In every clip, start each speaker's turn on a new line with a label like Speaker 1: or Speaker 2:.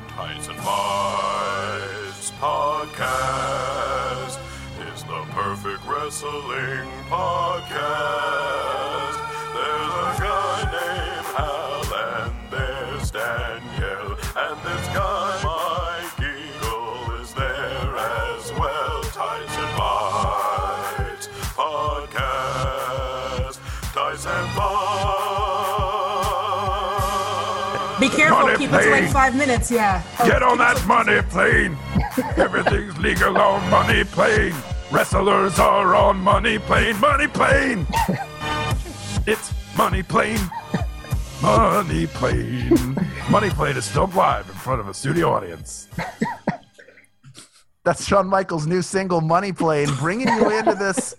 Speaker 1: Heights and Mights podcast is the perfect wrestling podcast. There's a guy named Hal, and there's Danielle, and this guy Mike Eagle is there as well. Heights and Mights podcast. Dice and Mights.
Speaker 2: Be careful,
Speaker 3: Money,
Speaker 2: keep it to like
Speaker 3: please.
Speaker 2: five minutes, yeah. Oh,
Speaker 3: Get on
Speaker 2: keep it
Speaker 3: that
Speaker 2: to-
Speaker 3: money plane. Everything's legal on money plane. Wrestlers are on money plane. Money plane. It's money plane. Money plane. Money plane is still live in front of a studio audience.
Speaker 4: That's Shawn Michaels' new single, Money Plane, bringing you into this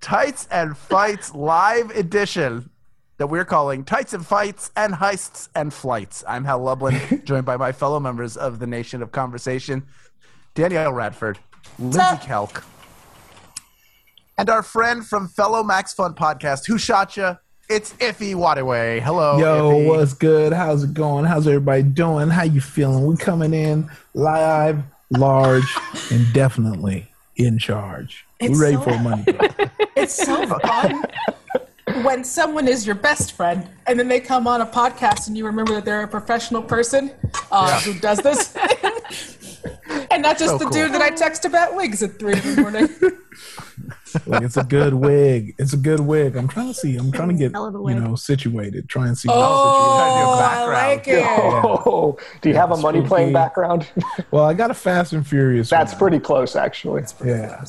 Speaker 4: Tights and Fights live edition that we're calling Tights and Fights and Heists and Flights. I'm Hal Lublin, joined by my fellow members of the Nation of Conversation, Danielle Radford, Lindsay Kelk, and our friend from fellow Max Fun podcast, Who Shot Ya? It's Iffy Wadaway.
Speaker 5: Oh,
Speaker 4: Hello,
Speaker 6: Yo,
Speaker 4: Iffy.
Speaker 6: what's good? How's it going? How's everybody doing? How you feeling? We coming in live, large, and definitely in charge.
Speaker 2: It's
Speaker 6: we ready
Speaker 2: so-
Speaker 6: for money. plane.
Speaker 2: It's so fun when someone is your best friend and then they come on a podcast and you remember that they're a professional person uh, who does this. and not just
Speaker 4: So
Speaker 2: the
Speaker 4: cool.
Speaker 2: dude that I text about wigs at three in the morning.
Speaker 6: like it's a good wig. It's a good wig. I'm trying to see. I'm trying to get
Speaker 5: Hell of a
Speaker 6: you
Speaker 5: wig.
Speaker 6: know situated. Try and see.
Speaker 2: oh, I
Speaker 4: background.
Speaker 2: like it.
Speaker 7: Oh, do you have a money playing
Speaker 6: spooky.
Speaker 7: background?
Speaker 6: well, I got a Fast and Furious.
Speaker 7: That's
Speaker 6: one.
Speaker 7: pretty close, actually.
Speaker 6: Yeah,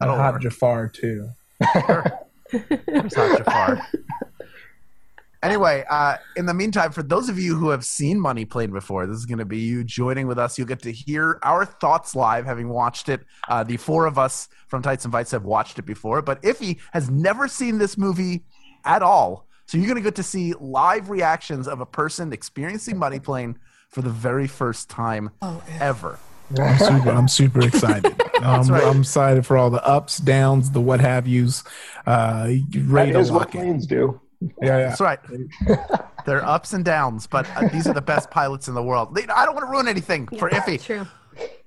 Speaker 6: a hot Jafar too.
Speaker 4: Not Jafar. anyway, uh, in the meantime, for those of you who have seen Money Plane before, this is going to be you joining with us. You'll get to hear our thoughts live, having watched it. Uh, the four of us from Tights and Vites have watched it before, but Iffy has never seen this movie at all. So you're going to get to see live reactions of a person experiencing Money Plane for the very first time ever.
Speaker 6: I'm super. I'm super excited. Um,
Speaker 4: right.
Speaker 6: I'm excited for all the ups, downs, the what have yous. Uh, ready to
Speaker 7: That is what
Speaker 6: lock in.
Speaker 7: planes do.
Speaker 6: Yeah, yeah.
Speaker 4: That's right. There are ups and downs, but uh, these are the best pilots in the world. They- I don't want to ruin anything for Iffy.
Speaker 5: True.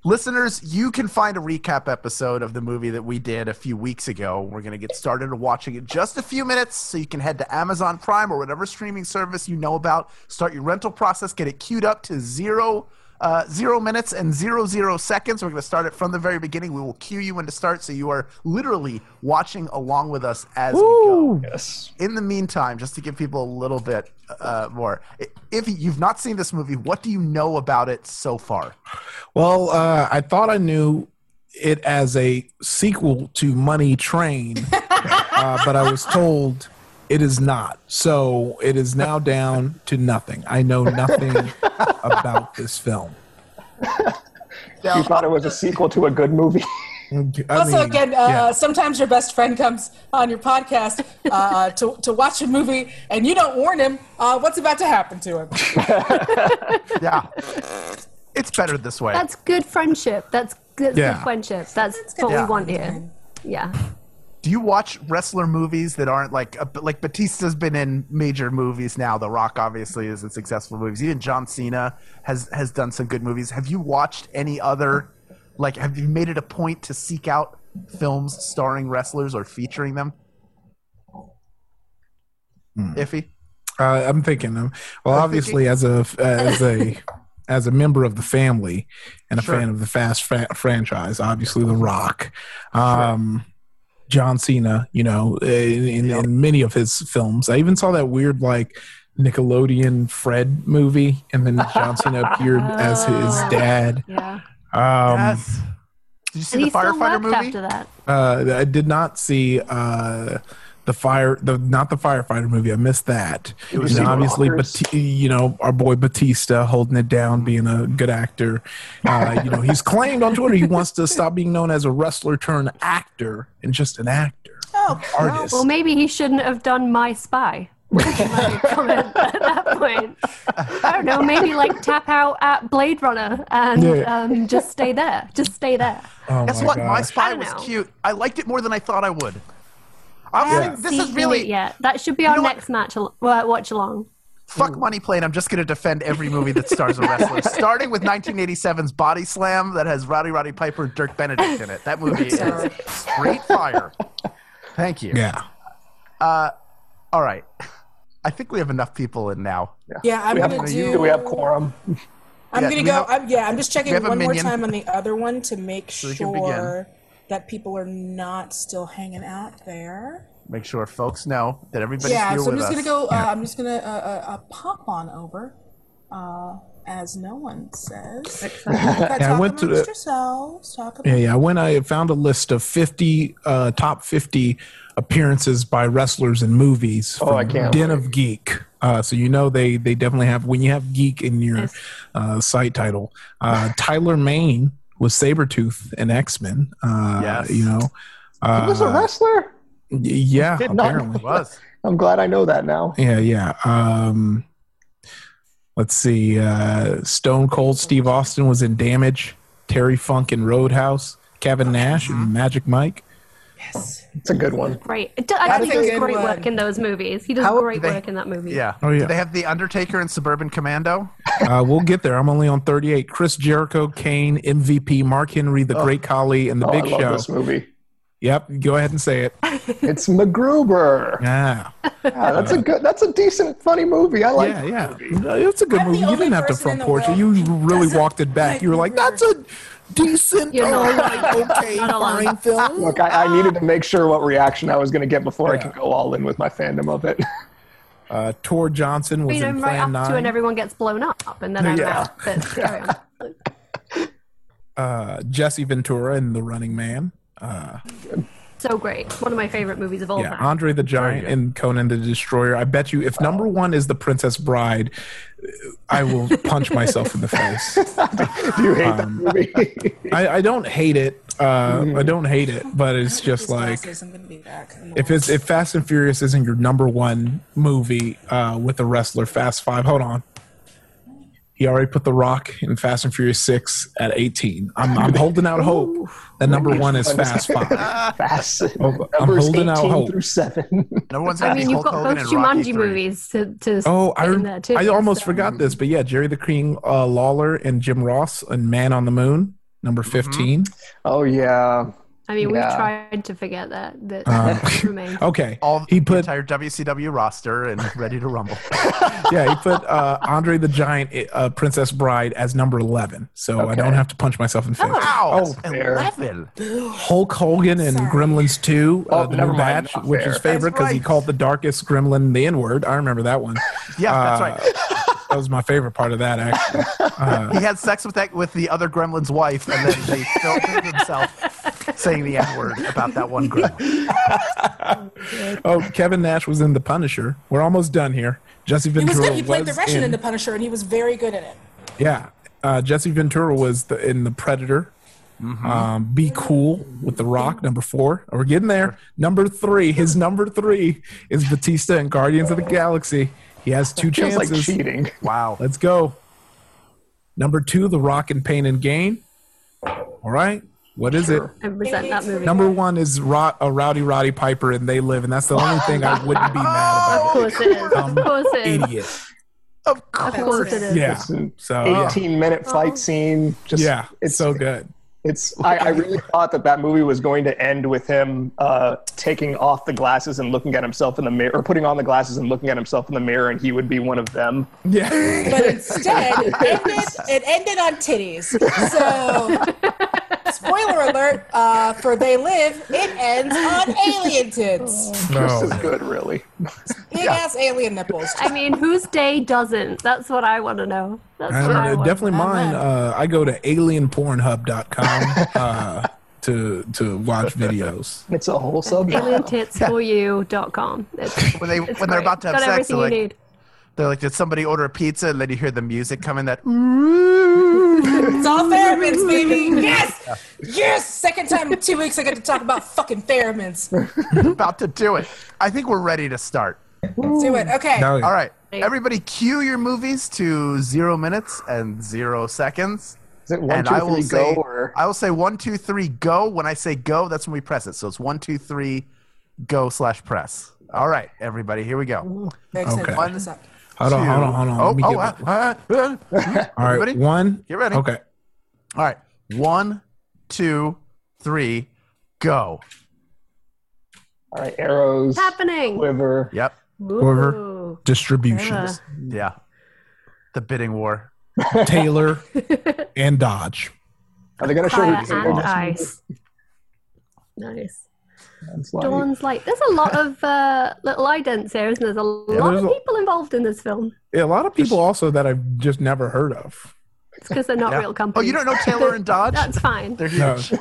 Speaker 4: listeners, you can find a recap episode of the movie that we did a few weeks ago. We're going to get started watching it in just a few minutes, so you can head to Amazon Prime or whatever streaming service you know about. Start your rental process, get it queued up to zero. Uh, zero minutes and zero zero seconds. We're going to start it from the very beginning. We will cue you when to start, so you are literally watching along with us as we go
Speaker 7: Yes.
Speaker 4: in the meantime, just to give people a little bit uh, more, i- if you've not seen this movie, what do you know about it so far?
Speaker 6: Well, uh, I thought I knew it as a sequel to Money Train, uh, but I was told it is not. So it is now down to nothing. I know nothing about this film.
Speaker 7: You thought it was a sequel to a good movie?
Speaker 6: I
Speaker 2: Also,
Speaker 6: mean,
Speaker 2: again, uh,
Speaker 6: yeah.
Speaker 2: sometimes your best friend comes on your podcast uh, to, to watch a movie and you don't warn him uh, what's about to happen to him.
Speaker 4: Yeah, it's better this way.
Speaker 5: That's good friendship. That's good,
Speaker 6: Yeah.
Speaker 5: good friendship. That's,
Speaker 2: That's good
Speaker 5: what
Speaker 4: Yeah.
Speaker 5: we want here. Yeah.
Speaker 4: do you watch wrestler movies that aren't like uh, like Batista's been in major movies now? The Rock obviously is in successful movies. Even John Cena has has done some good movies. Have you watched any other? Like, have you made it a point to seek out films starring wrestlers or featuring them? Iffy.
Speaker 6: Uh, I'm thinking. um, Well,
Speaker 4: I'm
Speaker 6: obviously, as a as a as a member of the family and a
Speaker 4: Sure.
Speaker 6: fan of the Fast fra- franchise, obviously, The Rock, um, John Cena, you know, in, in, in many of his films. I even saw that weird like Nickelodeon Fred movie, and then John Cena appeared as his dad.
Speaker 5: Yeah.
Speaker 6: Um,
Speaker 4: yes. Did you see
Speaker 5: And he
Speaker 4: the
Speaker 5: still
Speaker 4: firefighter
Speaker 5: worked
Speaker 4: movie?
Speaker 5: after that.
Speaker 6: uh, I did not see uh, the fire, the not the firefighter movie. I missed that. It
Speaker 7: was
Speaker 6: was
Speaker 7: the
Speaker 6: obviously,
Speaker 7: Rockers.
Speaker 6: Bat- you know, our boy Batista holding it down, being a good actor. Uh, you know, he's claimed on Twitter he wants to stop being known as a wrestler turned actor and just an actor,
Speaker 2: Oh,
Speaker 6: artist.
Speaker 5: Well, maybe he shouldn't have done My Spy. Would be my comment at that point. I don't know. Maybe like tap out at Blade Runner and
Speaker 6: Yeah.
Speaker 5: um, just stay there. Just stay there.
Speaker 6: oh
Speaker 4: Guess what? My
Speaker 6: gosh.
Speaker 5: I
Speaker 4: Spy
Speaker 5: don't
Speaker 4: was
Speaker 5: know.
Speaker 4: cute. I liked it more than I thought I would. I'm
Speaker 5: I
Speaker 4: like,
Speaker 5: haven't
Speaker 4: this is
Speaker 5: seen
Speaker 4: really.
Speaker 5: it yet. That should be our
Speaker 4: know what?
Speaker 5: next match al- wa- watch along.
Speaker 4: Fuck Money Plane. I'm just going to defend every movie that stars a wrestler, starting with 1987's Body Slam that has Roddy Roddy Piper and Dirk Benedict in it. That movie is straight fire. Thank you.
Speaker 6: Yeah.
Speaker 4: All right. I think we have enough people in now.
Speaker 2: Yeah, I'm
Speaker 7: We have,
Speaker 2: gonna do.
Speaker 7: do we have quorum?
Speaker 2: I'm
Speaker 4: Yeah, do
Speaker 2: gonna
Speaker 4: we
Speaker 2: go.
Speaker 4: have-
Speaker 2: I'm, yeah, I'm just checking
Speaker 4: we have a
Speaker 2: one more
Speaker 4: minion?
Speaker 2: time on the other one to make
Speaker 4: we can begin.
Speaker 2: sure that people are not still hanging out there.
Speaker 4: Make sure folks know that everybody's
Speaker 2: yeah,
Speaker 4: here
Speaker 2: so I'm
Speaker 4: with
Speaker 2: just
Speaker 4: us.
Speaker 2: gonna go. Uh, I'm just gonna uh, uh, uh, pop on over, uh, as no one says. Talk
Speaker 6: I went to
Speaker 2: amongst
Speaker 6: the-
Speaker 2: yourselves. Talk
Speaker 6: Yeah,
Speaker 2: about
Speaker 6: yeah. When I found a list of 50 uh, top 50 appearances by wrestlers in movies from
Speaker 7: Oh, I can't
Speaker 6: Den of Geek. Uh, so you know they they definitely have when you have geek in your
Speaker 5: Yes.
Speaker 6: uh, site title. Uh, Tyler Maine was Sabretooth in X Men. Uh,
Speaker 4: Yes.
Speaker 6: You know. Uh,
Speaker 7: He was a wrestler.
Speaker 6: y- Yeah,
Speaker 7: Did not-
Speaker 6: apparently.
Speaker 4: Was.
Speaker 7: I'm glad I know that now.
Speaker 6: Yeah, yeah. Um, let's see. Uh, Stone Cold Steve Austin was in Damage. Terry Funk in Roadhouse. Kevin Nash
Speaker 7: Mm-hmm.
Speaker 6: and Magic Mike.
Speaker 2: yes.
Speaker 7: It's a good one.
Speaker 5: Great. It do- I think
Speaker 2: a
Speaker 5: he does
Speaker 2: good
Speaker 5: great
Speaker 2: one.
Speaker 5: work in those movies. He does
Speaker 4: How-
Speaker 5: great
Speaker 4: they-
Speaker 5: work in that movie.
Speaker 4: Yeah.
Speaker 6: Oh, yeah.
Speaker 4: Do they have The Undertaker and Suburban Commando?
Speaker 6: Uh, we'll get there. I'm only on 38. Chris Jericho, Kane, MVP, Mark Henry, The Great Khali, and The
Speaker 7: Oh,
Speaker 6: Big
Speaker 7: I love
Speaker 6: Show.
Speaker 7: this movie.
Speaker 6: Yep, go ahead and say it.
Speaker 7: It's MacGruber.
Speaker 6: Yeah,
Speaker 7: Yeah, that's a good. That's a decent, funny movie. I like.
Speaker 6: yeah, yeah. It's a good
Speaker 2: I'm the
Speaker 6: movie. You
Speaker 2: only
Speaker 6: didn't have to
Speaker 2: person in
Speaker 6: front
Speaker 2: the
Speaker 6: porch it.
Speaker 2: world
Speaker 6: You
Speaker 2: who
Speaker 6: really
Speaker 2: doesn't
Speaker 6: walked it back.
Speaker 2: like
Speaker 6: You were like,
Speaker 2: River.
Speaker 6: "That's a decent,
Speaker 5: You're
Speaker 6: all
Speaker 5: not
Speaker 6: right, okay,
Speaker 5: Not alone.
Speaker 6: fine film."
Speaker 7: Look, I, I needed to make sure what reaction I was going to get before I could go all in with my fandom of it.
Speaker 6: Uh, Tor Johnson
Speaker 5: I
Speaker 6: was
Speaker 5: mean,
Speaker 6: in
Speaker 5: I'm right up
Speaker 6: Plan
Speaker 5: to and
Speaker 6: Nine.
Speaker 5: everyone gets blown up, and then I'm
Speaker 6: Yeah.
Speaker 5: out. But carry on.
Speaker 6: Uh, Jesse Ventura in The Running Man. Uh,
Speaker 5: so great. One of my favorite movies of all
Speaker 6: yeah,
Speaker 5: time.
Speaker 6: Andre the Giant
Speaker 4: good.
Speaker 6: and Conan the Destroyer. I bet you, if
Speaker 2: Oh.
Speaker 6: number one is The Princess Bride, I will punch myself in the face.
Speaker 7: Do you hate that
Speaker 6: Um,
Speaker 7: movie?
Speaker 6: I, I don't hate it. Uh, I don't hate it, but it's just
Speaker 2: These
Speaker 6: like
Speaker 2: glasses, I'm gonna be back.
Speaker 6: if it's if Fast and Furious isn't your number one movie uh, with a wrestler, Fast Five. Hold on, he already put The Rock in Fast and Furious Six at eighteen. I'm, I'm holding out hope that number one is Fast Five.
Speaker 7: Fast.
Speaker 6: Oh, I'm
Speaker 7: Numbers
Speaker 6: holding
Speaker 7: 18
Speaker 6: out hope.
Speaker 7: through seven.
Speaker 4: No one's
Speaker 5: I
Speaker 4: going to
Speaker 5: mean,
Speaker 4: be
Speaker 5: you've
Speaker 4: Hulk
Speaker 5: got
Speaker 4: Hogan
Speaker 5: both
Speaker 4: and Rocky
Speaker 5: Jumanji
Speaker 4: III.
Speaker 5: movies to, to
Speaker 6: Oh, I
Speaker 5: fit in there too.
Speaker 6: I almost
Speaker 5: so-
Speaker 6: forgot this, but yeah, Jerry the King uh, Lawler and Jim Ross and Man on the Moon, number 15
Speaker 7: oh yeah.
Speaker 5: I mean,
Speaker 7: Yeah.
Speaker 5: we've tried to forget that. That
Speaker 6: Um,
Speaker 5: remains.
Speaker 6: Okay,
Speaker 4: All
Speaker 6: he
Speaker 4: the
Speaker 6: put
Speaker 4: entire WCW roster and ready to rumble.
Speaker 6: yeah, he put uh, Andre the Giant, uh, Princess Bride, as number eleven, so I
Speaker 7: Okay.
Speaker 6: don't have to punch myself in the face. Oh,
Speaker 4: Wow,
Speaker 7: Oh,
Speaker 4: that's
Speaker 7: fair.
Speaker 4: eleven.
Speaker 6: Hulk Hogan and
Speaker 2: Sorry.
Speaker 6: Gremlins Two, uh,
Speaker 7: Oh,
Speaker 6: the
Speaker 7: never
Speaker 6: new
Speaker 7: mind,
Speaker 6: batch,
Speaker 7: not
Speaker 6: which
Speaker 7: fair.
Speaker 6: is favorite
Speaker 4: That's
Speaker 6: because he
Speaker 4: right.
Speaker 6: called the darkest Gremlin the N word. I remember that one.
Speaker 4: Yeah,
Speaker 6: Uh,
Speaker 4: that's right.
Speaker 6: That was my favorite part of that actually. Uh,
Speaker 4: He had sex with that with the other Gremlin's wife, and then they filmed himself saying the N word about that one Gremlin.
Speaker 6: oh, Kevin Nash was in The Punisher. We're almost done here. Jesse
Speaker 2: he
Speaker 6: Ventura
Speaker 2: was good. He played the
Speaker 6: was
Speaker 2: Russian in... The Punisher, and he was very good at it.
Speaker 6: Yeah, uh, Jesse Ventura was the, in the Predator. Um, be cool with the Rock, number four. Oh, We're getting there. Number three, his number three is Batista and Guardians of the Galaxy. He has two
Speaker 7: Feels like
Speaker 6: chances.
Speaker 7: cheating.
Speaker 4: Wow.
Speaker 6: Let's go. Number two, The Rock and Pain and Gain. All right, what is it?
Speaker 5: I resent that movie.
Speaker 6: Number one is Ro- a Rowdy Roddy Piper and They Live, and that's the only thing I wouldn't be mad
Speaker 5: Of course it is. Of course it
Speaker 6: about.
Speaker 5: is.
Speaker 6: Um, Idiot.
Speaker 4: Of
Speaker 5: Of
Speaker 4: course.
Speaker 5: course it is.
Speaker 6: Yeah.
Speaker 7: It's an
Speaker 6: So yeah.
Speaker 7: 18 minute
Speaker 5: Oh.
Speaker 7: fight scene. Just
Speaker 6: yeah,
Speaker 7: it's
Speaker 6: it's so good.
Speaker 7: It's. I, I really thought that that movie was going to end with him uh, taking off the glasses and looking at himself in the mirror, or putting on the glasses and looking at himself in the mirror, and he would be one of them.
Speaker 6: Yeah.
Speaker 2: But instead, it ended, it ended on titties. So, spoiler alert uh, for They Live, it ends on alien tits.
Speaker 7: Just
Speaker 6: No.
Speaker 7: as good, really.
Speaker 2: Big ass alien nipples.
Speaker 5: I mean, whose day doesn't? That's what I want to know. That's
Speaker 6: I
Speaker 5: what
Speaker 6: don't
Speaker 5: I
Speaker 6: know.
Speaker 5: want.
Speaker 6: Uh, Definitely mine.
Speaker 2: not.
Speaker 6: Uh, I go to alienpornhub.com uh, to to watch videos.
Speaker 7: It's a whole subject.
Speaker 5: AlienTitsForYou.com. It's,
Speaker 4: When they
Speaker 5: it's
Speaker 4: when they're
Speaker 5: great.
Speaker 4: about to have
Speaker 5: Got
Speaker 4: sex, they're
Speaker 5: everything you
Speaker 4: like,
Speaker 5: need.
Speaker 4: they're like, did somebody order a pizza? And then you hear the music coming. That "Mm,
Speaker 2: It's all theremins, baby. Yes! Yes! Second time in two weeks I get to talk about fucking theremins.
Speaker 5: Mm-hmm.
Speaker 4: about to do it. I think we're ready to start.
Speaker 2: Do it. Okay.
Speaker 6: No,
Speaker 4: All right,
Speaker 5: Right.
Speaker 4: everybody, cue your movies to zero minutes and zero seconds.
Speaker 7: Is it one,
Speaker 4: and
Speaker 7: two,
Speaker 4: I will
Speaker 7: three,
Speaker 4: say,
Speaker 7: go? Or
Speaker 4: I will say one, two, three, go. When I say go, that's when we press it. So it's one, two, three, go slash press. All right, everybody, here we go.
Speaker 2: Very excited to
Speaker 6: Okay.
Speaker 2: put this up.
Speaker 6: Hold on, hold on, hold on.
Speaker 4: Oh,
Speaker 6: Let me
Speaker 4: oh,
Speaker 6: get
Speaker 4: uh,
Speaker 6: my-
Speaker 4: uh, uh.
Speaker 6: All right,
Speaker 4: everybody?
Speaker 6: one.
Speaker 4: Get ready.
Speaker 6: Okay.
Speaker 4: All right. One, two, three, go.
Speaker 7: All right, arrows,
Speaker 5: happening.
Speaker 7: quiver.
Speaker 4: Yep.
Speaker 6: Quiver.
Speaker 5: Ooh. Yeah.
Speaker 6: Distributions.
Speaker 4: Yeah. The bidding war.
Speaker 6: Taylor and Dodge.
Speaker 7: Are they gonna show
Speaker 5: Fire
Speaker 7: who?
Speaker 5: and ice. Nice.
Speaker 7: It's like-
Speaker 5: Dawn's like, there's a lot of uh, little idents here, isn't there? There's a lot
Speaker 6: there's
Speaker 5: of
Speaker 6: a-
Speaker 5: people involved in this film.
Speaker 6: Yeah, a lot of people also that I've just never heard of.
Speaker 5: It's because they're not
Speaker 4: Yeah.
Speaker 5: real
Speaker 4: Oh,
Speaker 5: companies.
Speaker 4: you don't know Taylor and Dodge?
Speaker 5: That's fine.
Speaker 4: They're
Speaker 6: No.
Speaker 4: huge.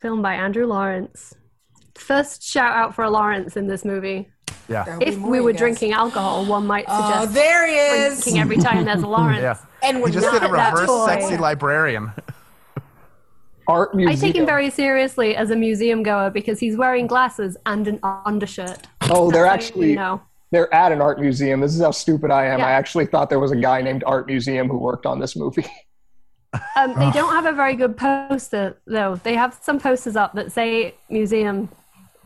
Speaker 5: Film by Andrew Lawrence. First shout out for Lawrence in this movie.
Speaker 4: Yeah.
Speaker 2: There'll be
Speaker 5: If
Speaker 2: more,
Speaker 5: we
Speaker 2: you
Speaker 5: were
Speaker 2: guys.
Speaker 5: drinking alcohol, one might
Speaker 2: Oh,
Speaker 5: suggest
Speaker 2: there he is.
Speaker 5: drinking every time there's a Lawrence.
Speaker 4: Yeah.
Speaker 2: And we're
Speaker 4: He just
Speaker 2: not
Speaker 4: did a
Speaker 2: at that
Speaker 4: reverse
Speaker 5: toy.
Speaker 4: sexy librarian.
Speaker 7: art
Speaker 5: I
Speaker 7: museum.
Speaker 5: take him very seriously as a museum goer because he's wearing glasses and an undershirt.
Speaker 7: oh, they're
Speaker 5: That's how
Speaker 7: actually
Speaker 5: you know.
Speaker 7: they're at an art museum. This is how stupid I am.
Speaker 5: Yeah.
Speaker 7: I actually thought there was a guy named Art Museum who worked on this movie.
Speaker 5: Um, they don't have a very good poster, though. They have some posters up that say museum,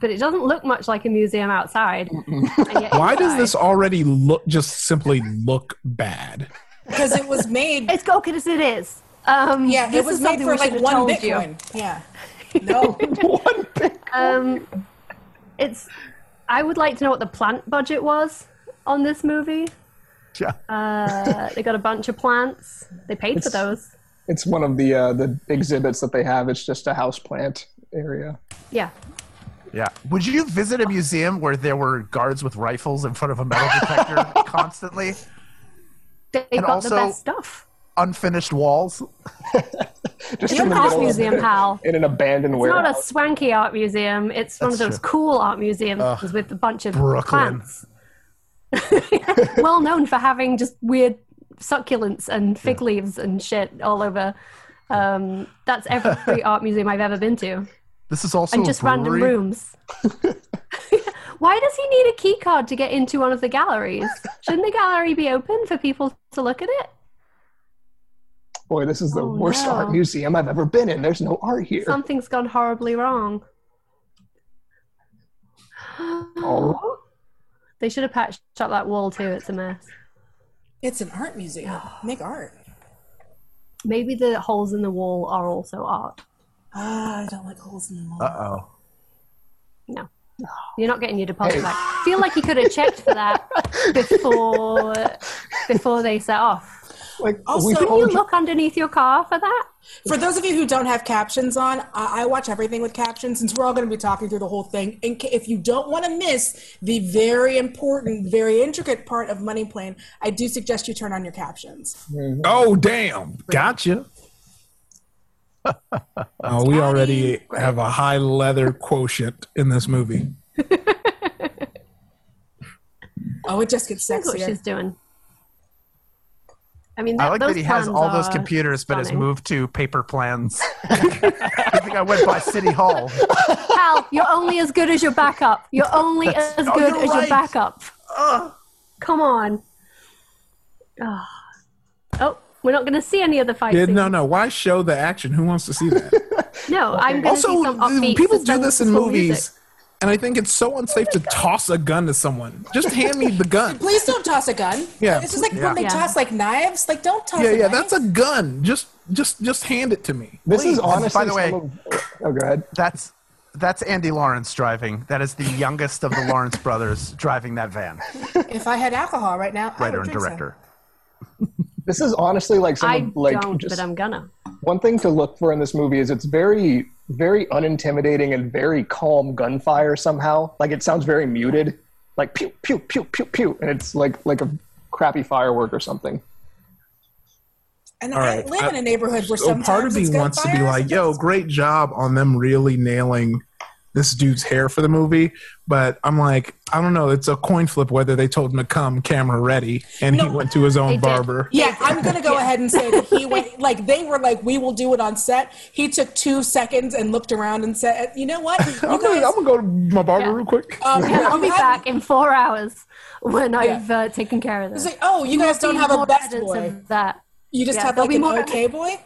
Speaker 5: but it doesn't look much like a museum outside. And yet
Speaker 6: Why does
Speaker 5: inside-
Speaker 6: this already look just simply look bad?
Speaker 2: because it was made.
Speaker 5: It's go because it is. Um,
Speaker 2: yeah,
Speaker 5: this
Speaker 2: it was
Speaker 5: is
Speaker 2: made
Speaker 5: something
Speaker 2: for
Speaker 5: we
Speaker 2: like
Speaker 5: should've
Speaker 2: one
Speaker 5: told you.
Speaker 2: Bitcoin. Yeah. No.
Speaker 7: One thing.
Speaker 5: Um, it's. I would like to know what the plant budget was on this movie.
Speaker 4: Yeah.
Speaker 5: Uh, they got a bunch of plants. They paid for those.
Speaker 7: It's one of the uh, the exhibits that they have. It's just a house plant area.
Speaker 5: Yeah.
Speaker 4: Yeah. Would you visit a museum where there were guards with rifles in front of a metal detector constantly?
Speaker 5: They
Speaker 4: And
Speaker 5: got
Speaker 4: also-
Speaker 5: the best stuff.
Speaker 4: Unfinished walls?
Speaker 7: Just
Speaker 5: It's
Speaker 7: in
Speaker 5: an
Speaker 7: the
Speaker 5: art
Speaker 7: middle of-
Speaker 5: museum, pal.
Speaker 7: in an abandoned
Speaker 5: It's not a
Speaker 7: warehouse.
Speaker 5: swanky art museum. It's one of
Speaker 4: That's
Speaker 5: those cool art museums with a bunch of
Speaker 4: Brooklyn.
Speaker 5: plants. well known for having just weird succulents and fig leaves and shit all over. Um, that's every art museum I've ever been to,
Speaker 4: This is also
Speaker 5: and
Speaker 4: a
Speaker 5: just random
Speaker 4: brewery.
Speaker 5: rooms. Why does he need a key card to get into one of the galleries? Shouldn't the gallery be open for people to look at it?
Speaker 7: Boy, this is the
Speaker 5: Oh,
Speaker 7: worst
Speaker 5: no.
Speaker 7: art museum I've ever been in. There's no art here.
Speaker 5: Something's gone horribly wrong.
Speaker 7: Oh.
Speaker 5: They should have patched up that wall too. It's a mess.
Speaker 2: It's an art museum. Make art.
Speaker 5: Maybe the holes in the wall are also art.
Speaker 2: Ah, I don't like holes in the wall.
Speaker 4: Uh oh.
Speaker 5: No. You're not getting your deposit back. I feel like you could have checked for that before before they set off.
Speaker 7: Like
Speaker 2: Also-
Speaker 7: we
Speaker 2: Couldn't
Speaker 5: Can you
Speaker 7: told you,
Speaker 5: look underneath your car for that?
Speaker 2: For those of you who don't have captions on, I, I watch everything with captions since we're all going to be talking through the whole thing. And ca- if you don't want to miss the very important, very intricate part of Money Plane, I do suggest you turn on your captions.
Speaker 6: Oh damn! Gotcha. Oh, we already have a high leather quotient in this movie.
Speaker 2: Oh, it just gets
Speaker 5: That's what
Speaker 2: sexier.
Speaker 5: she's doing. I mean, that,
Speaker 4: I like
Speaker 5: those
Speaker 4: that he has
Speaker 5: plans
Speaker 4: all those
Speaker 5: are
Speaker 4: computers, but has
Speaker 5: stunning.
Speaker 4: moved to paper plans. I think I went by City Hall.
Speaker 5: Pal, you're only as good as your backup. You're only as good
Speaker 4: Oh, you're
Speaker 5: as your
Speaker 4: right.
Speaker 5: backup. Come on. Ah. Oh, we're not going to see any of the fight
Speaker 6: Yeah,
Speaker 5: scenes.
Speaker 6: no, no. Why show the action? Who wants to see that?
Speaker 5: No, I'm going to
Speaker 6: also,
Speaker 5: see some upbeat,
Speaker 6: people do this in
Speaker 5: suspenseful
Speaker 6: movies,
Speaker 5: music.
Speaker 6: and I think it's so unsafe to toss a gun to someone. Just hand me the gun.
Speaker 2: Oh Please don't toss a gun.
Speaker 6: Yeah.
Speaker 2: It's just like
Speaker 4: Yeah.
Speaker 2: when they
Speaker 5: Yeah.
Speaker 2: toss like knives. Like, don't toss
Speaker 6: Yeah,
Speaker 2: a
Speaker 6: yeah,
Speaker 2: knife.
Speaker 6: that's a gun. Just, just, just hand it to me.
Speaker 7: this is
Speaker 4: Please, by
Speaker 7: honestly.
Speaker 4: the way-
Speaker 7: some of- oh, go ahead.
Speaker 4: That's that's Andy Lawrence driving. That is the youngest of the Lawrence brothers driving that van.
Speaker 2: If I had alcohol right now, I
Speaker 4: Writer
Speaker 2: would
Speaker 4: and
Speaker 2: drink some.
Speaker 4: director.
Speaker 7: This is honestly like some
Speaker 5: I
Speaker 7: of, like
Speaker 5: don't,
Speaker 7: just
Speaker 5: but I'm gonna.
Speaker 7: one thing to look for in this movie is it's very very unintimidating and very calm gunfire somehow like it sounds very muted like pew pew pew pew pew and it's like like a crappy firework or something
Speaker 2: And
Speaker 6: All
Speaker 2: I
Speaker 6: right,
Speaker 2: live
Speaker 6: I-
Speaker 2: in a neighborhood where
Speaker 6: So
Speaker 2: sometimes
Speaker 6: part of me
Speaker 2: it's
Speaker 6: wants to be
Speaker 2: gunfire,
Speaker 6: like, "Yo,
Speaker 2: sometimes-
Speaker 6: great job on them really nailing this dude's hair for the movie," but I'm like, I don't know. It's a coin flip whether they told him to come camera ready, and he
Speaker 2: No,
Speaker 6: went to his own
Speaker 5: did.
Speaker 6: barber.
Speaker 2: Yeah, I'm gonna go ahead and say that he went like they were like, we will do it on set. He took two seconds and looked around and said, you know what? You
Speaker 6: I'm, gonna,
Speaker 2: guys,
Speaker 6: I'm gonna go to my barber
Speaker 5: Yeah.
Speaker 6: real quick.
Speaker 2: um, you know,
Speaker 5: I'll be
Speaker 2: I'm-
Speaker 5: back in four hours when I've
Speaker 2: Yeah.
Speaker 5: uh, taken care of this.
Speaker 2: It's like, oh, you guys don't
Speaker 5: There'll
Speaker 2: have
Speaker 5: be
Speaker 2: a
Speaker 5: more
Speaker 2: best
Speaker 5: evidence
Speaker 2: boy.
Speaker 5: of that.
Speaker 2: You just
Speaker 5: Yeah,
Speaker 2: have
Speaker 5: there'll
Speaker 2: like
Speaker 5: be
Speaker 2: an
Speaker 5: more-
Speaker 2: okay boy.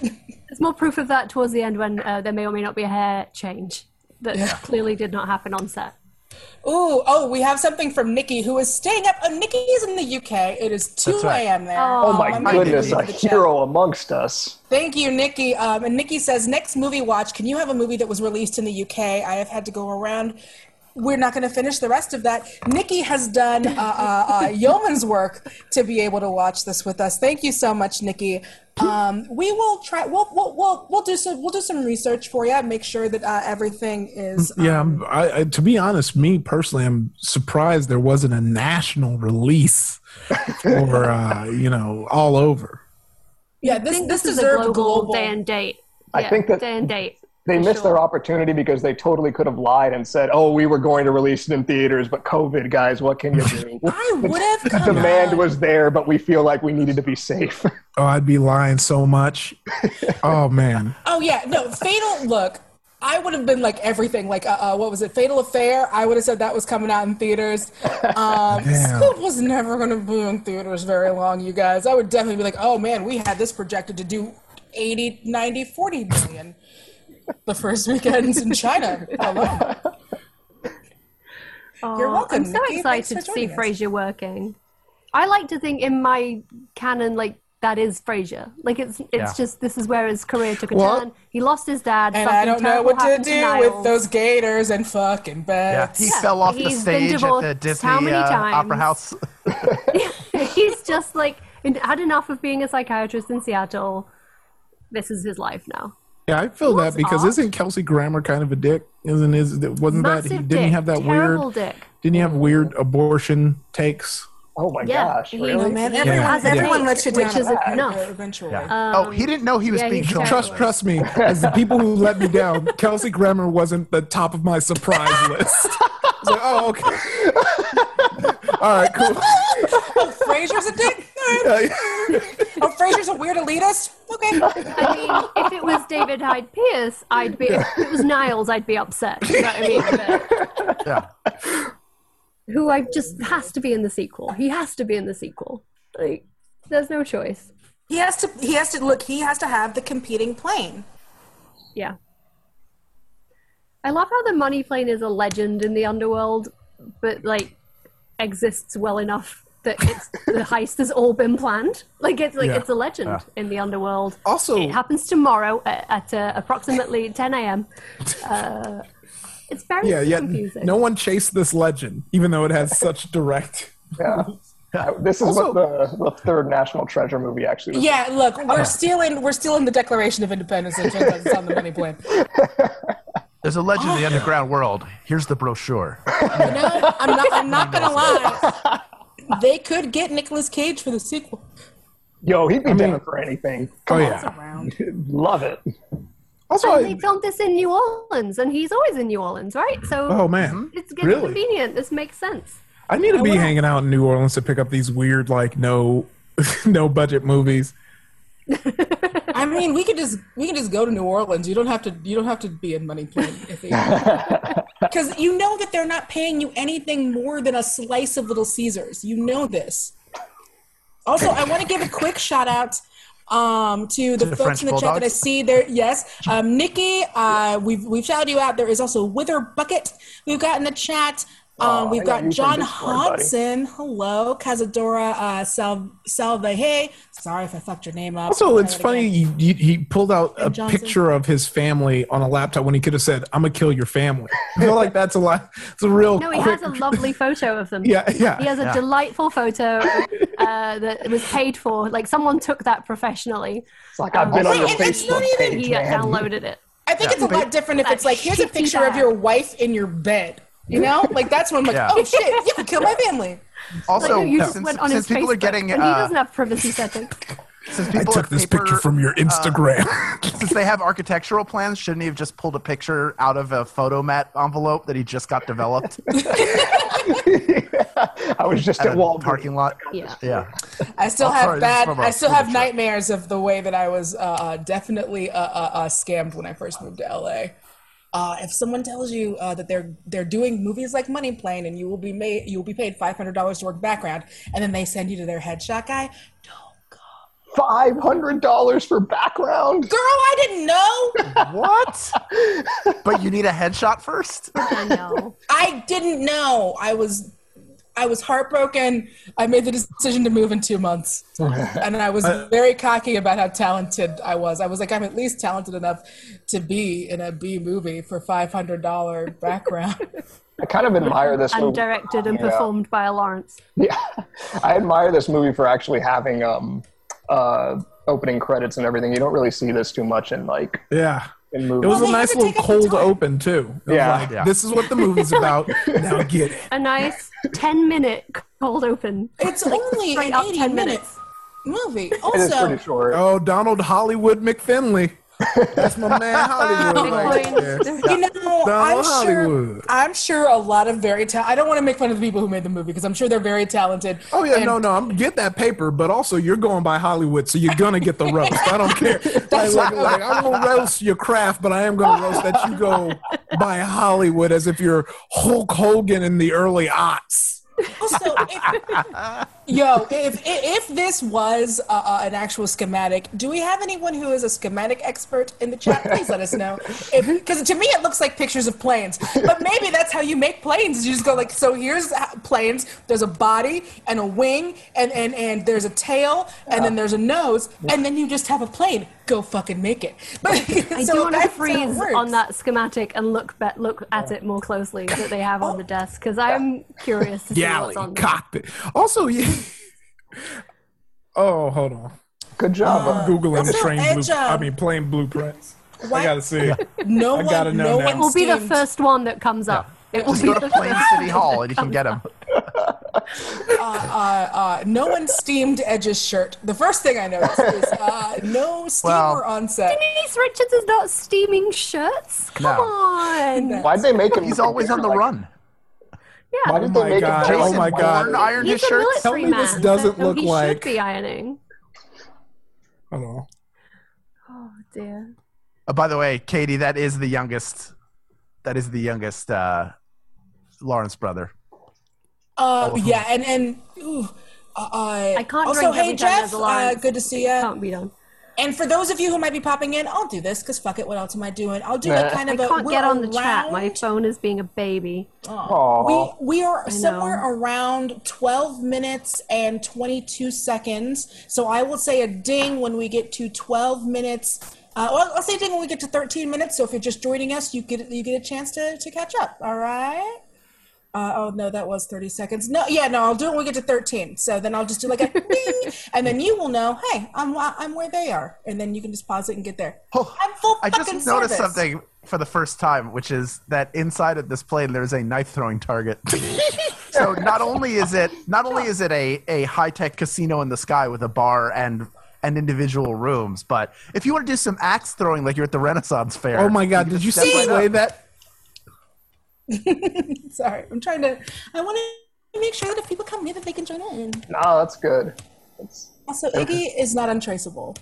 Speaker 5: There's more proof of that towards the end when uh, there may or may not be a hair change that clearly did not happen on set.
Speaker 2: Ooh, oh, we have something from Nikki who is staying up. Uh, Nikki is in the UK. It is 2
Speaker 4: That's right.
Speaker 2: a.m. there.
Speaker 5: Oh,
Speaker 7: Oh my
Speaker 2: I'm gonna
Speaker 7: goodness,
Speaker 2: leave the
Speaker 7: a
Speaker 2: chat.
Speaker 7: hero amongst us.
Speaker 2: Thank you, Nikki. Um, and Nikki says, next movie watch, can you have a movie that was released in the UK? I have had to go around. We're not going to finish the rest of that. Nikki has done uh, uh, uh, yeoman's work to be able to watch this with us. Thank you so much, Nikki. Um, we will try. We'll, we'll, we'll, we'll do some. We'll do some research for you. Make sure that uh, everything is. um,
Speaker 6: Yeah, I'm, I, I, to be honest, me personally, I'm surprised there wasn't a national release for uh, you know all over.
Speaker 2: yeah.
Speaker 5: I
Speaker 2: This
Speaker 5: think
Speaker 2: this,
Speaker 5: this, is a
Speaker 2: deserved
Speaker 5: global,
Speaker 2: global.
Speaker 5: day and date.
Speaker 7: I
Speaker 5: Yeah,
Speaker 7: think that-
Speaker 5: day and date.
Speaker 7: They
Speaker 5: for
Speaker 7: missed
Speaker 5: sure.
Speaker 7: their opportunity because they totally could have lied and said, "Oh, we were going to release it in theaters, but COVID, guys, what can you do?"
Speaker 2: I would have. come
Speaker 7: Demand
Speaker 2: on.
Speaker 7: was there, but we feel like we needed to be safe.
Speaker 6: Oh, I'd be lying so much. Oh man,
Speaker 2: Oh yeah, no, Fatal. Look, I would have been like everything. Like, uh, uh, what was it? Fatal Affair. I would have said that was coming out in theaters. Um,
Speaker 6: Damn.
Speaker 2: Scoop was never going to be in theaters very long, you guys. I would definitely be like, oh man, we had this projected to do 80, 90, 40 million the first weekends in China alone. You're
Speaker 5: Aw,
Speaker 2: welcome,
Speaker 5: I'm so
Speaker 2: Nikki. Thanks
Speaker 5: excited
Speaker 2: for
Speaker 5: to see
Speaker 2: joining us.
Speaker 5: Frasier working. I like to think in my canon, like that is Frasier. Like it's it's
Speaker 4: Yeah.
Speaker 5: just this is where his career took a
Speaker 6: Well-
Speaker 5: turn. He lost his dad.
Speaker 2: And
Speaker 5: something
Speaker 2: I don't know
Speaker 5: terrible
Speaker 2: what to
Speaker 5: happened
Speaker 2: do
Speaker 5: Niles.
Speaker 2: with those gators and fucking
Speaker 4: Yeah,
Speaker 2: bats.
Speaker 4: he fell off the
Speaker 5: Uh, He's been
Speaker 4: stage at the
Speaker 5: divorced
Speaker 4: Disney
Speaker 5: how many
Speaker 4: uh,
Speaker 5: times?
Speaker 4: Opera House.
Speaker 5: He's just like in- had enough of being a psychiatrist in Seattle. This is his life now.
Speaker 6: yeah, I feel
Speaker 5: Well,
Speaker 6: that
Speaker 5: that's
Speaker 6: because
Speaker 5: odd.
Speaker 6: isn't Kelsey Grammer kind of a dick? Isn't is wasn't that he
Speaker 5: Massive
Speaker 6: didn't he
Speaker 5: dick,
Speaker 6: have that
Speaker 5: terrible
Speaker 6: weird
Speaker 5: dick.
Speaker 6: didn't he have weird abortion takes?
Speaker 7: oh my
Speaker 5: Yeah,
Speaker 7: gosh!
Speaker 5: he-
Speaker 7: really?
Speaker 5: no,
Speaker 2: Man,
Speaker 5: Yeah.
Speaker 2: everyone,
Speaker 5: As a
Speaker 2: everyone
Speaker 5: date,
Speaker 2: lets you down
Speaker 5: which is
Speaker 2: at-
Speaker 5: enough.
Speaker 2: eventually.
Speaker 4: oh, he didn't know he was
Speaker 5: yeah,
Speaker 4: being
Speaker 5: he's
Speaker 4: filmed.
Speaker 5: terrible.
Speaker 6: Trust trust me, as the people who let me down, Kelsey Grammer wasn't the top of my surprise list. I was like, oh okay, all right, cool.
Speaker 2: Frasier's a dick. All right. Oh, Frasier's a weird elitist. Okay.
Speaker 5: I mean, if it was David Hyde Pierce, I'd be. If it was Niles, I'd be upset. You know what I mean? But-
Speaker 4: Yeah.
Speaker 5: who I just has to be in the sequel. He has to be in the sequel. Like, there's no choice.
Speaker 2: He has to. He has to look. He has to have the competing plane.
Speaker 5: Yeah. I love how the money plane is a legend in the underworld, but like exists well enough that it's, the heist has all been planned. Like it's like
Speaker 6: Yeah.
Speaker 5: it's a legend in the underworld.
Speaker 6: Also-
Speaker 5: it happens tomorrow at, at uh, approximately 10 a.m. Uh, it's very
Speaker 6: Yeah, yet
Speaker 5: confusing.
Speaker 6: no one chased this legend, even though it has such direct.
Speaker 7: Yeah. This is
Speaker 6: Also-
Speaker 7: what the, the third National Treasure movie actually was.
Speaker 2: Yeah. Look, we're stealing. We're stealing the Declaration of Independence. It turns out it's on the money plane.
Speaker 4: There's a legend of
Speaker 5: Oh.
Speaker 4: the underground world. Here's the brochure.
Speaker 2: You know, I'm not. I'm not gonna lie. They could get Nicolas Cage for the sequel.
Speaker 7: Yo, he'd be
Speaker 6: mean-
Speaker 7: down for anything.
Speaker 6: Oh
Speaker 2: It's
Speaker 6: yeah.
Speaker 2: around.
Speaker 7: Love it.
Speaker 6: Also,
Speaker 5: And they
Speaker 6: I,
Speaker 5: filmed this in New Orleans, and he's always in New Orleans, right? So
Speaker 6: oh man,
Speaker 5: it's good
Speaker 6: really?
Speaker 5: convenient. This makes sense.
Speaker 6: I need to be hanging out in New Orleans to pick up these weird, like no, no budget movies.
Speaker 2: I mean, we could just we could just go to New Orleans. You don't have to. You don't have to be in money plane. Because you know that they're not paying you anything more than a slice of Little Caesars. You know this. Also, I want to give a quick shout out um, to the,
Speaker 4: the
Speaker 2: folks
Speaker 4: French
Speaker 2: in the chat that I
Speaker 4: Bulldogs?
Speaker 2: see there. Yes, um, Nikki, uh, we've we've shouted you out. There is also Wither Bucket. We've got in the chat. Um,
Speaker 7: Aw,
Speaker 2: we've
Speaker 7: Oh, I got
Speaker 2: got
Speaker 7: you from
Speaker 2: John
Speaker 7: Discord, buddy.
Speaker 2: Hodson. Hello, Cazadora uh, Sal- Salvaje. Sorry if I fucked your name up. I'll
Speaker 6: Also,
Speaker 2: try
Speaker 6: it's
Speaker 2: it
Speaker 6: funny
Speaker 2: again.
Speaker 6: you, you, he pulled out a
Speaker 2: And Johnson.
Speaker 6: picture of his family on a laptop when he could have said, "I'm gonna kill your family." I feel like that's a lot. It's a real.
Speaker 5: No, he
Speaker 6: quick-
Speaker 5: has a lovely photo of them.
Speaker 6: Yeah, yeah.
Speaker 5: He has a delightful photo uh, that was paid for. Like someone took that professionally.
Speaker 7: It's like I've been on your
Speaker 2: Wait, it's not
Speaker 7: Facebook
Speaker 2: even-
Speaker 7: page,
Speaker 5: He
Speaker 7: man.
Speaker 5: downloaded it.
Speaker 2: I think it's a lot different if
Speaker 5: That
Speaker 2: it's like, here's a
Speaker 5: shitty
Speaker 2: picture of
Speaker 5: bag.
Speaker 2: your wife in your bed. You know, like that's when I'm like,
Speaker 4: Yeah.
Speaker 2: oh shit, you can kill my family.
Speaker 4: Also,
Speaker 5: like, you just
Speaker 4: since,
Speaker 5: went on
Speaker 4: since
Speaker 5: his
Speaker 4: people
Speaker 5: Facebook,
Speaker 4: are getting,
Speaker 5: and he
Speaker 4: uh,
Speaker 5: doesn't have privacy settings.
Speaker 4: since
Speaker 6: I
Speaker 4: people
Speaker 6: took
Speaker 4: have
Speaker 6: this
Speaker 4: paper-
Speaker 6: picture from your Instagram.
Speaker 4: since they have architectural plans, shouldn't he have just pulled a picture out of a photo mat envelope that he just got developed
Speaker 7: I was just
Speaker 4: at
Speaker 7: at
Speaker 4: a
Speaker 7: Walmart.
Speaker 4: parking lot?
Speaker 5: Yeah.
Speaker 4: Yeah.
Speaker 2: I still
Speaker 4: Oh,
Speaker 2: have
Speaker 4: sorry, this is
Speaker 2: bad.
Speaker 4: from
Speaker 2: I
Speaker 4: our
Speaker 2: still have
Speaker 4: Google chat.
Speaker 2: nightmares of the way that I was uh, uh, definitely uh, uh, uh, scammed when I first moved to LA. Uh, if someone tells you uh, that they're they're doing movies like Money Plane and you will be made you will be paid five hundred dollars to work background, and then they send you to their headshot guy, don't go.
Speaker 7: five hundred dollars for background.
Speaker 2: Girl, I didn't know.
Speaker 4: What? but you need a headshot first?
Speaker 5: I know.
Speaker 2: I didn't know. I was I was heartbroken. I made the decision to move in two months. and I was very cocky about how talented I was. I was like, I'm at least talented enough to be in a B movie for five hundred dollar background.
Speaker 7: I kind of admire this
Speaker 5: And
Speaker 7: movie.
Speaker 5: directed and
Speaker 7: Yeah.
Speaker 5: performed by Lawrence.
Speaker 7: Yeah, I admire this movie for actually having um, uh, opening credits and everything. You don't really see this too much in like
Speaker 6: Yeah. It
Speaker 7: in movies.
Speaker 6: was
Speaker 2: Well, they
Speaker 6: a
Speaker 2: had
Speaker 6: nice
Speaker 2: to
Speaker 6: little
Speaker 2: take up the
Speaker 6: cold
Speaker 2: time.
Speaker 6: open too. It was
Speaker 7: Yeah.
Speaker 6: like,
Speaker 4: Yeah.
Speaker 6: This is what the movie's about. now get it.
Speaker 5: A nice ten minute cold open.
Speaker 2: It's only
Speaker 5: Straight
Speaker 2: an
Speaker 5: up
Speaker 2: 80
Speaker 5: 10
Speaker 2: minute
Speaker 5: minutes.
Speaker 2: movie.
Speaker 7: it is
Speaker 2: Also,
Speaker 7: pretty short.
Speaker 6: Oh, Donald Hollywood McFinley. That's my man Hollywood. right there.
Speaker 5: Bitcoin.
Speaker 2: you know, I'm
Speaker 6: Donald
Speaker 2: sure.
Speaker 6: Hollywood.
Speaker 2: I'm sure a lot of very ta- I don't want to make fun of the people who made the movie because I'm sure they're very talented.
Speaker 6: Oh yeah,
Speaker 2: And
Speaker 6: no, no. I'm get that paper, but also you're going by Hollywood, so you're gonna get the roast. I don't care. Like, like, like, I'm gonna roast your craft, but I am gonna roast that you go by Hollywood as if you're Hulk Hogan in the early aughts.
Speaker 2: Also, if, yo, if if this was uh, uh, an actual schematic, do we have anyone who is a schematic expert in the chat? Please let us know. Because to me, it looks like pictures of planes. But maybe that's how you make planes. is You just go like, so here's h- planes. There's a body and a wing, and and and there's a tail, and then there's a nose, and then you just have a plane. Go fucking make it. But
Speaker 5: I do want to freeze on that schematic and look bet look at it more closely that they have on the desk because I'm curious to see
Speaker 6: Galley,
Speaker 5: what's on there.
Speaker 6: cockpit. Also, yeah. Oh, hold on.
Speaker 7: Good job.
Speaker 6: I'm googling
Speaker 2: That's
Speaker 6: train
Speaker 2: not edge
Speaker 6: blueprint.
Speaker 2: up.
Speaker 6: I mean, plane blueprints. I
Speaker 2: Why-
Speaker 6: gotta see.
Speaker 2: No
Speaker 6: I
Speaker 2: one,
Speaker 6: gotta know
Speaker 2: no
Speaker 6: now.
Speaker 2: one
Speaker 5: It will be the
Speaker 2: steamed.
Speaker 5: first one that comes up. It will
Speaker 4: Just
Speaker 5: be
Speaker 4: go to
Speaker 5: the
Speaker 4: Plain
Speaker 5: first
Speaker 4: City
Speaker 5: one
Speaker 4: Hall
Speaker 5: that
Speaker 4: and you can
Speaker 5: comes
Speaker 4: get
Speaker 5: up.
Speaker 4: them.
Speaker 2: Uh, No one steamed Edge's shirt. The first thing I noticed is uh, no steamer
Speaker 4: Well-
Speaker 2: on set.
Speaker 5: Denise Richards is not steaming shirts. Come
Speaker 4: No.
Speaker 5: on.
Speaker 7: Why'd they make him?
Speaker 4: He's always on the
Speaker 7: like-
Speaker 4: run.
Speaker 7: Why
Speaker 5: Yeah.
Speaker 7: did
Speaker 6: my
Speaker 7: they make
Speaker 6: God.
Speaker 7: him?
Speaker 6: Oh
Speaker 7: Jason
Speaker 6: my God.
Speaker 7: Bourne?
Speaker 4: Bourne ironed his
Speaker 5: He's a
Speaker 4: shirts.
Speaker 6: Tell
Speaker 5: military
Speaker 6: me
Speaker 5: man.
Speaker 6: this doesn't
Speaker 5: so
Speaker 6: look
Speaker 5: he
Speaker 6: like-
Speaker 5: should be ironing.
Speaker 6: Hold on.
Speaker 5: Oh dear.
Speaker 4: Uh, by the way, Katie, that is the youngest. That is the youngest uh, Lawrence brother.
Speaker 2: Uh, yeah, and and ooh, uh, uh,
Speaker 5: I can't
Speaker 2: also,
Speaker 5: drink
Speaker 2: hey
Speaker 5: every time
Speaker 2: Jeff,
Speaker 5: there's a line.
Speaker 2: uh, good to see you.
Speaker 5: Can't be done.
Speaker 2: And for those of you who might be popping in, I'll do this because fuck it, what else am I doing? I'll do
Speaker 7: Nah.
Speaker 2: a kind
Speaker 5: I
Speaker 2: of a
Speaker 5: can't
Speaker 2: we're
Speaker 5: get on the chat.
Speaker 2: around-
Speaker 5: My phone is being a baby.
Speaker 2: we
Speaker 7: Aw.
Speaker 2: we are
Speaker 5: know.
Speaker 2: somewhere around 12 minutes and 22 seconds so i will say a ding when we get to 12 minutes uh, well, i'll say ding when we get to 13 minutes so if you're just joining us you get you get a chance to, to catch up all right uh, oh no that was 30 seconds no yeah no i'll do it when we get to 13 so then i'll just do like a ding and then you will know hey i'm i'm where they are and then you can just pause it and get there
Speaker 4: Oh,
Speaker 2: i'm full
Speaker 4: I just
Speaker 2: fucking
Speaker 4: noticed
Speaker 2: service.
Speaker 4: something for the first time, which is that inside of this plane there is a knife throwing target. so not only is it not only is it a, a high tech casino in the sky with a bar and and individual rooms, but if you want to do some axe throwing like you're at the Renaissance fair,
Speaker 6: Oh my God! Did you
Speaker 4: step
Speaker 6: see
Speaker 4: right
Speaker 6: the way that?
Speaker 2: sorry i'm trying to i want to make sure that if people come here that they can join in
Speaker 7: No, that's good. That's,
Speaker 2: Also, Iggy is not untraceable.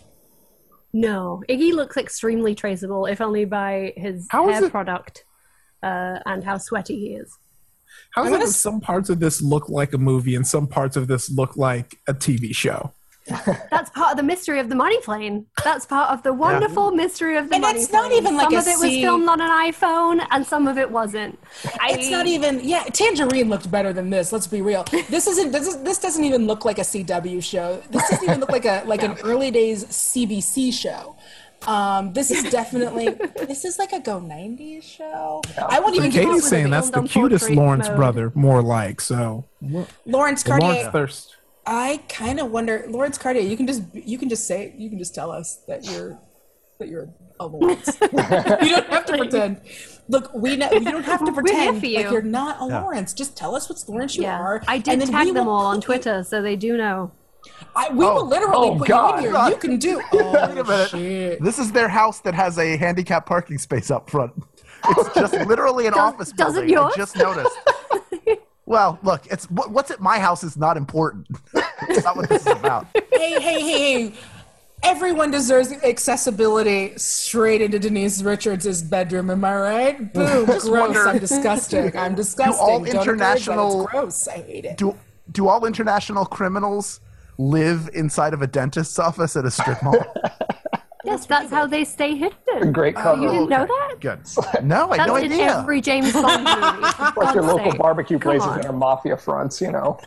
Speaker 5: No, Iggy looks extremely traceable, if only by his
Speaker 6: How is
Speaker 5: hair
Speaker 6: it-
Speaker 5: product uh, and how sweaty he is.
Speaker 6: How
Speaker 2: I'm
Speaker 6: does
Speaker 2: gonna s-
Speaker 6: some parts of this look like a movie and some parts of this look like a TV show?
Speaker 5: That's part of the mystery of the money plane. That's part of the wonderful mystery of the
Speaker 2: And
Speaker 5: money
Speaker 2: it's
Speaker 5: plane.
Speaker 2: not even like
Speaker 5: some
Speaker 2: a
Speaker 5: of it was
Speaker 2: C-
Speaker 5: filmed on an iPhone and some of it wasn't. I,
Speaker 2: It's not even yeah. Tangerine looked better than this. Let's be real. This isn't. This, is, this doesn't even look like a CW show. This doesn't even look like a like an early days CBC show. Um, this is definitely this is like a go '90s show. I won't even give
Speaker 6: Katie's
Speaker 2: you
Speaker 6: saying that's
Speaker 5: filmed
Speaker 6: the
Speaker 5: on
Speaker 6: cutest
Speaker 5: portrait
Speaker 6: Lawrence
Speaker 5: mode.
Speaker 6: brother, more like so.
Speaker 2: Lawrence
Speaker 6: Lawrence
Speaker 2: Cartier.
Speaker 6: Thirst.
Speaker 2: I kind of wonder, Lawrence Cartier. You can just you can just say you can just tell us that you're that you're a Lawrence. you don't have to pretend. Look, we know you don't have to
Speaker 5: We're here
Speaker 2: pretend
Speaker 5: for
Speaker 2: like
Speaker 5: you.
Speaker 2: you're not a Lawrence. Just tell us what's Lawrence you
Speaker 5: yeah.
Speaker 2: are.
Speaker 5: I
Speaker 2: and
Speaker 5: did
Speaker 2: then we
Speaker 5: tag them
Speaker 2: will
Speaker 5: all
Speaker 2: put
Speaker 5: on
Speaker 2: you-
Speaker 5: Twitter, so they do know.
Speaker 2: I, we will literally
Speaker 7: oh,
Speaker 2: put
Speaker 7: God.
Speaker 2: you in here. You can do. Oh,
Speaker 4: Wait a minute.
Speaker 2: Shit.
Speaker 4: This is their house that has a handicap parking space up front. It's just literally an office
Speaker 5: doesn't
Speaker 4: building. I
Speaker 5: yours?
Speaker 4: just noticed. well, look, it's what, what's at my house is not important. That's not what this is about.
Speaker 2: hey, hey, hey, hey. Everyone deserves accessibility straight into Denise Richards' bedroom. Am I right? Boom. Gross.
Speaker 4: wonder-
Speaker 2: I'm disgusting. I'm disgusting.
Speaker 4: all
Speaker 2: Don't encourage that. It's
Speaker 4: international-
Speaker 2: gross. I hate it.
Speaker 4: Do do all international criminals live inside of a dentist's office at a strip mall?
Speaker 5: Yes, that's how they stay hidden.
Speaker 7: Great cover.
Speaker 5: Oh, You didn't know that?
Speaker 4: Good. No, I had
Speaker 5: That's
Speaker 4: no
Speaker 5: in
Speaker 4: idea.
Speaker 5: every James Bond movie. for
Speaker 7: like your
Speaker 5: God's
Speaker 7: local
Speaker 5: sake.
Speaker 7: barbecue
Speaker 5: Come
Speaker 7: places
Speaker 5: on.
Speaker 7: that are mafia fronts, you know.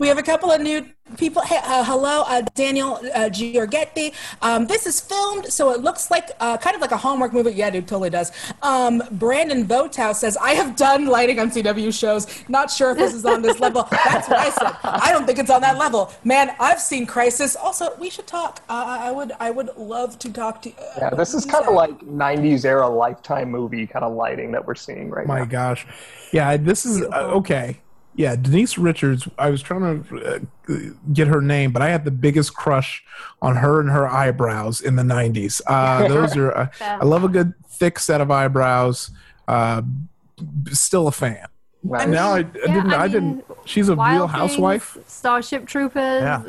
Speaker 2: We have a couple of new people. Hey, uh, hello, uh, Daniel uh, Giorgetti. Um, this is filmed, so it looks like uh, kind of like a homework movie. Yeah, dude, totally does. Um, Brandon Votow says, I have done lighting on CW shows. Not sure if this is on this level. That's what I said. I don't think it's on that level. Man, I've seen Crisis. Also, we should talk. Uh, I would I would love to talk to uh,
Speaker 7: Yeah, this is kind of like 90s era lifetime movie kind of lighting that we're seeing right
Speaker 6: My
Speaker 7: now.
Speaker 6: gosh. Yeah, this is uh, okay. Yeah, Denise Richards. I was trying to uh, get her name, but I had the biggest crush on her and her eyebrows in the '90s. Uh, those are. Uh, I love a good thick set of eyebrows. Uh, b- still a fan.
Speaker 7: Nice.
Speaker 6: Now I, I
Speaker 5: Yeah,
Speaker 6: didn't.
Speaker 5: I
Speaker 6: I,
Speaker 5: mean,
Speaker 6: didn't. She's a
Speaker 5: Wild
Speaker 6: real housewife.
Speaker 5: Things, Starship Troopers.
Speaker 4: Yeah.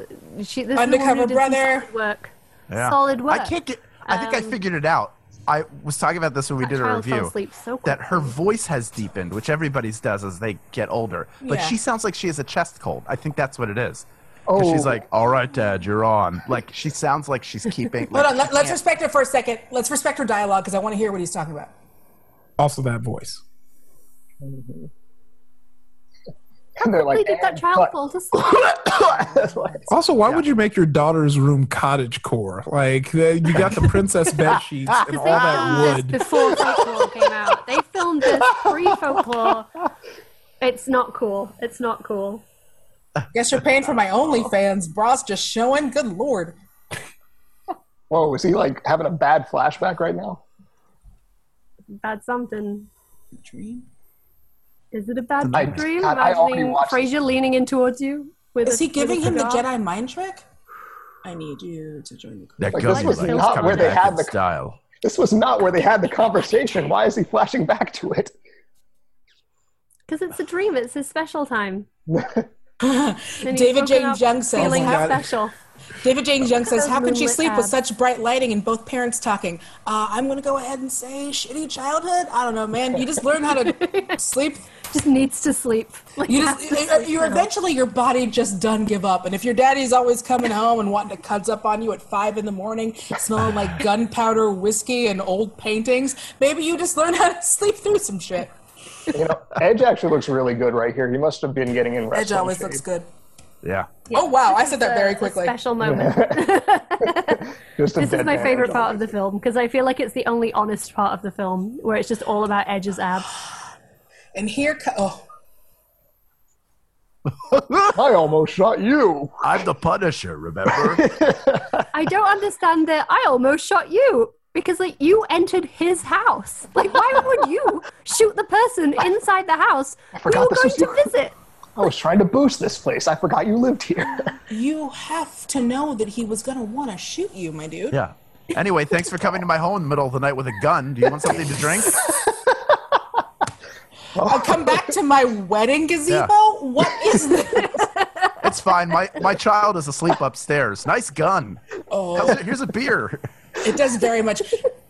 Speaker 5: She, this
Speaker 2: Undercover
Speaker 5: is a woman who did some
Speaker 2: Brother.
Speaker 5: Solid work.
Speaker 4: Yeah.
Speaker 5: Solid work.
Speaker 4: I can't get. I think I
Speaker 5: Um,
Speaker 4: figured it out. I was talking about this when we
Speaker 5: That
Speaker 4: did a
Speaker 5: child fell
Speaker 4: review.
Speaker 5: asleep so
Speaker 4: that her
Speaker 5: quickly.
Speaker 4: voice has deepened, which everybody's does as they get older. But
Speaker 2: Yeah.
Speaker 4: she sounds like she has a chest cold. I think that's what it is. 'Cause
Speaker 7: Oh.
Speaker 4: She's like, all right, Dad, you're on. Like, she sounds like she's keeping.
Speaker 7: uh,
Speaker 2: Hold on, let,
Speaker 4: like,
Speaker 2: let's respect her for a second. Let's respect her dialogue because I want to hear what he's talking about.
Speaker 6: Also, that voice.
Speaker 7: And they're
Speaker 5: Really
Speaker 7: like,
Speaker 5: did that
Speaker 7: "And
Speaker 5: child
Speaker 7: cut."
Speaker 5: fall to sleep?
Speaker 7: That's why it's-
Speaker 6: Also, why would you make your daughter's room cottage core? Like the, you got the princess bed sheets and all
Speaker 5: Because they
Speaker 6: that
Speaker 5: filmed this
Speaker 6: wood.
Speaker 5: before folklore came out. They filmed this pre-folklore. It's not cool. It's not cool.
Speaker 2: Guess you're paying for my OnlyFans. Bras just showing. Good lord.
Speaker 7: Whoa, is he like having a bad flashback right now?
Speaker 5: Bad something.
Speaker 2: Dream.
Speaker 5: Is it a bad
Speaker 4: I-
Speaker 5: dream?
Speaker 7: God, I already
Speaker 5: Imagining
Speaker 7: watched-
Speaker 5: Fraser leaning in towards you. With
Speaker 2: Is
Speaker 5: a-
Speaker 2: he giving
Speaker 5: with a
Speaker 2: him the
Speaker 5: cigar?
Speaker 2: Jedi mind trick? I need you to join the crew.
Speaker 4: that
Speaker 7: Like,
Speaker 4: goes
Speaker 7: this
Speaker 4: with
Speaker 7: was
Speaker 4: like,
Speaker 7: not
Speaker 4: coming
Speaker 7: where they
Speaker 4: back
Speaker 7: had
Speaker 4: in
Speaker 7: the-
Speaker 4: style.
Speaker 7: This was not where they had the conversation. Why is he flashing back to it?
Speaker 5: Because it's a dream. It's his special time. Then he's
Speaker 2: David
Speaker 5: woken
Speaker 2: James
Speaker 5: up
Speaker 2: Young says-
Speaker 5: feeling
Speaker 2: Oh my
Speaker 6: God.
Speaker 5: how special.
Speaker 2: David James Young says,
Speaker 5: those
Speaker 2: "How could she
Speaker 5: moonlit
Speaker 2: sleep with
Speaker 5: abs."
Speaker 2: such bright lighting and both parents talking?" Uh, I'm gonna go ahead and say, "Shitty childhood." I don't know, man. You just learn how to sleep.
Speaker 5: Just needs to sleep. Like,
Speaker 2: You
Speaker 5: has
Speaker 2: just
Speaker 5: to sleep
Speaker 2: you're
Speaker 5: now.
Speaker 2: eventually your body just done give up. And if your daddy's always coming home and wanting to cuddle up on you at five in the morning, smelling like gunpowder, whiskey, and old paintings, maybe you just learn how to sleep through some shit.
Speaker 7: You know, Edge actually looks really good right here. He must have been getting in
Speaker 2: Edge
Speaker 7: wrestling
Speaker 2: always
Speaker 7: shape.
Speaker 2: looks good.
Speaker 4: Yeah.
Speaker 2: Oh wow, I
Speaker 5: This
Speaker 2: said
Speaker 5: is
Speaker 2: that very
Speaker 5: a- a
Speaker 2: quickly.
Speaker 5: special moment.
Speaker 7: Just a
Speaker 5: This is
Speaker 7: dead
Speaker 5: my
Speaker 7: man.
Speaker 5: favorite part of the film because I feel like it's the only honest part of the film where it's just all about Edge's abs.
Speaker 2: And here, co- oh,
Speaker 7: I almost shot you.
Speaker 4: I'm the Punisher, remember?
Speaker 5: I don't understand that I almost shot you because like you entered his house. Like why would you shoot the person inside the house we were
Speaker 7: forgot this
Speaker 5: going
Speaker 7: was
Speaker 5: to
Speaker 7: your-
Speaker 5: visit?
Speaker 7: I was trying to boost this place. I forgot you lived here.
Speaker 2: you have to know that he was gonna want to shoot you, my dude.
Speaker 4: yeah. Anyway, thanks for coming to my home in the middle of the night with a gun. Do you want something to drink?
Speaker 2: I'll come back to my wedding gazebo. What is this?
Speaker 4: It's fine. My my child is asleep upstairs. Nice gun.
Speaker 2: Oh,
Speaker 4: Here's a beer.
Speaker 2: it does very much.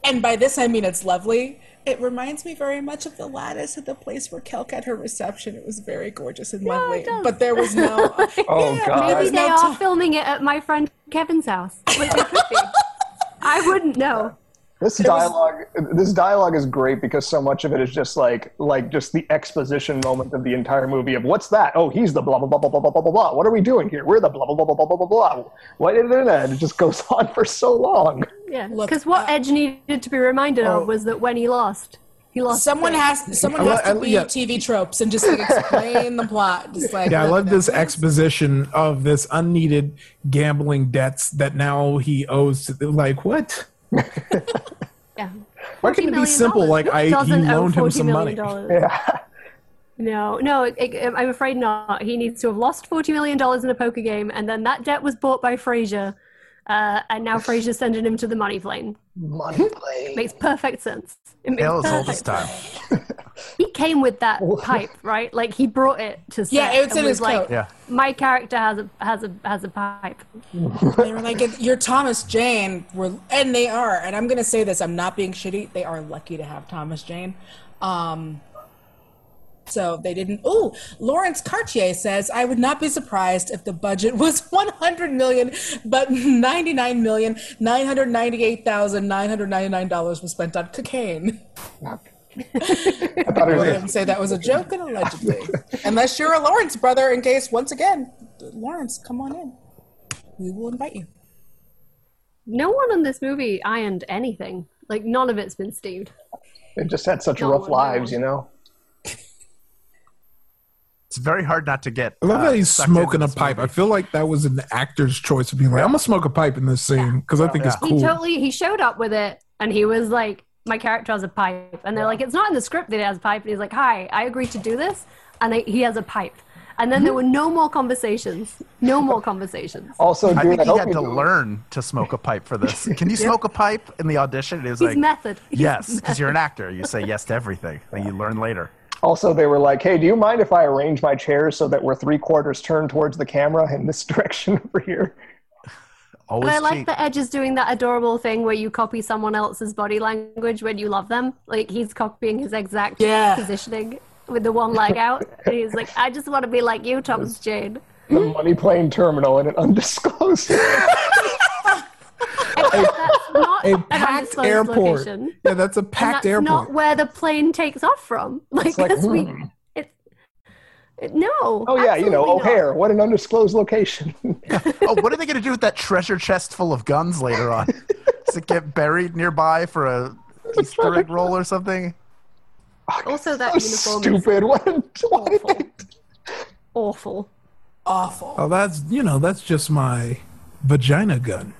Speaker 2: And by this, I mean it's lovely. It reminds me very much of the lattice at the place where Kelk had her reception. It was very gorgeous and lovely,
Speaker 5: does.
Speaker 2: but there was no.
Speaker 7: Oh, God.
Speaker 5: Maybe
Speaker 2: There's
Speaker 5: they
Speaker 2: no
Speaker 5: are
Speaker 2: ti-
Speaker 5: filming it at my friend Kevin's house. Like they could be. I wouldn't know.
Speaker 7: This dialogue, this dialogue is great because so much of it is just like, like just the exposition moment of the entire movie of what's that? Oh, he's the blah blah blah blah blah blah blah blah. blah. What are we doing here? We're the blah blah blah blah blah blah blah blah. What? And it just goes on for so long.
Speaker 5: Yeah,
Speaker 2: Look,
Speaker 5: because what
Speaker 2: uh,
Speaker 5: Edge needed to be reminded
Speaker 7: oh.
Speaker 5: of was that when he lost, he lost.
Speaker 2: Someone
Speaker 5: big.
Speaker 2: has someone
Speaker 6: I
Speaker 2: has
Speaker 6: lo- I
Speaker 2: to
Speaker 6: lo-
Speaker 2: be
Speaker 6: yeah.
Speaker 2: TV tropes and just like, explain the plot. Just like
Speaker 6: Yeah, I
Speaker 2: look,
Speaker 6: love
Speaker 2: that
Speaker 6: this
Speaker 2: was-
Speaker 6: exposition of this unneeded gambling debts that now he owes. To the, like what?
Speaker 5: Yeah.
Speaker 6: Why couldn't it be simple? Like I, he
Speaker 5: Doesn't owe
Speaker 6: loaned him
Speaker 5: $40
Speaker 6: some money.
Speaker 5: million No, no, it, it, I'm afraid not. He needs to have lost forty million dollars in a poker game, and then that debt was bought by Fraser, uh, and now Fraser's sending him to the money plane.
Speaker 7: Money play.
Speaker 5: Makes perfect sense. It makes
Speaker 4: Hell is old as
Speaker 5: perfect.
Speaker 4: time.
Speaker 5: He came with that pipe, right? Like he brought it to. Set
Speaker 2: Yeah, it's
Speaker 5: and
Speaker 2: in
Speaker 5: was
Speaker 2: his
Speaker 5: like,
Speaker 2: coat.
Speaker 4: Yeah.
Speaker 5: My character has a has a has a pipe.
Speaker 2: They were like, "If "You're Thomas Jane," we're, and they are. And I'm gonna say this: I'm not being shitty. They are lucky to have Thomas Jane. Um, So they didn't. Oh, Lawrence Cartier says, I would not be surprised if the budget was 100 million, but 99,998,999 was spent on cocaine.
Speaker 7: I thought it
Speaker 2: I
Speaker 7: was
Speaker 2: didn't say that was a joke and allegedly. Unless you're a Lawrence brother, in case, once again, Lawrence, come on in. We will invite you.
Speaker 5: No one in this movie ironed anything. Like none of it's been steamed.
Speaker 7: They've just had such
Speaker 5: No,
Speaker 7: rough
Speaker 5: no.
Speaker 7: lives, you know.
Speaker 4: It's very hard not to get.
Speaker 6: I love
Speaker 4: uh,
Speaker 6: that he's
Speaker 4: sucked into
Speaker 6: smoking a
Speaker 4: this
Speaker 6: pipe.
Speaker 4: movie.
Speaker 6: I feel like that was an actor's choice of being like, I'm gonna smoke a pipe in this scene because I think it's
Speaker 5: He
Speaker 6: cool.
Speaker 5: totally he showed up with it and he was like, My character has a pipe and they're like, It's not in the script that he has a pipe and he's like, Hi, I agreed to do this and I, he has a pipe. And then there were no more conversations. No more conversations.
Speaker 7: Also, dude,
Speaker 4: I
Speaker 7: I,
Speaker 4: think he
Speaker 7: hope
Speaker 4: had
Speaker 7: you
Speaker 4: to
Speaker 7: do-
Speaker 4: learn to smoke a pipe for this. Can you smoke a pipe in the audition? And It was
Speaker 5: He's
Speaker 4: like,
Speaker 5: method. He's
Speaker 4: yes, because you're an actor. You say yes to everything, and you learn later.
Speaker 7: Also, they were like, "Hey, do you mind if I arrange my chairs so that we're three quarters turned towards the camera in this direction over here?"
Speaker 4: Always
Speaker 5: But I
Speaker 4: cheat.
Speaker 5: like that Edge is doing that adorable thing where you copy someone else's body language when you love them. Like he's copying his exact
Speaker 2: Yeah.
Speaker 5: positioning with the one leg out. And he's like, I just want to be like you, Thomas Jane.
Speaker 7: The
Speaker 4: Hmm?
Speaker 7: money plane terminal in an undisclosed.
Speaker 5: Except that's not
Speaker 6: a
Speaker 5: an
Speaker 6: packed
Speaker 5: undisclosed
Speaker 6: airport.
Speaker 5: location. And
Speaker 6: Yeah, that's a packed
Speaker 5: that's
Speaker 6: airport. hmm.
Speaker 5: not where the plane takes off from. Like,
Speaker 7: like,
Speaker 5: that's we, it, it- no.
Speaker 7: oh yeah, you
Speaker 5: absolutely
Speaker 7: know
Speaker 5: not.
Speaker 7: O'Hare. What an undisclosed location.
Speaker 4: oh, what are they going to do with that treasure chest full of guns later on? Does it get buried nearby for a Easter egg roll or something?
Speaker 5: Also, that
Speaker 7: so
Speaker 5: uniform is
Speaker 7: stupid. What? Why did
Speaker 5: awful.
Speaker 7: they
Speaker 5: awful.
Speaker 2: Awful.
Speaker 6: Oh, that's you know, that's just my vagina gun.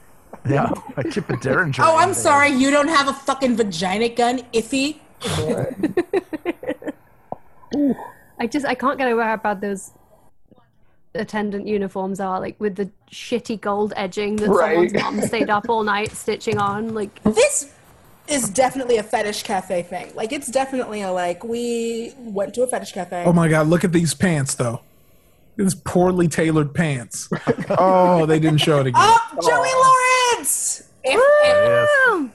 Speaker 4: Yeah, I keep a Derringer.
Speaker 2: Oh, I'm sorry. You don't have a fucking vagina gun, iffy.
Speaker 5: I just I can't get over how bad those attendant uniforms are, like with the shitty gold edging that someone's
Speaker 7: Right.
Speaker 5: mom stayed up all night stitching on. Like
Speaker 2: This is definitely a fetish cafe thing. Like, it's definitely a like, we went to a fetish cafe.
Speaker 6: Oh my god, look at these pants though. These poorly tailored pants. oh, they didn't show it again.
Speaker 2: Oh, Joey Lawrence! If- if-
Speaker 4: Yes.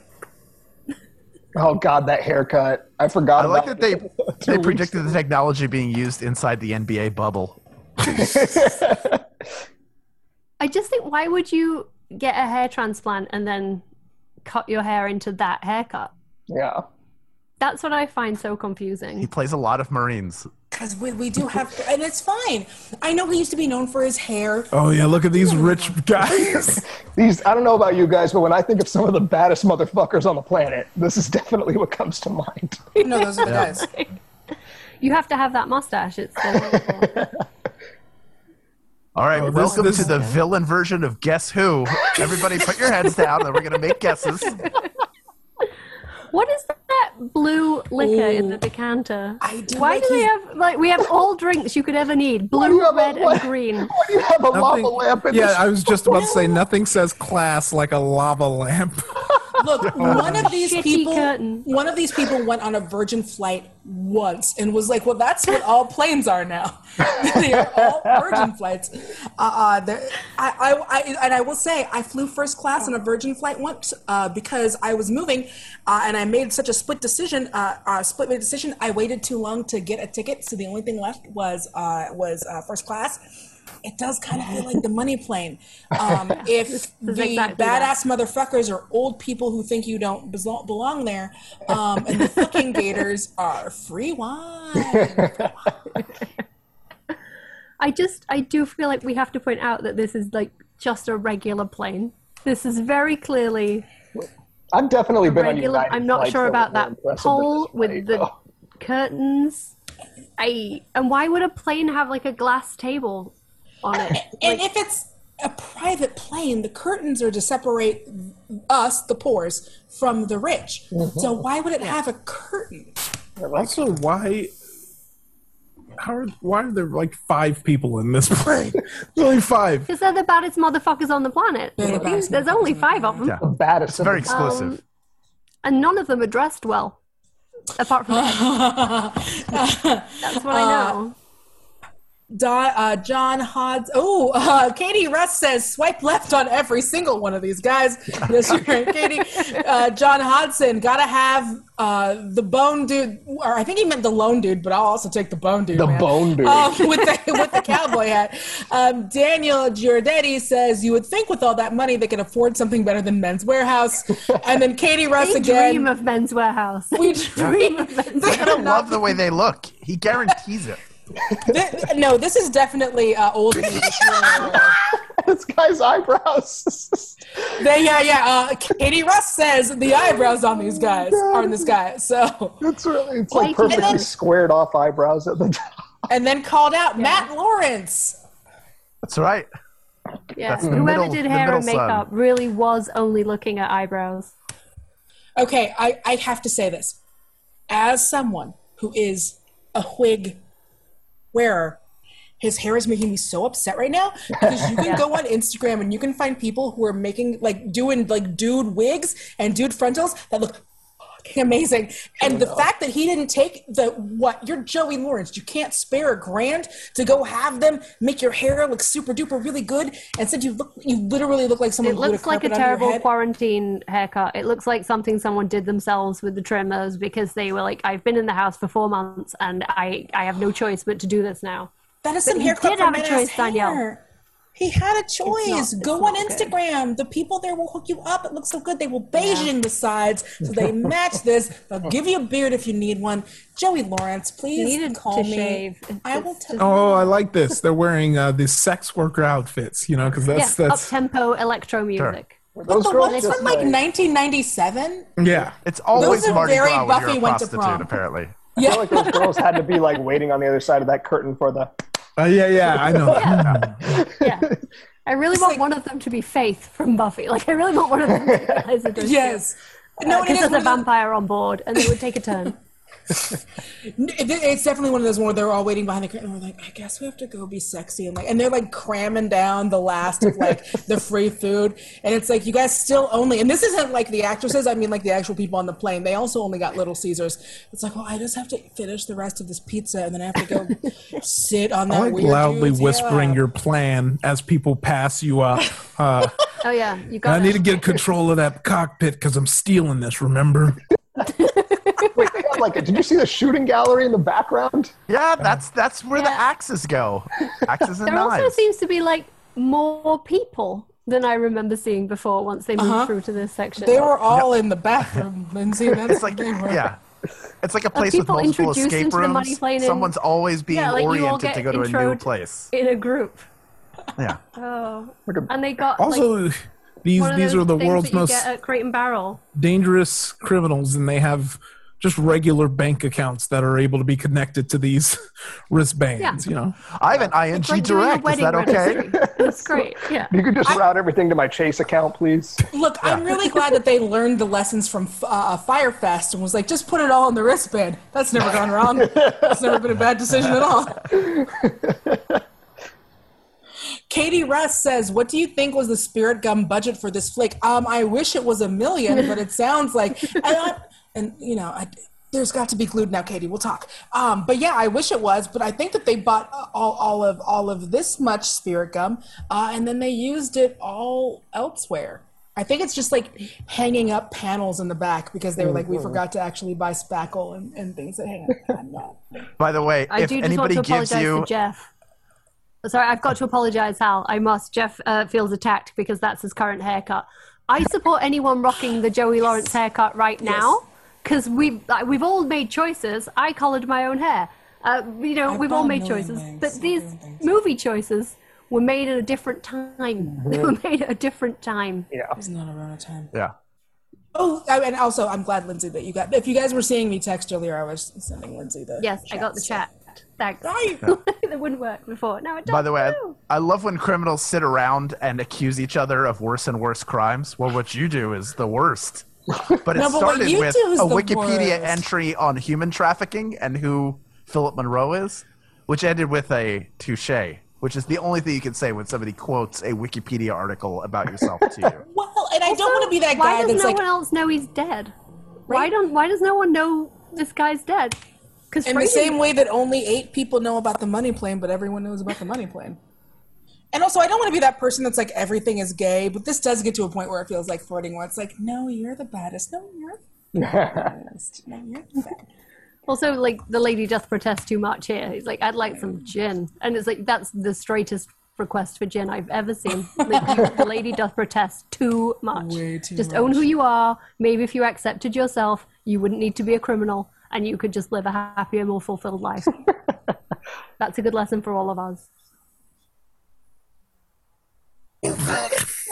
Speaker 7: Oh God, that haircut! I forgot.
Speaker 4: I like
Speaker 7: about
Speaker 4: that they
Speaker 7: it. Two
Speaker 4: they
Speaker 7: weeks
Speaker 4: predicted the technology being used inside the NBA bubble.
Speaker 5: I just think why would you get a hair transplant and then cut your hair into that haircut?
Speaker 7: Yeah.
Speaker 5: That's what I find so
Speaker 4: He
Speaker 5: confusing.
Speaker 4: plays a lot of Marines.
Speaker 2: Because we, we do have, and it's fine. I know he used to be known for his hair.
Speaker 6: Oh yeah, look at these rich guys.
Speaker 7: These I don't know about you guys, but when I think of some of the baddest motherfuckers on the planet, this is definitely what comes to mind.
Speaker 2: No, those are the guys.
Speaker 5: You have to have that mustache. It's so
Speaker 4: All
Speaker 2: Oh,
Speaker 4: right,
Speaker 6: this-
Speaker 4: welcome
Speaker 6: this-
Speaker 4: to the villain version of Guess Who. Everybody, put your heads down, and we're gonna make guesses.
Speaker 5: What is that blue liquor in
Speaker 2: Ooh.
Speaker 5: the decanter?
Speaker 2: Oh. I do
Speaker 5: Why
Speaker 2: like
Speaker 5: do they
Speaker 2: his-
Speaker 5: have like we have all drinks you could ever need? Blue,
Speaker 7: have a-
Speaker 5: red,
Speaker 7: why-
Speaker 5: and green.
Speaker 7: Why do you have a lava lamp in
Speaker 6: yeah,
Speaker 7: this?
Speaker 6: I was just about to say nothing says class like a lava lamp.
Speaker 2: Look, one of these
Speaker 5: Oh, Shitty
Speaker 2: people,
Speaker 5: curtain.
Speaker 2: one of these people went on a Virgin flight once and was like, "Well, that's what all planes are now. they are all Virgin flights." Uh, uh, there- I, I, I, and I will say, I flew first class on a Virgin flight once uh, because I was moving, uh, and I made such a split decision. Uh, uh, split made decision. I waited too long to get a ticket, so the only thing left was uh, was uh, first class. It does kind of feel like the money plane. Um, if the
Speaker 5: is exactly that.
Speaker 2: badass motherfuckers are old people who think you don't beso- belong there, um, and the fucking gators are free wine.
Speaker 5: I just I do feel like we have to point out that this is like just a regular plane. This is very clearly
Speaker 7: I've definitely been on
Speaker 5: regular.
Speaker 7: United
Speaker 5: I'm not
Speaker 7: flights
Speaker 5: sure
Speaker 7: were
Speaker 5: about
Speaker 7: more
Speaker 5: that
Speaker 7: impressive than
Speaker 5: pole
Speaker 7: this
Speaker 5: with
Speaker 7: plane,
Speaker 5: the
Speaker 2: oh.
Speaker 7: though.
Speaker 5: curtains. I and why would a plane have like a glass table on it?
Speaker 2: and
Speaker 5: Like,
Speaker 2: if it's a private plane, the curtains are to separate us, the poors, from the rich. So why would it have a curtain?
Speaker 6: also, why how are why are there like five people in this plane? There's only five.
Speaker 5: because they're the baddest motherfuckers on the planet.
Speaker 2: They're the baddest
Speaker 5: There's only five of them.
Speaker 4: Yeah,
Speaker 7: The baddest.
Speaker 2: Um,
Speaker 7: of
Speaker 4: very
Speaker 7: them.
Speaker 4: exclusive.
Speaker 5: and none of them are dressed well,
Speaker 2: Uh,
Speaker 5: apart from Ed. That's what I know.
Speaker 2: Don, uh, John Hodds. Oh, uh, Katie Russ says swipe left on every single one of these guys. Yes, you're right, Katie. Uh, John Hodson, gotta have uh, the bone dude, or I think he meant the lone dude, but I'll also take the bone dude.
Speaker 7: The
Speaker 2: man.
Speaker 7: bone dude.
Speaker 2: Um, with the with the cowboy hat. Um, Daniel Giordetti says you would think with all that money they could afford something better than Men's Warehouse. And then Katie Russ
Speaker 5: We
Speaker 2: again.
Speaker 5: dream of Men's Warehouse.
Speaker 2: we dream of Men's
Speaker 4: I don't love the way they look. He guarantees it.
Speaker 2: Th- no, this is definitely uh, old me.
Speaker 7: this guy's eyebrows.
Speaker 2: They, yeah, yeah. Uh, Katie Russ says the eyebrows on these guys are on this guy. So,
Speaker 7: it's really it's like
Speaker 5: Wait, and
Speaker 7: perfectly
Speaker 2: then-
Speaker 7: squared off eyebrows at the top.
Speaker 2: and then called out Matt Lawrence.
Speaker 4: That's right.
Speaker 5: Yeah.
Speaker 4: That's the
Speaker 5: Whoever
Speaker 4: middle-
Speaker 5: did
Speaker 4: the
Speaker 5: hair and
Speaker 4: middle son.
Speaker 5: makeup really was only looking at eyebrows.
Speaker 2: Okay, I, I have to say this. As someone who is a wig wearer, his hair is making me so upset right now because you can go on Instagram and you can find people who are making like doing like dude wigs and dude frontals that look fucking amazing.
Speaker 5: Oh,
Speaker 2: And the fact that he didn't take the what you're Joey Lawrence, you can't spare a grand to go have them make your hair look super duper really good. And since you look, you literally look like someone
Speaker 5: It
Speaker 2: who blew
Speaker 5: looks like a
Speaker 2: carpet under your
Speaker 5: terrible
Speaker 2: head.
Speaker 5: quarantine haircut. It looks like something someone did themselves with the trimmers because they were like, I've been in the house for four months and I, I have no choice but to do this now.
Speaker 2: That is some
Speaker 5: he
Speaker 2: haircut
Speaker 5: did
Speaker 2: from
Speaker 5: have a
Speaker 2: Menace
Speaker 5: choice, Danielle.
Speaker 2: Hair. He had a choice.
Speaker 5: it's
Speaker 2: Go on
Speaker 5: not good.
Speaker 2: Instagram. The people there will hook you up. It looks so good. They will beige in the sides so they match this. They'll give you a beard if you need one. Joey Lawrence, please
Speaker 5: needed
Speaker 2: call
Speaker 5: to
Speaker 2: me.
Speaker 5: shave. It's-
Speaker 2: I
Speaker 5: it's
Speaker 2: will tell
Speaker 6: Oh, I like this. They're wearing uh, these sex worker outfits, you know, because that's
Speaker 5: yeah, up
Speaker 6: that's
Speaker 5: tempo electro music.
Speaker 7: Were those
Speaker 2: the
Speaker 7: girls
Speaker 2: one
Speaker 7: just
Speaker 2: from like
Speaker 7: like-
Speaker 2: 1997.
Speaker 6: yeah.
Speaker 4: It's always
Speaker 2: Those are
Speaker 4: Mardi
Speaker 2: very
Speaker 4: Gras when
Speaker 2: Buffy
Speaker 4: you're a
Speaker 2: went to
Speaker 4: prostitute,
Speaker 2: prom.
Speaker 4: apparently.
Speaker 7: I feel like those girls had to be like waiting on the other side of that curtain for the.
Speaker 6: Uh, yeah, yeah, I know. Hmm.
Speaker 5: Yeah. I really want one of them to be Faith from Buffy. Like, I really want one of them to realize that there's
Speaker 2: Yes. No, it
Speaker 5: because
Speaker 2: is
Speaker 5: there's
Speaker 2: one
Speaker 5: a
Speaker 2: of those-
Speaker 5: vampire on board, and they would take a turn.
Speaker 2: It- It's definitely one of those where they're all waiting behind the curtain. and We're like, I guess we have to go be sexy, and like, and they're like cramming down the last of like the free food, and it's like you guys still only. And this isn't like the actresses. I mean, like the actual people on the plane. They also only got Little Caesars. It's like, well, I just have to finish the rest of this pizza, and then I have to go sit on that.
Speaker 6: I like
Speaker 2: weird
Speaker 6: loudly
Speaker 2: dude's-
Speaker 6: whispering
Speaker 2: yeah.
Speaker 6: your plan as people pass you up. Uh,
Speaker 5: Oh yeah, you got.
Speaker 6: I need
Speaker 5: it.
Speaker 6: to get control of that cockpit because I'm stealing this. Remember?
Speaker 7: Wait, they had like a, did you see the shooting gallery in the background?
Speaker 4: Yeah, that's that's where the
Speaker 5: Uh, Yeah.
Speaker 4: axes go. Axes and
Speaker 5: There
Speaker 4: knives.
Speaker 5: also seems to be like more people than I remember seeing before. Once they moved through to this section,
Speaker 2: They were all in the bathroom, Lindsay. That's
Speaker 4: it's like
Speaker 2: the thing, right?
Speaker 4: yeah, it's like a place with
Speaker 5: people
Speaker 4: multiple
Speaker 5: introduced
Speaker 4: escape
Speaker 5: into the money
Speaker 4: rooms.
Speaker 5: plane and-
Speaker 4: Someone's always being
Speaker 5: Yeah, like, you all
Speaker 4: oriented
Speaker 5: get
Speaker 4: to go to a new
Speaker 5: introed-
Speaker 4: place.
Speaker 5: in a group.
Speaker 4: Yeah,
Speaker 5: Oh,
Speaker 7: a-
Speaker 5: and they got like,
Speaker 6: Also, these
Speaker 5: one of
Speaker 6: these
Speaker 5: those
Speaker 6: are the
Speaker 5: things
Speaker 6: world's
Speaker 5: that you
Speaker 6: most
Speaker 5: get at Crate and Barrel.
Speaker 6: dangerous criminals, and they have just regular bank accounts that are able to be connected to these wristbands. You know,
Speaker 4: I have an ING
Speaker 5: It's like doing a
Speaker 4: Direct. Is
Speaker 5: wedding
Speaker 4: that okay?
Speaker 5: registry. It's great. Yeah.
Speaker 7: You could just route everything to my Chase account, please.
Speaker 2: Look, I'm really glad that they learned the lessons from uh, Firefest and was like, just put it all on the wristband. That's never gone wrong. That's never been a bad decision at all. Katie Russ says, "What do you think was the Spirit Gum budget for this flick? Um, I wish it was a million, but it sounds like and, I, and you know, I, there's got to be glued now, Katie. We'll talk. Um, but yeah, I wish it was, but I think that they bought uh, all, all of all of this much Spirit Gum, uh, and then they used it all elsewhere. I think it's just like hanging up panels in the back because they were like, we forgot to actually buy spackle and, and things that hang up. I'm not.
Speaker 4: By the way,
Speaker 5: I
Speaker 4: if
Speaker 5: do just want
Speaker 4: anybody
Speaker 5: to
Speaker 4: gives
Speaker 5: apologize
Speaker 4: you
Speaker 5: to Jeff. Sorry, I've got to apologize, Hal. I must. Jeff uh, feels attacked because that's his current haircut. I support anyone rocking the Joey Lawrence haircut right now because we uh, we've all made choices. I collared my own hair. Uh, you know, we've all
Speaker 2: done
Speaker 5: made
Speaker 2: a million
Speaker 5: choices,
Speaker 2: things,
Speaker 5: but
Speaker 2: a
Speaker 5: these
Speaker 2: million things.
Speaker 5: movie choices were made at a different time. They were made at a different time.
Speaker 2: It's not around a time.
Speaker 4: yeah,
Speaker 2: Oh, I- and also, I'm glad, Lindsay, that you got. If you guys were seeing me text earlier, I was sending Lindsay the.
Speaker 5: Yes, I got the
Speaker 2: so-
Speaker 5: chat. Thanks.
Speaker 2: Right.
Speaker 5: that wouldn't work before. Now it does.
Speaker 4: By the way, I,
Speaker 5: now.
Speaker 4: I love when criminals sit around and accuse each other of worse and worse crimes. Well, what you do is the worst. But it
Speaker 2: No, but what
Speaker 4: started
Speaker 2: you
Speaker 4: with
Speaker 2: do is
Speaker 4: a
Speaker 2: the
Speaker 4: Wikipedia
Speaker 2: worst.
Speaker 4: entry on human trafficking and who Philip Monroe is, which ended with a touche, which is the only thing you can say when somebody quotes a Wikipedia article about yourself to you.
Speaker 2: Well, and I don't want to be that
Speaker 5: Why
Speaker 2: guy
Speaker 5: does
Speaker 2: that's
Speaker 5: no
Speaker 2: like,
Speaker 5: one else know he's dead? Why don't? Why does no one know this guy's dead? Because
Speaker 2: In the same way that only eight people know about the money plane, but everyone knows about the money plane. And also, I don't want to be that person that's like everything is gay, but this does get to a point where it feels like flirting. Where it's like, no, you're the baddest. No, you're the baddest. No, you're the baddest.
Speaker 5: Also, like the lady doth protest too much here. He's like, I'd like some gin, and it's like that's the straightest request for gin I've ever seen. Like, you- the lady doth protest too much.
Speaker 2: Way too
Speaker 5: just own
Speaker 2: much.
Speaker 5: who you are. Maybe if you accepted yourself, you wouldn't need to be a criminal, and you could just live a happier, more fulfilled life. that's a good lesson for all of us.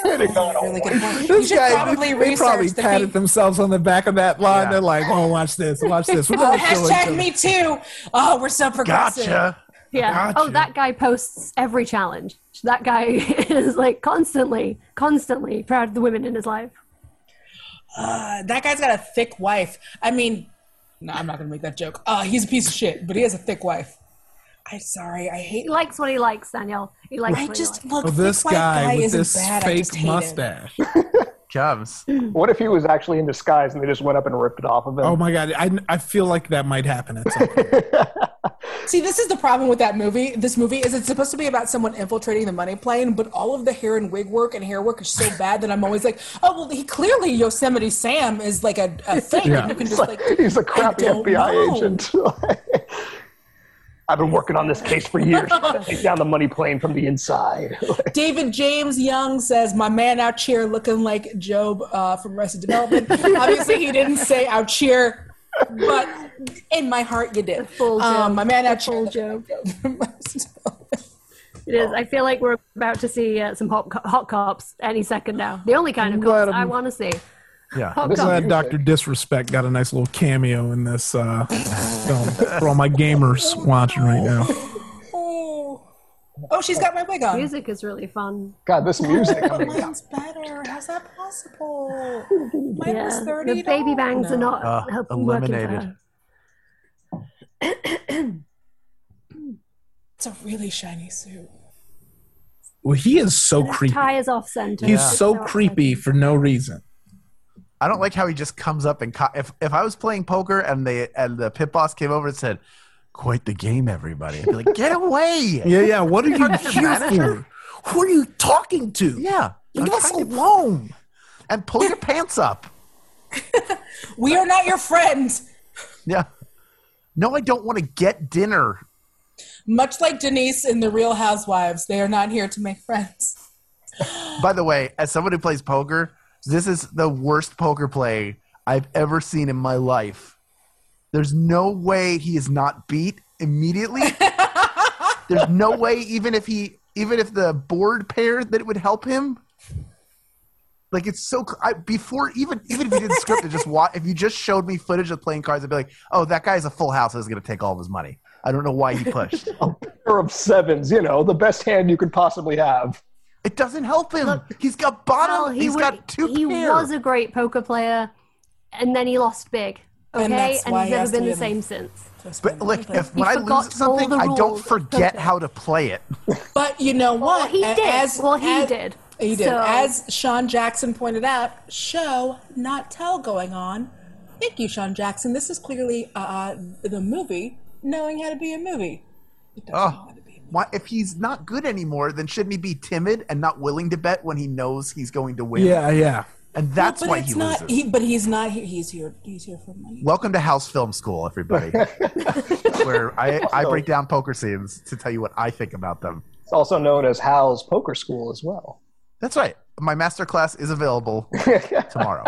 Speaker 2: Really good point. You
Speaker 6: Oh, This
Speaker 2: should
Speaker 6: guy,
Speaker 2: probably
Speaker 6: they probably
Speaker 2: research the
Speaker 6: patted themselves on the back of that line.
Speaker 4: Yeah.
Speaker 6: They're like, "Oh, watch this, watch this." We're
Speaker 2: Oh,
Speaker 6: gonna kill each
Speaker 2: hashtag
Speaker 6: other.
Speaker 2: me too. Oh, we're so progressive.
Speaker 4: Gotcha.
Speaker 5: Yeah. Oh,
Speaker 6: Gotcha.
Speaker 5: that guy posts every challenge. That guy is like constantly, constantly proud of the women in his life.
Speaker 2: Uh, that guy's got a thick wife. I mean, no, I'm not gonna make that joke. Uh, he's a piece of shit, but he has a thick wife. I'm sorry. I hate.
Speaker 5: He likes what he likes, Daniel. He likes.
Speaker 2: I
Speaker 5: what
Speaker 2: just
Speaker 5: he
Speaker 2: look.
Speaker 6: Well, this
Speaker 2: thick white guy,
Speaker 6: guy, with
Speaker 2: isn't
Speaker 6: this
Speaker 2: bad. I just
Speaker 6: fake
Speaker 2: hate Him.
Speaker 6: mustache.
Speaker 4: Jobs.
Speaker 7: What if he was actually in disguise and they just went up and ripped it off of him?
Speaker 6: Oh my god, I, I feel like that might happen at some point.
Speaker 2: See, this is the problem with that movie. This movie is it's supposed to be about someone infiltrating the money plane, but all of the hair and wig work and hair work is so bad that I'm always like, oh well, he clearly Yosemite Sam is like a, a thing.
Speaker 6: Yeah.
Speaker 2: You can
Speaker 7: He's
Speaker 2: just
Speaker 7: like,
Speaker 2: like,
Speaker 7: he's a crappy
Speaker 2: don't
Speaker 7: FBI
Speaker 2: know.
Speaker 7: agent. I've been working on this case for years. Take down the money plane from the inside.
Speaker 2: David James Young says, "My man out here looking like Job uh, from Arrested Development." Obviously, he didn't say out here, but in my heart, you did.
Speaker 5: full
Speaker 2: Um,
Speaker 5: Job.
Speaker 2: my man out
Speaker 5: full
Speaker 2: here, Job from Arrested Development.
Speaker 5: It is. I feel like we're about to see uh, some hot, co- hot cops any second now. The only kind of
Speaker 6: Glad
Speaker 5: cops I
Speaker 6: I'm-
Speaker 5: want to see.
Speaker 4: Yeah.
Speaker 5: Hot
Speaker 7: This is-
Speaker 5: cops.
Speaker 6: Glad Doctor Disrespect got a nice little cameo in this uh, film for all my gamers watching right now.
Speaker 2: Oh. oh, she's got my wig on.
Speaker 5: Music is really fun.
Speaker 7: God, this music. I mean,
Speaker 2: Mine's better. How's that possible? Mine
Speaker 5: Yeah.
Speaker 2: was thirty.
Speaker 5: The baby bangs are not
Speaker 6: Ah,
Speaker 4: Uh,
Speaker 5: helping working for
Speaker 4: eliminated.
Speaker 5: her.
Speaker 2: It's a really shiny suit.
Speaker 6: Well, he is so creepy.
Speaker 5: Tie is off center.
Speaker 6: He's
Speaker 5: It's
Speaker 6: so
Speaker 5: off
Speaker 6: creepy for no reason.
Speaker 4: I don't like how he just comes up and co- if if I was playing poker and they and the pit boss came over and said, "Quite the game, everybody," I'd be like, "Get away!"
Speaker 6: Yeah, yeah. What are you here for? Who are you talking to?
Speaker 4: Yeah, I'm
Speaker 6: Leave us
Speaker 4: trying to-
Speaker 6: alone.
Speaker 4: and pull your pants up.
Speaker 2: We are not your friends.
Speaker 4: Yeah. No, I don't want to get dinner.
Speaker 2: Much like Denise in The Real Housewives, they are not here to make friends.
Speaker 4: By the way, as someone who plays poker, this is the worst poker play I've ever seen in my life. There's no way he is not beat immediately. There's no way even if he even if the board paired that it would help him. Like it's so cl- I, before even even if you didn't script it, just watch, if you just showed me footage of playing cards, I'd be like, oh, that guy's a full house. is going to take all of his money. I don't know why he pushed.
Speaker 7: pair of sevens, you know, the best hand you could possibly have.
Speaker 4: It doesn't help him.
Speaker 5: Look,
Speaker 4: he's got bottom.
Speaker 5: Well, he
Speaker 4: he's
Speaker 5: was,
Speaker 4: got two
Speaker 5: he
Speaker 4: pair.
Speaker 5: was a great poker player, and then he lost big. Okay,
Speaker 2: And
Speaker 5: and,
Speaker 2: that's why
Speaker 5: he's
Speaker 2: he
Speaker 5: never
Speaker 2: has to
Speaker 5: been the
Speaker 2: win.
Speaker 5: same since.
Speaker 4: But like, if
Speaker 5: He
Speaker 4: when I
Speaker 5: forgot
Speaker 4: lose something,
Speaker 5: all the
Speaker 4: I don't
Speaker 5: rules.
Speaker 4: forget how to play it.
Speaker 2: But you know what?
Speaker 5: Well, he
Speaker 2: A-
Speaker 5: did. well, he
Speaker 2: as-
Speaker 5: did.
Speaker 2: He did.
Speaker 5: So-
Speaker 2: As Sean Jackson pointed out, show, not tell going on. Thank you, Sean Jackson. This is clearly uh, the movie knowing how to be a movie. It doesn't
Speaker 4: Oh,
Speaker 2: know how to be a movie.
Speaker 4: Why, if he's not good anymore, then shouldn't he be timid and not willing to bet when he knows he's going to win?
Speaker 6: Yeah, yeah.
Speaker 4: and that's
Speaker 2: but
Speaker 4: why
Speaker 2: it's
Speaker 4: he
Speaker 2: not,
Speaker 4: loses.
Speaker 2: He, but he's not here. He's here. He's here for money.
Speaker 4: Welcome to House Film School, everybody, where I, I break down poker scenes to tell you what I think about them.
Speaker 7: It's also known as Hal's Poker School as well.
Speaker 4: That's right. My master class is available tomorrow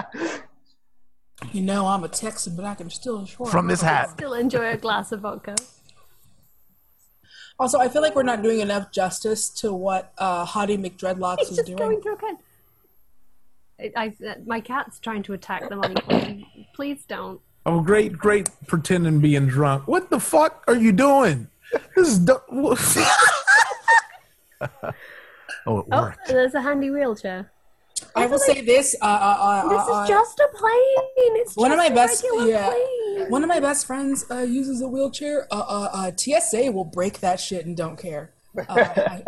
Speaker 2: You know, I'm a Texan, but I can still short.
Speaker 4: from this hat.
Speaker 5: Still enjoy a glass of vodka.
Speaker 2: Also, I feel like we're not doing enough justice to what uh, Hottie McDreadlocks
Speaker 5: It's
Speaker 2: is
Speaker 5: just
Speaker 2: doing.
Speaker 5: going through a kid. I, I- uh, my cat's trying to attack the money plane. Please don't.
Speaker 6: Oh, great, great pretending being drunk. What the fuck are you doing? This is. Du-
Speaker 4: Oh, it
Speaker 5: Oh,
Speaker 4: worked.
Speaker 5: there's a handy wheelchair.
Speaker 2: I will say this. Uh, uh, uh,
Speaker 5: This
Speaker 2: uh, uh,
Speaker 5: is just a plane. It's
Speaker 2: one of
Speaker 5: just
Speaker 2: my
Speaker 5: a
Speaker 2: best
Speaker 5: regular
Speaker 2: yeah
Speaker 5: plane.
Speaker 2: one of my best friends uh, uses a wheelchair uh, uh, uh, tsa will break that shit and don't care uh, I-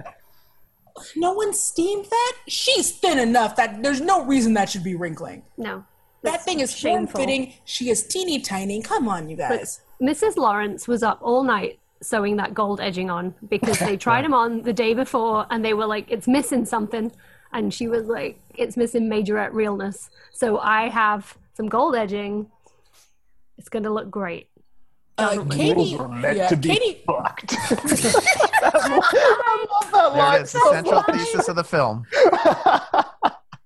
Speaker 2: no one steamed that she's thin enough that there's no reason that should be wrinkling
Speaker 5: No.
Speaker 2: that thing is form
Speaker 5: shameful.
Speaker 2: fitting she is teeny tiny come on you guys
Speaker 5: Mrs. Lawrence was up all night sewing that gold edging on because they tried them on the day before and they were like, it's missing something. And she was like, it's missing majorette realness. So I have some gold edging. It's going to look great.
Speaker 2: Uh, Katie,
Speaker 7: Rules were meant
Speaker 2: yeah,
Speaker 7: to be
Speaker 2: Katie,
Speaker 7: fucked.
Speaker 4: There it is, the central thesis of the film.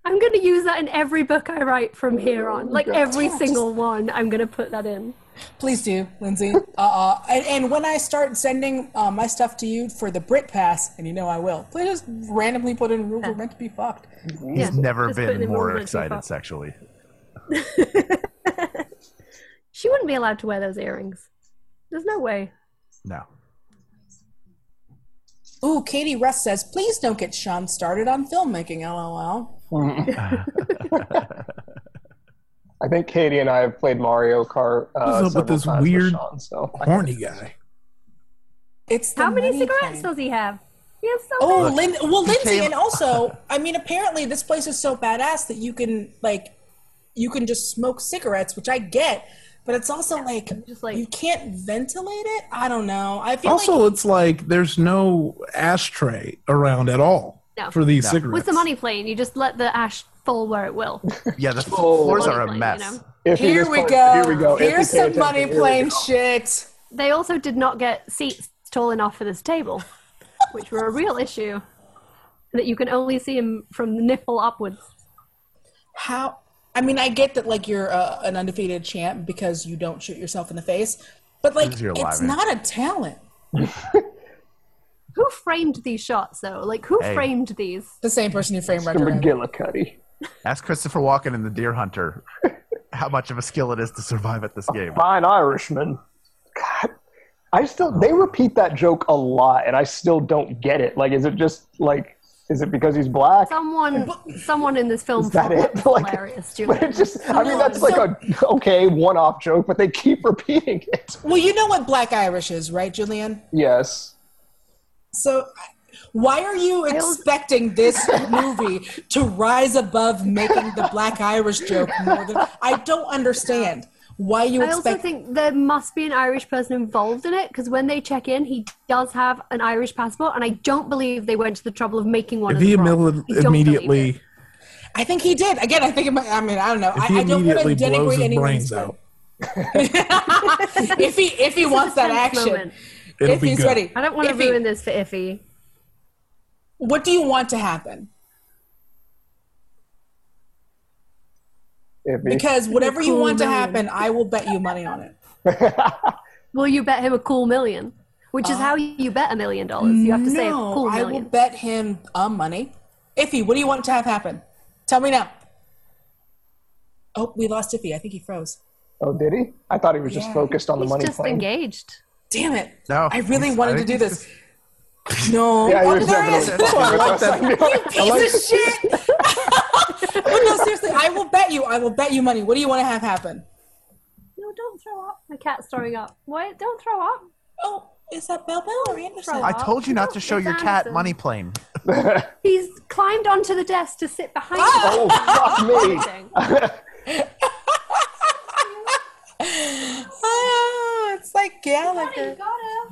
Speaker 5: I'm going to use that in every book I write
Speaker 4: Oh
Speaker 5: from here on. Like every single one, I'm going to put that in.
Speaker 2: please do, Lindsay. Uh, uh, and, and when I start sending uh, my stuff to you for the Brit Pass, and you know I will, please just randomly put in rules were meant to be fucked.
Speaker 5: Yeah,
Speaker 4: Never
Speaker 5: just put it
Speaker 4: been
Speaker 5: in
Speaker 4: more
Speaker 5: Rules Meant to
Speaker 4: excited
Speaker 5: Be Fucked.
Speaker 4: sexually.
Speaker 5: She wouldn't be allowed to wear those earrings. There's no way.
Speaker 4: No.
Speaker 2: Ooh, Katie Russ says, please don't get Sean started on filmmaking, lol.
Speaker 7: I think Katie and I have played Mario Kart. Uh,
Speaker 6: What's up with
Speaker 7: several
Speaker 6: this
Speaker 7: times
Speaker 6: weird
Speaker 7: Sean, so I-
Speaker 6: Horny guy.
Speaker 2: It's the
Speaker 5: How many
Speaker 2: money
Speaker 5: cigarettes
Speaker 2: plane.
Speaker 5: does he have? He has so
Speaker 2: Oh,
Speaker 5: many.
Speaker 2: Lin- well, Lindsay,
Speaker 4: came-
Speaker 2: and also, I mean, apparently this place is so badass that you can like, you can just smoke cigarettes, which I get, but it's also like,
Speaker 5: just like-
Speaker 2: you can't ventilate it. I don't know. I feel
Speaker 6: Also,
Speaker 2: like
Speaker 6: it's like there's no ashtray around at all
Speaker 5: No.
Speaker 6: for these
Speaker 4: No.
Speaker 6: cigarettes.
Speaker 5: With the money plane, you just let the ash fall where it will.
Speaker 4: Yeah, the f-
Speaker 7: Oh.
Speaker 4: floors
Speaker 5: Money
Speaker 4: are a
Speaker 5: plane,
Speaker 4: mess.
Speaker 5: you know?
Speaker 7: If you
Speaker 2: here
Speaker 7: just
Speaker 2: we
Speaker 7: play-
Speaker 2: go.
Speaker 7: Here we go. If you
Speaker 2: Here's
Speaker 7: pay
Speaker 2: some
Speaker 7: attention,
Speaker 2: money
Speaker 7: here we
Speaker 2: plane
Speaker 7: go.
Speaker 2: shit.
Speaker 5: They also did not get seats tall enough for this table, which were a real issue. That you can only see him from the nipple upwards.
Speaker 2: How? I mean, I get that like you're uh, an undefeated champ because you don't shoot yourself in the face, but like
Speaker 4: Because you're
Speaker 2: it's
Speaker 4: lying.
Speaker 2: not a talent.
Speaker 5: Who framed these shots though? Like who
Speaker 4: Hey.
Speaker 5: framed these?
Speaker 2: The same person who framed Roger
Speaker 7: Mr.
Speaker 2: Rabbit.
Speaker 7: McGillicuddy.
Speaker 4: Ask Christopher Walken in The Deer Hunter how much of a skill it is to survive at this game.
Speaker 7: Fine Irishman. God. I still, they repeat that joke a lot, and I still don't get it. Like, is it just like, is it because he's black?
Speaker 5: Someone, someone in this film
Speaker 7: Is that
Speaker 5: thought
Speaker 7: it?
Speaker 5: that was
Speaker 7: Like-
Speaker 5: hilarious.
Speaker 7: But
Speaker 5: Julian.
Speaker 7: it's just, I mean, that's like a okay one off joke, but they keep repeating it.
Speaker 2: Well, you know what Black Irish is, right, Julian?
Speaker 7: Yes.
Speaker 2: So, why are you expecting this movie to rise above making the Black Irish joke more than I don't understand why you
Speaker 5: I also
Speaker 2: expect?
Speaker 5: think there must be an Irish person involved in it because when they check in, he does have an Irish passport, and I don't believe they went to the trouble of making one.
Speaker 6: if
Speaker 5: as
Speaker 6: he
Speaker 5: well.
Speaker 6: immedi-
Speaker 5: I don't believe it.
Speaker 6: immediately,
Speaker 2: I think he did. Again, I think. It might, I mean, I don't know.
Speaker 6: if
Speaker 2: I,
Speaker 6: he
Speaker 2: I don't want to
Speaker 6: immediately
Speaker 2: denigrate
Speaker 6: blows his
Speaker 2: anyone's
Speaker 6: brains out,
Speaker 2: if he if he wants that
Speaker 5: Tense
Speaker 2: action,
Speaker 5: moment.
Speaker 6: it'll
Speaker 2: if
Speaker 6: be
Speaker 2: he's
Speaker 6: good.
Speaker 2: ready.
Speaker 5: I don't want to
Speaker 2: If he-
Speaker 5: ruin this for Iffy.
Speaker 2: What do you want to happen?
Speaker 7: Iffy.
Speaker 2: Because whatever you
Speaker 5: cool
Speaker 2: want to
Speaker 5: million.
Speaker 2: happen, I will bet you money on it.
Speaker 5: Will you bet him a cool million? Which is how you bet a million dollars. You have to say a
Speaker 2: Oh. No,
Speaker 5: cool
Speaker 2: I will
Speaker 5: million.
Speaker 2: bet him uh, money. Iffy, what do you want to have happen? Tell me now. Oh, we lost Iffy. I think he froze.
Speaker 7: oh, did he? I thought he was just
Speaker 2: Yeah.
Speaker 7: focused on the
Speaker 5: He's
Speaker 7: money
Speaker 5: just
Speaker 7: plane.
Speaker 5: engaged.
Speaker 2: Damn it.
Speaker 4: No,
Speaker 2: I really
Speaker 4: he's-
Speaker 2: wanted
Speaker 4: I
Speaker 2: to do
Speaker 4: think
Speaker 2: this. No.
Speaker 7: Yeah, he
Speaker 2: oh,
Speaker 7: was
Speaker 2: there it
Speaker 7: definitely.
Speaker 2: is.
Speaker 7: fucking with us. I knew it.
Speaker 2: Piece of shit. but no, seriously, I will bet you. I will bet you money. What do you want to have happen?
Speaker 5: No, don't throw up. My cat's throwing up. What? Don't throw up.
Speaker 2: Oh, is that Bell Bell or Anderson?
Speaker 4: I told you not to show your cat money plane.
Speaker 5: He's climbed onto the desk to sit behind
Speaker 2: Ah!
Speaker 5: the
Speaker 7: Oh, fuck me.
Speaker 5: thing.
Speaker 2: Oh, it's like Gallagher.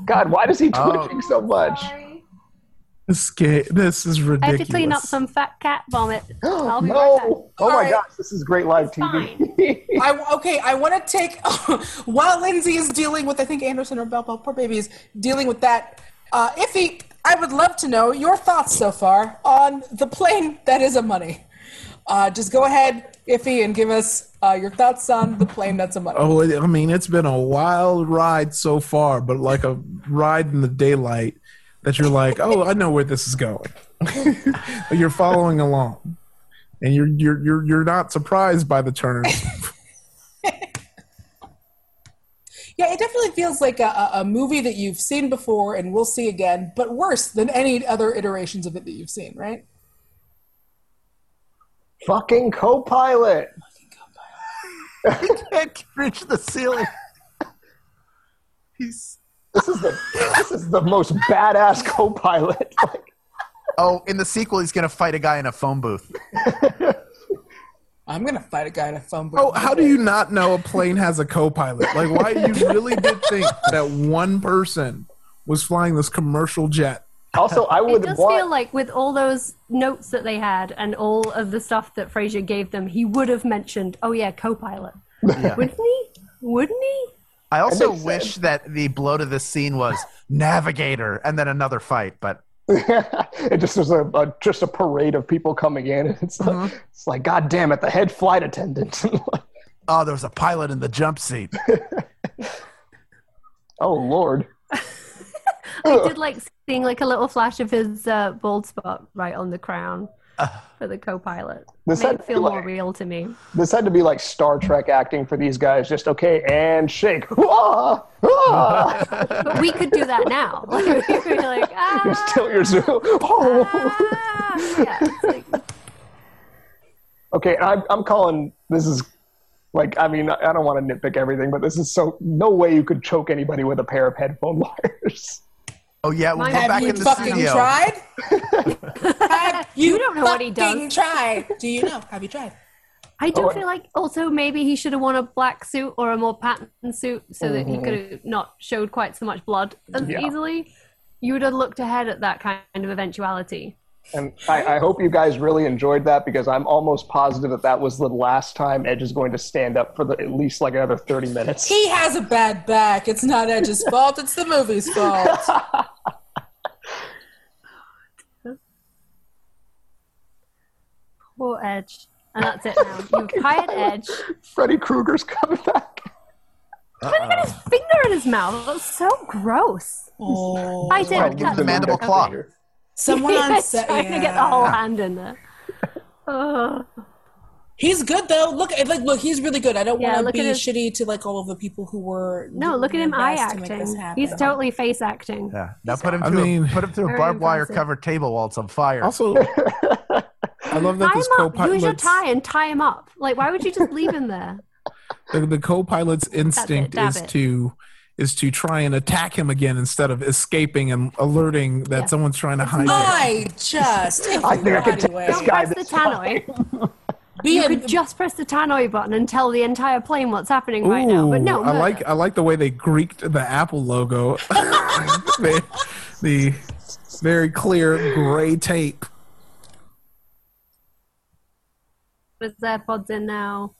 Speaker 7: God, why does he
Speaker 4: Oh.
Speaker 7: twitching so much?
Speaker 6: This, ga- this is
Speaker 5: I
Speaker 6: ridiculous.
Speaker 5: have to clean up some fat cat vomit. I'll be
Speaker 7: no!
Speaker 5: right back.
Speaker 7: Oh my
Speaker 2: Alright.
Speaker 7: gosh, this is great live TV.
Speaker 2: I, okay, I want to take while Lindsay is dealing with, I think Anderson or Bell Bell, poor baby, is dealing with that. Uh, Iffy, I would love to know your thoughts so far on the plane that is a money. Uh, just go ahead, Iffy, and give us uh, your thoughts on the plane that's a money.
Speaker 6: Oh, it- I mean, it's been a wild ride so far, but like a ride in the daylight that you're like, oh, I know where this is going. but you're following along, and you're you're you're you're not surprised by the turn.
Speaker 2: Yeah, it definitely feels like a, a- a movie that you've seen before and will see again, but worse than any other iterations of it that you've seen, right?
Speaker 7: Fucking co pilot.
Speaker 4: Can't reach the ceiling. He's
Speaker 7: This is the this is the most badass co pilot. Like,
Speaker 4: oh, in the sequel, he's gonna fight a guy in a phone booth.
Speaker 2: I'm gonna fight a guy in a phone booth.
Speaker 6: Oh, how do you not know a plane has a co-pilot? Like, why you really did think that one person was flying this commercial jet?
Speaker 7: Also, I
Speaker 5: It
Speaker 7: would
Speaker 5: does
Speaker 7: want.
Speaker 5: feel like with all those notes that they had and all of the stuff that Fraser gave them, he would have mentioned, "Oh yeah, co-pilot," wouldn't he? Wouldn't he?
Speaker 4: I also
Speaker 7: makes
Speaker 4: wish that the blow to this scene was navigator and then another fight, but
Speaker 7: it just was a, a just a parade of people coming in. and It's like,
Speaker 5: Uh-huh.
Speaker 7: it's like God damn it, the head flight attendant.
Speaker 4: oh, there was a pilot in the jump seat.
Speaker 7: oh Lord.
Speaker 5: I did like seeing like a little flash of his uh, bald spot right on the crown for the co-pilot.
Speaker 7: Does
Speaker 5: Made
Speaker 7: that
Speaker 5: it feel
Speaker 7: feel
Speaker 5: more
Speaker 7: like-
Speaker 5: real to me.
Speaker 7: This had to be like Star Trek acting for these guys. Just okay and shake. Ah! Wah! Wah!
Speaker 5: But we could do that now. Like, we could be like,
Speaker 7: Just
Speaker 5: ah,
Speaker 7: tilt your zoo. Oh.
Speaker 5: ah. Yeah, it's like,
Speaker 7: Okay, I'm, I'm calling. This is like I mean I I don't want to nitpick everything, but this is so no way you could choke anybody with a pair of headphone wires.
Speaker 4: Oh yeah, we'll go
Speaker 5: Have
Speaker 2: Have
Speaker 4: back
Speaker 2: you
Speaker 4: in the
Speaker 2: fucking
Speaker 4: studio.
Speaker 2: tried? Have you,
Speaker 5: don't know what he does.
Speaker 2: fucking Tried? Do you know? Have you tried?
Speaker 5: I do
Speaker 7: Oh, I-
Speaker 5: feel like also maybe he should have worn a black suit or a more patterned suit so that he could have not showed quite so much blood as
Speaker 7: Yeah.
Speaker 5: easily. You would have looked ahead at that kind of eventuality.
Speaker 7: And I, I hope you guys really enjoyed that because I'm almost positive that that was the last time Edge is going to stand up for the, at least like another 30 minutes.
Speaker 2: He has a bad back. It's not Edge's fault. It's the movie's fault.
Speaker 5: Poor Edge. And that's it now. You've hired Edge.
Speaker 7: Freddy Krueger's coming back.
Speaker 5: Finger in his mouth. That's so gross.
Speaker 2: Oh.
Speaker 5: I did.
Speaker 4: Right, give him the mandible claw.
Speaker 2: Someone on set.
Speaker 5: trying to get the
Speaker 2: yeah.
Speaker 5: whole hand in there. Oh, Ugh.
Speaker 2: He's good though. Look, I- like, look, he's really good. I don't
Speaker 5: Yeah,
Speaker 2: want to
Speaker 5: look
Speaker 2: be
Speaker 5: at his-
Speaker 2: shitty to like all of the people who were.
Speaker 5: no, look at him
Speaker 2: doing
Speaker 5: eye
Speaker 2: their best to make this
Speaker 5: acting.
Speaker 2: happen.
Speaker 5: He's totally face acting.
Speaker 4: Yeah. Now put him
Speaker 6: I
Speaker 4: through
Speaker 6: mean-
Speaker 4: a, put him through a
Speaker 5: Very
Speaker 4: barbed wire
Speaker 5: impressive.
Speaker 4: covered table while it's on fire.
Speaker 6: Also, I love that
Speaker 5: Tie
Speaker 6: this
Speaker 5: him up. Use your
Speaker 6: co-pilot
Speaker 5: tie and tie him up. Like, why would you just leave him there?
Speaker 6: the, the co-pilot's instinct
Speaker 5: dab
Speaker 6: is
Speaker 5: it.
Speaker 6: to is to try and attack him again instead of escaping and alerting that
Speaker 5: Yeah.
Speaker 6: someone's trying to hide him.
Speaker 2: I just.
Speaker 7: I think I could take
Speaker 2: Anyway,
Speaker 7: this
Speaker 5: Don't
Speaker 7: guy
Speaker 5: press the
Speaker 7: this
Speaker 5: tannoy.
Speaker 2: be
Speaker 5: You
Speaker 2: a-
Speaker 5: could just press the tannoy button and tell the entire plane what's happening right now. But no,
Speaker 6: I
Speaker 5: murder.
Speaker 6: like I like the way they greeked the Apple logo. the, the very clear gray tape.
Speaker 5: There's AirPods in now.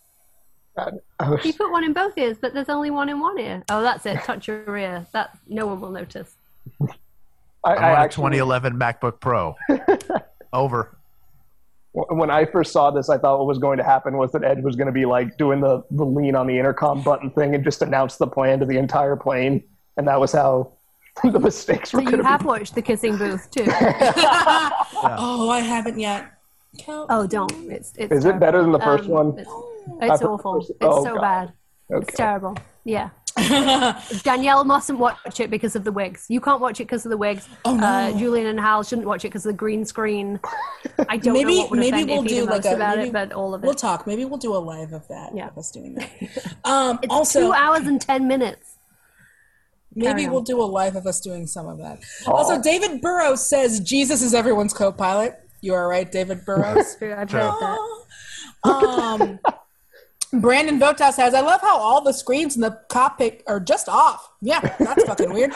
Speaker 7: Oh,
Speaker 5: You put one in both ears, but there's only one in one ear. Oh, that's it. Touch your ear. That no one will notice.
Speaker 7: I,
Speaker 4: I'm on
Speaker 7: I
Speaker 4: a
Speaker 7: actually,
Speaker 4: 2011 MacBook Pro. Over.
Speaker 7: when I first saw this, I thought what was going to happen was that Edge was going to be like doing the, the lean on the intercom button thing and just announce the plan to the entire plane. And that was how the mistakes
Speaker 5: So
Speaker 7: were
Speaker 5: you
Speaker 7: going to
Speaker 5: have
Speaker 7: be.
Speaker 5: watched the kissing booth too.
Speaker 2: oh, I haven't yet. Count-
Speaker 5: Oh, don't. It's it's.
Speaker 7: Is it better than the first
Speaker 5: Um,
Speaker 7: one?
Speaker 5: It's,
Speaker 7: I've
Speaker 5: it's
Speaker 7: heard
Speaker 5: awful.
Speaker 7: first-
Speaker 5: It's
Speaker 7: oh,
Speaker 5: so
Speaker 7: God.
Speaker 5: bad. It's
Speaker 7: Okay.
Speaker 5: terrible. Yeah. Danielle mustn't watch it because of the wigs. You can't watch it because of the wigs.
Speaker 2: Oh, no.
Speaker 5: uh, Julian and Hal shouldn't watch it because of the green screen. I don't know
Speaker 2: Maybe-
Speaker 5: what would
Speaker 2: maybe
Speaker 5: offend
Speaker 2: we'll
Speaker 5: Iffy
Speaker 2: do
Speaker 5: the
Speaker 2: like
Speaker 5: most
Speaker 2: a-
Speaker 5: about
Speaker 2: maybe
Speaker 5: it, but all of it.
Speaker 2: We'll talk. Maybe we'll do a live of that.
Speaker 5: Yeah.
Speaker 2: Of us doing that. Um,
Speaker 5: It's
Speaker 2: also,
Speaker 5: two hours and ten minutes.
Speaker 2: maybe
Speaker 5: on.
Speaker 2: we'll do a live of us doing some of that. Also, David Burrows says Jesus is everyone's co-pilot. You are right, David Burrows.
Speaker 5: True, I've heard that.
Speaker 2: um, Brandon Votas has. I love how all the screens in the cockpit are just off. Yeah, that's fucking weird.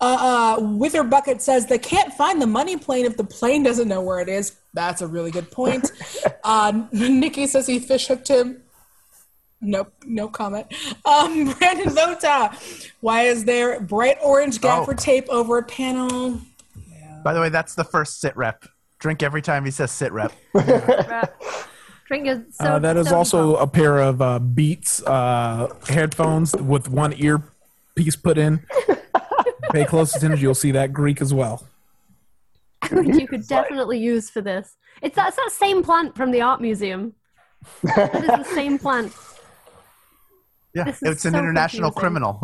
Speaker 2: Uh, uh, Wither Bucket says they can't find the money plane if the plane doesn't know where it is. That's a really good point. Uh, Nikki says he fish hooked him. Nope, no comment. Um, Brandon Vota, why is there bright orange gaffer
Speaker 4: Oh.
Speaker 2: tape over a panel?
Speaker 4: By the way, that's the first sit rep. Drink every time he says sit rep.
Speaker 5: Drink your so,
Speaker 6: Uh, that is
Speaker 5: soda
Speaker 6: also
Speaker 5: pop.
Speaker 6: a pair of uh, Beats uh, headphones with one ear piece put in. Pay close attention; you'll see that Greek as well.
Speaker 5: which you could definitely use for this. It's that, it's that same plant from the art museum. that is the same plant.
Speaker 4: Yeah,
Speaker 5: This is
Speaker 4: it's an
Speaker 5: so
Speaker 4: international
Speaker 5: confusing.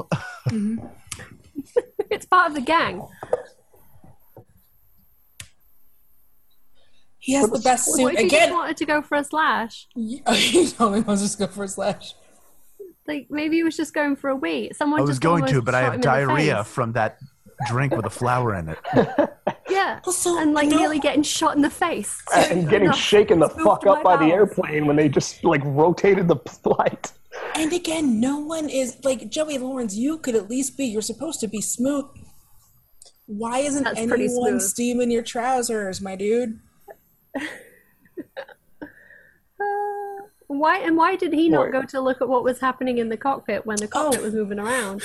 Speaker 4: criminal.
Speaker 5: It's part of the gang.
Speaker 2: He has the best
Speaker 5: What
Speaker 2: suit
Speaker 5: if you just
Speaker 2: again.
Speaker 5: wanted to go for a slash?
Speaker 2: He's the only ones just go for a slash.
Speaker 5: Like maybe he was just going for a wee. Someone
Speaker 4: I was
Speaker 5: just
Speaker 4: going
Speaker 5: almost
Speaker 4: to, but I
Speaker 5: shot
Speaker 4: have
Speaker 5: him in the
Speaker 4: diarrhea
Speaker 5: face.
Speaker 4: from that drink with a flower in it.
Speaker 5: Yeah.
Speaker 2: Also,
Speaker 5: and like
Speaker 2: you know- Uh,
Speaker 5: nearly getting shot in the face.
Speaker 7: and getting
Speaker 5: No,
Speaker 7: shaken the
Speaker 5: it's moved
Speaker 7: fuck
Speaker 5: to
Speaker 7: up
Speaker 5: my
Speaker 7: by the
Speaker 5: house.
Speaker 7: airplane when they just like rotated the flight.
Speaker 2: And again, no one is like Joey Lawrence. You could at least be. You're supposed to be smooth. Why isn't
Speaker 5: That's pretty
Speaker 2: anyone
Speaker 5: smooth.
Speaker 2: steaming your trousers, my dude?
Speaker 5: Why and why did he not
Speaker 7: Wait.
Speaker 5: go to look at what was happening in the cockpit when the cockpit
Speaker 2: Oh.
Speaker 5: was moving around?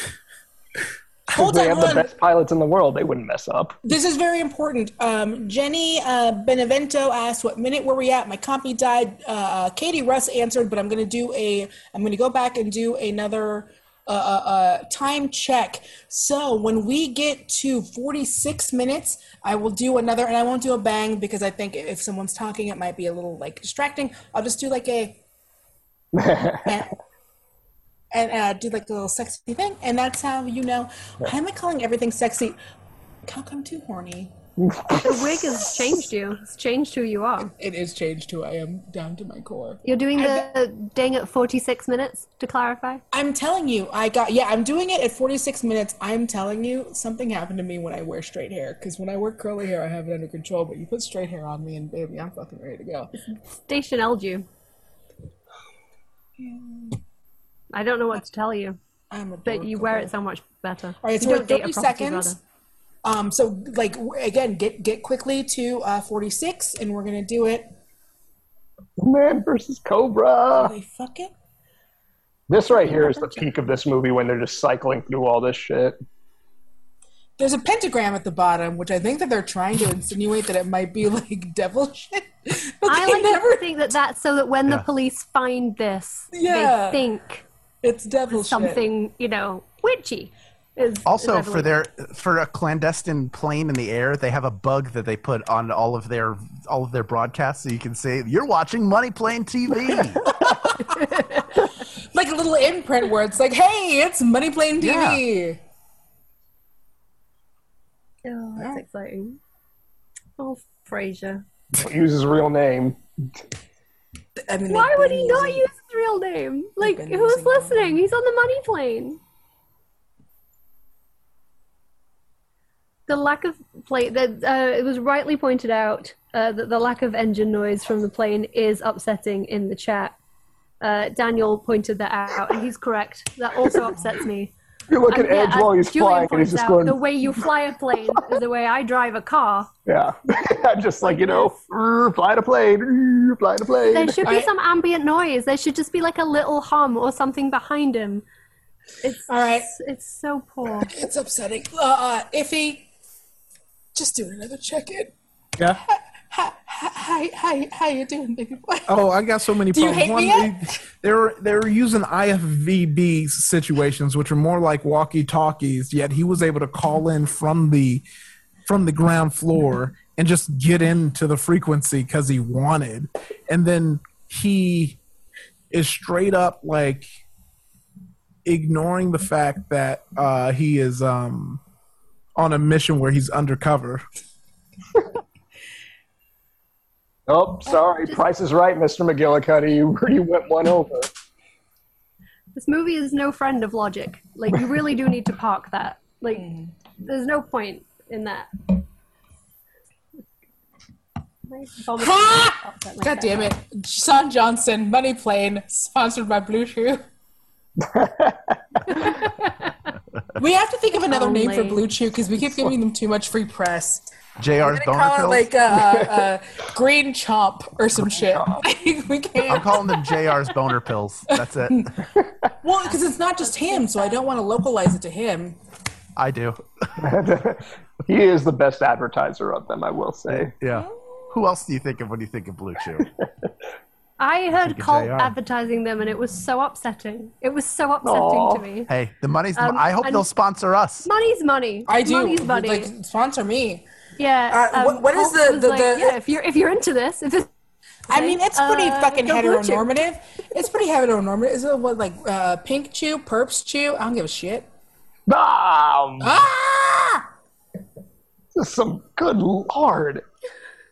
Speaker 2: Hold
Speaker 7: They
Speaker 2: on,
Speaker 7: have
Speaker 2: hold
Speaker 7: the
Speaker 2: on.
Speaker 7: best pilots in the world. They wouldn't mess up.
Speaker 2: This is very important. Um, Jenny uh, Benevento asked, "What minute were we at?" My compy died. Uh, Katie Russ answered, but I'm going to do a. I'm going to go back and do another uh, uh, uh, time check. So when we get to 46 minutes, I will do another, and I won't do a bang because I think if someone's talking, it might be a little like distracting. I'll just do like a. and and uh, do like a little sexy thing, and that's how you know. Why am I calling everything sexy? How come too horny?
Speaker 5: The wig has changed you. It's changed who you are.
Speaker 2: It is changed who I am down to my core.
Speaker 5: You're doing the dang at 46 minutes to clarify.
Speaker 2: I'm telling you, I got yeah. I'm doing it at 46 minutes. I'm telling you, something happened to me when I wear straight hair. Because when I wear curly hair, I have it under control. But you put straight hair on me, and baby, I'm fucking ready to go.
Speaker 5: Station Eldu. I don't know what to tell you,
Speaker 2: I'm a
Speaker 5: but you wear it so much better.
Speaker 2: All right, so
Speaker 5: You
Speaker 2: we're
Speaker 5: don't date
Speaker 2: 30
Speaker 5: a prostitute,
Speaker 2: seconds.
Speaker 5: rather.
Speaker 2: Um, so like w- again, get get quickly to uh 46, and we're gonna do it.
Speaker 7: Man versus Cobra.
Speaker 2: Holy fuck it.
Speaker 7: This right here is the peak of this movie when they're just cycling through all this shit.
Speaker 2: There's a pentagram at the bottom, which I think that they're trying to insinuate that it might be like devil shit. But
Speaker 5: I
Speaker 2: they
Speaker 5: like
Speaker 2: never
Speaker 5: to think that that's so that when the police find this,
Speaker 2: Yeah.
Speaker 5: they think
Speaker 2: It's devil shit.
Speaker 5: something, you know, witchy. Is, is
Speaker 4: Also, for
Speaker 5: everyone-
Speaker 4: their for a clandestine plane in the air, they have a bug that they put on all of their all of their broadcasts, so you can say you're watching Money Plane TV.
Speaker 2: Like a little imprint where it's like, hey, it's Money Plane TV.
Speaker 5: Oh, that's exciting. Oh, Frasier.
Speaker 7: Don't use his real name.
Speaker 2: I mean,
Speaker 5: Why
Speaker 2: they've
Speaker 5: would
Speaker 2: been
Speaker 5: he not
Speaker 2: using-
Speaker 5: use his real name? Like,
Speaker 2: been
Speaker 5: who's
Speaker 2: using that.
Speaker 5: listening? He's on the money plane. The lack of plane, that uh, it was rightly pointed out uh, that the lack of engine noise from the plane is upsetting in the chat. Uh, Daniel pointed that out, and he's correct. That also upsets me.
Speaker 7: You look at
Speaker 5: And yeah,
Speaker 7: Edge while
Speaker 5: as
Speaker 7: he's
Speaker 5: Julian
Speaker 7: flying, and he's
Speaker 5: points
Speaker 7: just
Speaker 5: out,
Speaker 7: going,
Speaker 5: The way you fly a plane is the way I drive a car.
Speaker 7: yeah. I'm just like, you know, "Rrr, fly to plane, rrr, fly to plane.
Speaker 5: There should be some ambient noise. There should just be like a little hum or something behind him. It's
Speaker 2: All right.
Speaker 5: It's so poor.
Speaker 2: It's upsetting. Uh, uh, iffy. Just doing another check in.
Speaker 6: Yeah.
Speaker 2: Hi, hi, hi, how you doing, baby boy?
Speaker 6: Oh, I got so many
Speaker 2: Do you
Speaker 6: problems.
Speaker 2: hate me
Speaker 6: One, they, they're they're using IFVB situations, which are more like walkie talkies. Yet he was able to call in from the from the ground floor and just get into the frequency because he wanted. And then he is straight up like ignoring the fact that uh, he is um, on a mission where he's undercover.
Speaker 7: Oh, sorry. Price is right, Mr. McGillicuddy. You, you went one over.
Speaker 5: This movie is no friend of logic. Like you really do need to park that. Like
Speaker 2: Mm.
Speaker 5: there's no point in that. My vomit-
Speaker 2: Ha!
Speaker 5: upset my
Speaker 2: God
Speaker 5: cat.
Speaker 2: damn it. Sean Johnson, Money Plane, sponsored by Blue Chew. we have to think of another name for
Speaker 5: Only.
Speaker 2: Blue Chew because we keep giving them too much free press.
Speaker 4: Jr.
Speaker 2: We're gonna call it
Speaker 4: Thornhill.
Speaker 2: like uh, uh, green chomp or some shit. we
Speaker 4: I'm
Speaker 2: can't.
Speaker 4: calling them JR's boner pills. That's it.
Speaker 2: Well, because it's not just him, so I don't want to localize it to him.
Speaker 4: I do.
Speaker 7: he is the best advertiser of them, I will say.
Speaker 4: Yeah. Who else do you think of when you think of Blue Chew?
Speaker 5: I heard
Speaker 4: of
Speaker 5: cult
Speaker 4: JR.
Speaker 5: advertising them, and it was so upsetting. It was so upsetting
Speaker 7: Aw.
Speaker 5: to me.
Speaker 4: Hey, the money's.
Speaker 5: Um,
Speaker 4: I hope
Speaker 5: and-
Speaker 4: they'll sponsor us.
Speaker 5: Money's money.
Speaker 2: I do.
Speaker 5: Money's money.
Speaker 2: Like sponsor me.
Speaker 5: yeah.
Speaker 2: Uh, what- what is
Speaker 5: Cult
Speaker 2: the-
Speaker 5: was
Speaker 2: the-
Speaker 5: like,
Speaker 2: the-
Speaker 5: yeah, if you're if you're into this, if this
Speaker 2: I mean, it's pretty
Speaker 5: Uh,
Speaker 2: fucking
Speaker 5: go Blue Chew.
Speaker 2: heteronormative. It's pretty heteronormative. Is it what like uh, pink chew, perps chew? I don't give a shit.
Speaker 7: Bam!
Speaker 2: Ah!
Speaker 7: This is some good lord.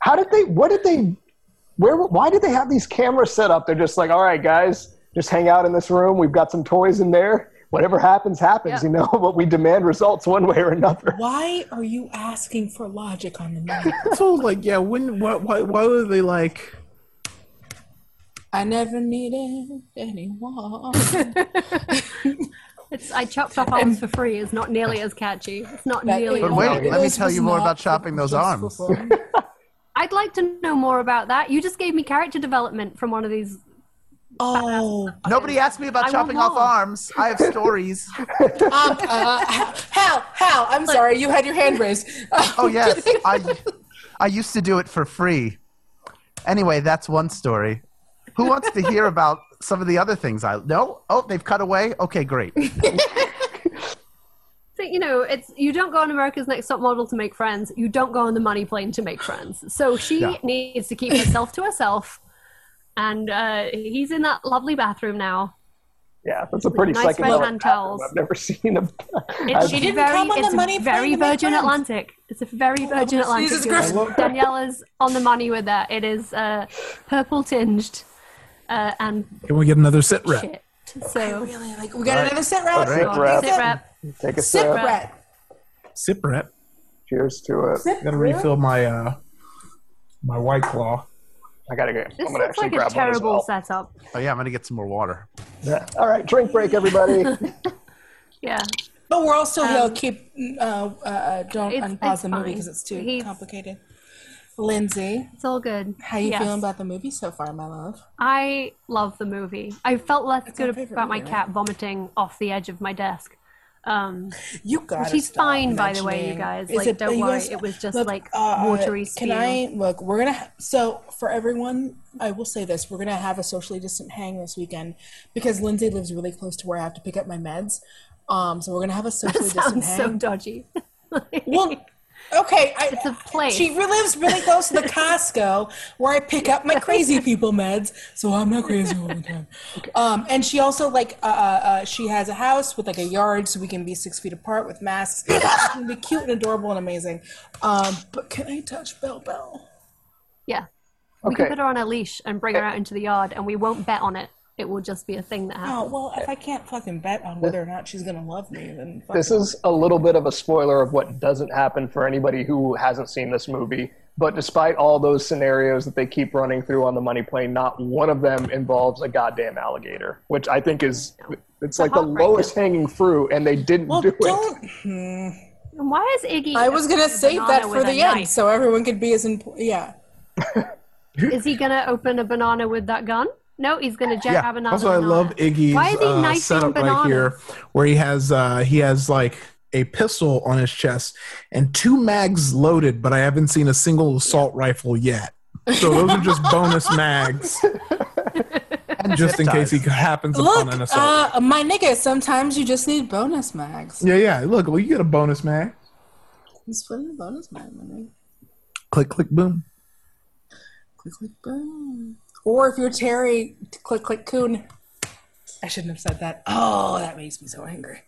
Speaker 7: How did they? What did they? Where? Why did they have these cameras set up? They're just like, all right, guys, just hang out in this room. We've got some toys in there. whatever happens, happens.
Speaker 5: Yeah.
Speaker 7: You know, but we demand results one way or another.
Speaker 2: Why are you asking for logic on the money?
Speaker 6: So like, yeah, when why why, why were they like?
Speaker 2: I never needed anyone.
Speaker 5: It's I chopped off arms for free is not nearly as catchy. It's not
Speaker 2: That
Speaker 5: nearly.
Speaker 2: is-
Speaker 5: as
Speaker 4: Um, But wait,
Speaker 2: that
Speaker 4: let me
Speaker 2: is-
Speaker 4: tell
Speaker 2: was
Speaker 4: you more
Speaker 2: not
Speaker 4: about chopping those
Speaker 2: just
Speaker 4: arms.
Speaker 2: for fun.
Speaker 5: I'd like to know more about that. You just gave me character development from one of these.
Speaker 2: Oh, um,
Speaker 4: Nobody asked me about
Speaker 5: I
Speaker 4: chopping
Speaker 5: want
Speaker 4: off
Speaker 5: more.
Speaker 4: arms. I have stories.
Speaker 2: uh, Hal, Hal, I'm sorry, you had your hand raised.
Speaker 4: Oh yes, I I used to do it for free. Anyway, that's one story. Who wants to hear about some of the other things? I no. Oh, they've cut away. Okay, great.
Speaker 5: So, you know, it's you don't go on America's Next Top Model to make friends. You don't go on the money plane to make friends. So she
Speaker 4: Yeah.
Speaker 5: needs to keep herself to herself. And uh, he's in that lovely bathroom now.
Speaker 7: Yeah, that's a pretty
Speaker 5: Nice
Speaker 7: psychedelic.
Speaker 5: red hand
Speaker 7: bathroom.
Speaker 5: towels.
Speaker 7: I've never seen a.
Speaker 5: It's
Speaker 2: She didn't
Speaker 5: very,
Speaker 2: come on the
Speaker 5: it's
Speaker 2: money plane
Speaker 5: very
Speaker 2: to make
Speaker 5: Virgin
Speaker 2: friends. Oh,
Speaker 5: Atlantic. It's a very Virgin Atlantic.
Speaker 2: Jesus
Speaker 5: you're right.
Speaker 2: Christ.
Speaker 5: Daniela's on the money with that. It is uh, purple tinged uh, and
Speaker 6: Can we get another sit rep?
Speaker 5: shit. So
Speaker 2: really? Like, we got another set round?
Speaker 7: Sit
Speaker 5: God,
Speaker 7: rep.
Speaker 5: sit rep.
Speaker 7: Take a
Speaker 2: Sit
Speaker 7: sip.
Speaker 2: rep.
Speaker 6: Sit rep.
Speaker 7: Cheers to it.
Speaker 6: Gotta refill my uh my white claw.
Speaker 7: I gotta go.
Speaker 5: This
Speaker 7: I'm gonna
Speaker 5: looks
Speaker 7: actually
Speaker 5: like a
Speaker 7: grab one as
Speaker 5: terrible
Speaker 7: well.
Speaker 5: setup.
Speaker 4: Oh yeah, I'm gonna get some more water.
Speaker 7: Yeah. All right, drink break, everybody.
Speaker 5: Yeah.
Speaker 2: But we're also he'll keep uh, uh, don't
Speaker 5: Um, it's-
Speaker 2: unpause
Speaker 5: it's
Speaker 2: the movie
Speaker 5: fine.
Speaker 2: because it's too
Speaker 5: He's-
Speaker 2: complicated. Lindsay,
Speaker 5: It's all good.
Speaker 2: how you
Speaker 5: Yes.
Speaker 2: feeling about the movie so far, my love?
Speaker 5: I love the movie. I felt less
Speaker 2: our
Speaker 5: good
Speaker 2: favorite
Speaker 5: about my
Speaker 2: movie, right?
Speaker 5: cat vomiting off the edge of my desk. Um,
Speaker 2: You got.
Speaker 5: she's fine, by the way, you guys. Like, don't worry. It was just, like, watery
Speaker 2: uh, Can
Speaker 5: spew.
Speaker 2: I look? We're gonna. ha- So for everyone, I will say this: we're gonna have a socially distant hang this weekend because Lindsay lives really close to where I have to pick up my meds. Um, so we're gonna have a socially distant
Speaker 5: sounds
Speaker 2: hang.
Speaker 5: so dodgy.
Speaker 2: Well, okay. I,
Speaker 5: It's a place.
Speaker 2: She re- lives really close to the Costco where I pick up my crazy people meds, so I'm not crazy all the time. Um, and she also like uh, uh, uh, she has a house with like a yard, so we can be six feet apart with masks. It's gonna be cute and adorable and amazing. Um, but can I touch Bell Bell?
Speaker 5: yeah. We
Speaker 7: Okay.
Speaker 5: can put her on a leash and
Speaker 6: Eh.
Speaker 5: bring her out into the yard, and we won't bet on it. It will just be a thing that
Speaker 2: Oh
Speaker 5: happens.
Speaker 2: well, if I can't fucking bet on whether or not she's gonna love me, then fuck.
Speaker 7: this is a little bit of a spoiler of what doesn't happen for anybody who hasn't seen this movie. But despite all those scenarios that they keep running through on the money plane, not one of them involves a goddamn alligator, which I think is it's like the
Speaker 5: heartbreaking.
Speaker 7: lowest hanging fruit, and they didn't
Speaker 2: Well,
Speaker 7: do it.
Speaker 2: don't.
Speaker 5: And Why is Iggy?
Speaker 2: I was gonna
Speaker 5: a
Speaker 2: save that
Speaker 5: banana
Speaker 2: for
Speaker 5: with
Speaker 2: the
Speaker 5: a
Speaker 2: end,
Speaker 5: knife?
Speaker 2: so everyone could be as in. Yeah.
Speaker 5: Is he gonna open a banana with that gun? No, he's gonna jab
Speaker 4: Yeah.
Speaker 5: a banana.
Speaker 6: Also, I
Speaker 5: banana.
Speaker 6: love Iggy's
Speaker 5: Why is he
Speaker 6: uh,
Speaker 5: knifing
Speaker 6: setup right
Speaker 5: bananas?
Speaker 6: here, where he has uh, he has like a pistol on his chest and two mags loaded, but I haven't seen a single assault rifle yet. So those are just bonus mags,
Speaker 4: And
Speaker 6: just
Speaker 4: zip
Speaker 6: in case
Speaker 4: ties.
Speaker 6: he happens upon an
Speaker 2: Look,
Speaker 6: assault.
Speaker 2: uh, my nigga, sometimes you just need bonus mags.
Speaker 6: yeah, yeah. Look, well, you get a bonus mag.
Speaker 2: Just put in a bonus mag, my nigga.
Speaker 6: Click, click, boom.
Speaker 2: Click, click, boom. Or if you're Terry, click, click, coon. I shouldn't have said that. Oh, that makes me so angry.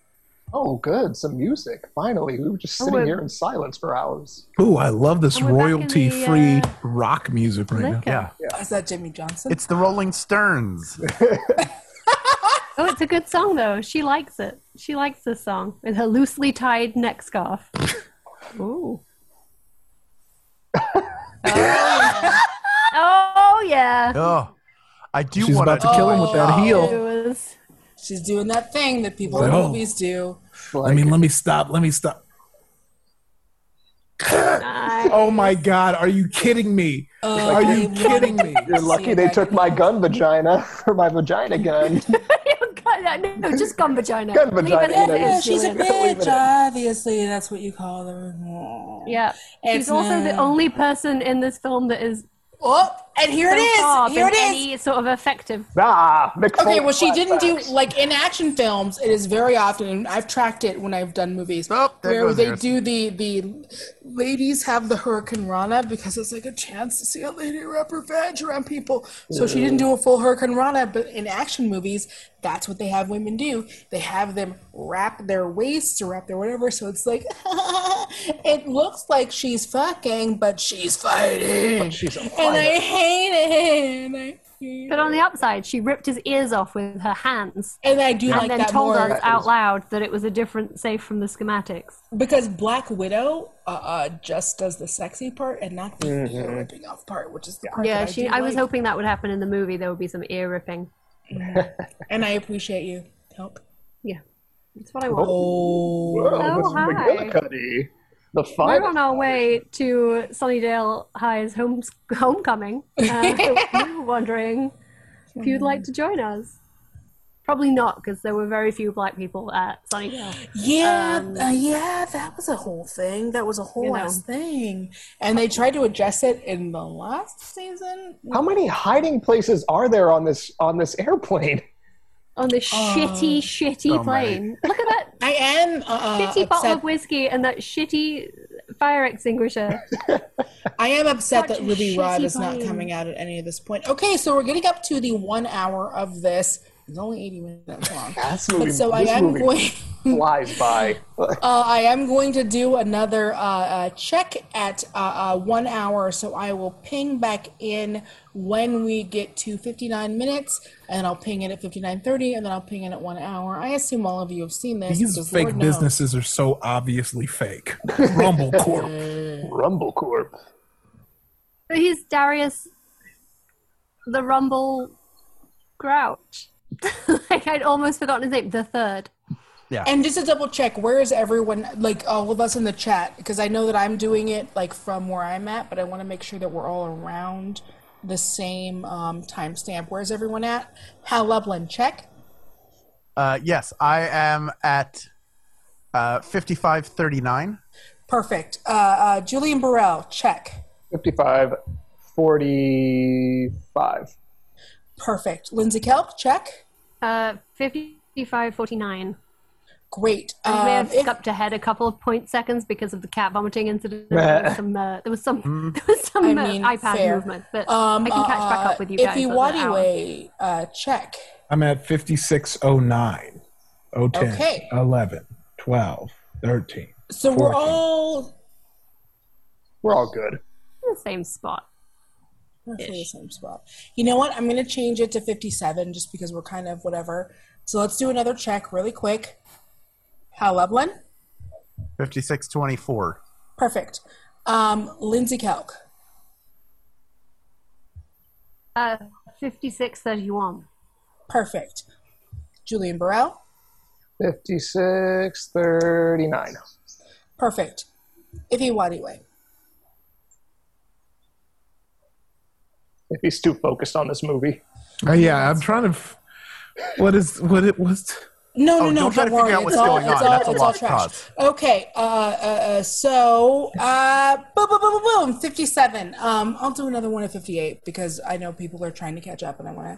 Speaker 7: Oh, good, some music. Finally, we were just
Speaker 5: Oh,
Speaker 7: sitting
Speaker 5: well.
Speaker 7: here in silence for hours.
Speaker 6: Ooh, I love this
Speaker 5: And Oh, we're back in the,
Speaker 6: royalty-free
Speaker 5: uh,
Speaker 6: rock music right now.
Speaker 5: Liquor.
Speaker 4: Yeah,
Speaker 2: Is that Jimmy Johnson?
Speaker 4: it's the Rolling Stones.
Speaker 5: Oh, it's a good song though. She likes it. She likes this song with her loosely tied neck scarf. Ooh. oh yeah.
Speaker 4: Oh, I do
Speaker 6: She's
Speaker 4: want
Speaker 6: about to kill him with that
Speaker 5: It
Speaker 6: heel.
Speaker 5: was.
Speaker 2: She's doing that thing that people in
Speaker 6: Oh.
Speaker 2: movies do.
Speaker 6: I mean, let me stop. Let me stop.
Speaker 5: I,
Speaker 6: Oh my God! Are you kidding me?
Speaker 2: Oh,
Speaker 6: Are you
Speaker 2: they
Speaker 6: kidding
Speaker 2: wanted
Speaker 6: me?
Speaker 2: to
Speaker 7: You're
Speaker 2: see
Speaker 7: lucky
Speaker 2: if
Speaker 7: they
Speaker 2: I
Speaker 7: took
Speaker 2: could-
Speaker 7: my gun vagina for my vagina gun.
Speaker 5: no, just gun vagina.
Speaker 7: Gun
Speaker 5: Leave
Speaker 7: vagina,
Speaker 5: it
Speaker 7: you know,
Speaker 2: Yeah,
Speaker 5: as
Speaker 7: just-
Speaker 2: she's
Speaker 5: is,
Speaker 2: a
Speaker 5: Julian.
Speaker 7: Leave
Speaker 2: bitch.
Speaker 7: it.
Speaker 2: Obviously, that's what you call them.
Speaker 5: Yeah.
Speaker 2: It's
Speaker 5: She's also the
Speaker 2: not-
Speaker 5: only person in this film that is
Speaker 2: Oh, and here it
Speaker 5: so far
Speaker 2: is. Here
Speaker 5: been
Speaker 2: it is.
Speaker 5: any sort of effective.
Speaker 7: ah, Mick
Speaker 2: Okay,
Speaker 7: Foley
Speaker 2: well, she didn't do
Speaker 7: flashbacks.
Speaker 2: like in action films. It is very often, and I've tracked it when I've done movies
Speaker 4: Oh, there
Speaker 2: where
Speaker 4: goes
Speaker 2: they
Speaker 4: yours.
Speaker 2: do the the ladies have the Hurricane Rana because it's like a chance to see a lady rub revenge around people. So she didn't do a full Hurricane Rana, but in action movies, that's what they have women do. They have them wrap their waists or wrap their whatever. So it's like it looks like she's fucking, but she's fighting,
Speaker 7: She's a
Speaker 2: and
Speaker 7: fighter.
Speaker 2: I hate it. He-
Speaker 5: But on the upside, she ripped his ears off with her hands
Speaker 2: and I do
Speaker 5: and
Speaker 2: like
Speaker 5: then
Speaker 2: that
Speaker 5: told
Speaker 2: more
Speaker 5: us out loud that it was a different save from the schematics.
Speaker 2: because Black Widow uh, uh, just does the sexy part and not the ear ripping off part, which is the part
Speaker 5: Yeah,
Speaker 2: that
Speaker 5: she.
Speaker 2: do
Speaker 5: I was
Speaker 2: like.
Speaker 5: hoping that would happen in the movie. There would be some ear ripping.
Speaker 2: and I appreciate you help.
Speaker 5: Yeah, that's what I want.
Speaker 2: Oh,
Speaker 5: Oh,
Speaker 7: Mrs.
Speaker 5: hi.
Speaker 7: McGillicuddy. The
Speaker 5: We're
Speaker 7: fun.
Speaker 5: on our way to Sunnydale High's home, homecoming. Uh, so we were wondering if you'd like to join us. Probably not, because there were very few black people at Sunnydale.
Speaker 2: yeah, uh, yeah, that was a whole thing. That was a whole
Speaker 5: Um, know.
Speaker 2: ass thing, and they tried to address it in the last season.
Speaker 7: How many hiding places are there on this on this airplane?
Speaker 5: On this shitty, shitty plane. Look at that
Speaker 2: I am uh, uh,
Speaker 5: shitty bottle
Speaker 2: upset.
Speaker 5: of whiskey and that shitty fire extinguisher.
Speaker 2: I am upset
Speaker 5: Such
Speaker 2: that
Speaker 5: a
Speaker 2: Ruby Rod
Speaker 5: shitty
Speaker 2: is not
Speaker 5: plane.
Speaker 2: coming out at any of this point. Okay, so we're getting up to the one hour of this. It's only eighty minutes long.
Speaker 7: This movie,
Speaker 2: But so I
Speaker 7: this
Speaker 2: am
Speaker 7: movie
Speaker 2: going.
Speaker 7: flies by.
Speaker 2: Uh, I am going to do another uh, uh, check at uh, uh, one hour, so I will ping back in when we get to 59 minutes, and I'll ping in at 59:30, and then I'll ping in at one hour. I assume all of you have seen this.
Speaker 6: These
Speaker 2: because
Speaker 6: fake
Speaker 2: Lord knows.
Speaker 6: businesses are so obviously fake. Rumble Corp.
Speaker 7: Rumble Corp.
Speaker 5: But he's Darius the Rumble Grouch. like I'd almost forgotten his name, the third.
Speaker 2: And just to double check, where is everyone? Like all of us in the chat, because I know that I'm doing it like from where I'm at, but I want to make sure that we're all around the same um, timestamp. Where's everyone at? Hal Lublin, check.
Speaker 4: Uh, yes, I am at uh, 5539.
Speaker 2: Perfect. Uh, uh, Julian Burrell, check.
Speaker 7: 55, 45.
Speaker 2: Perfect. Lindsay Kelp, check.
Speaker 5: Uh, 55 49.
Speaker 2: Great.
Speaker 5: I may
Speaker 2: Um,
Speaker 5: have
Speaker 2: if-
Speaker 5: skipped ahead a couple of point seconds because of the cat vomiting incident. There was some, uh, there was some, there was some
Speaker 2: Hmm. I
Speaker 5: uh,
Speaker 2: mean,
Speaker 5: iPad
Speaker 2: fair.
Speaker 5: movement, but
Speaker 2: um,
Speaker 5: I can catch back
Speaker 2: uh,
Speaker 5: up with you guys.
Speaker 2: If you
Speaker 5: over the hour.
Speaker 2: way, uh, check.
Speaker 6: I'm at 5609, 010,
Speaker 2: Okay.
Speaker 6: 11, 12, 13.
Speaker 2: So we're
Speaker 6: 14.
Speaker 2: all
Speaker 7: We're all good.
Speaker 5: In the same spot.
Speaker 2: roughly the same spot. You know what? I'm going to change it to 57 just because we're kind of whatever. So let's do another check really quick. Hal Lublin,
Speaker 4: 5624.
Speaker 2: perfect. Um, Lindsay Kelk,
Speaker 5: Uh, 56 31.
Speaker 2: perfect. Julian Burrell,
Speaker 7: 56, 39.
Speaker 2: perfect. Ife Wadiwe,
Speaker 7: If he's too focused on this movie.
Speaker 6: Uh, yeah, I'm trying to. F- what is what it was?
Speaker 2: No, no,
Speaker 4: Oh,
Speaker 2: no.
Speaker 4: don't try to
Speaker 2: worry.
Speaker 4: figure out
Speaker 2: It's
Speaker 4: what's
Speaker 2: all,
Speaker 4: going
Speaker 2: it's
Speaker 4: on.
Speaker 2: all-
Speaker 4: That's a
Speaker 2: it's all
Speaker 4: lost
Speaker 2: trash.
Speaker 4: cause.
Speaker 2: Okay. Uh, uh, uh, so, uh, boom, boom, boom, boom, boom, 57. Um, I'll do another one at 58 because I know people are trying to catch up and I want to.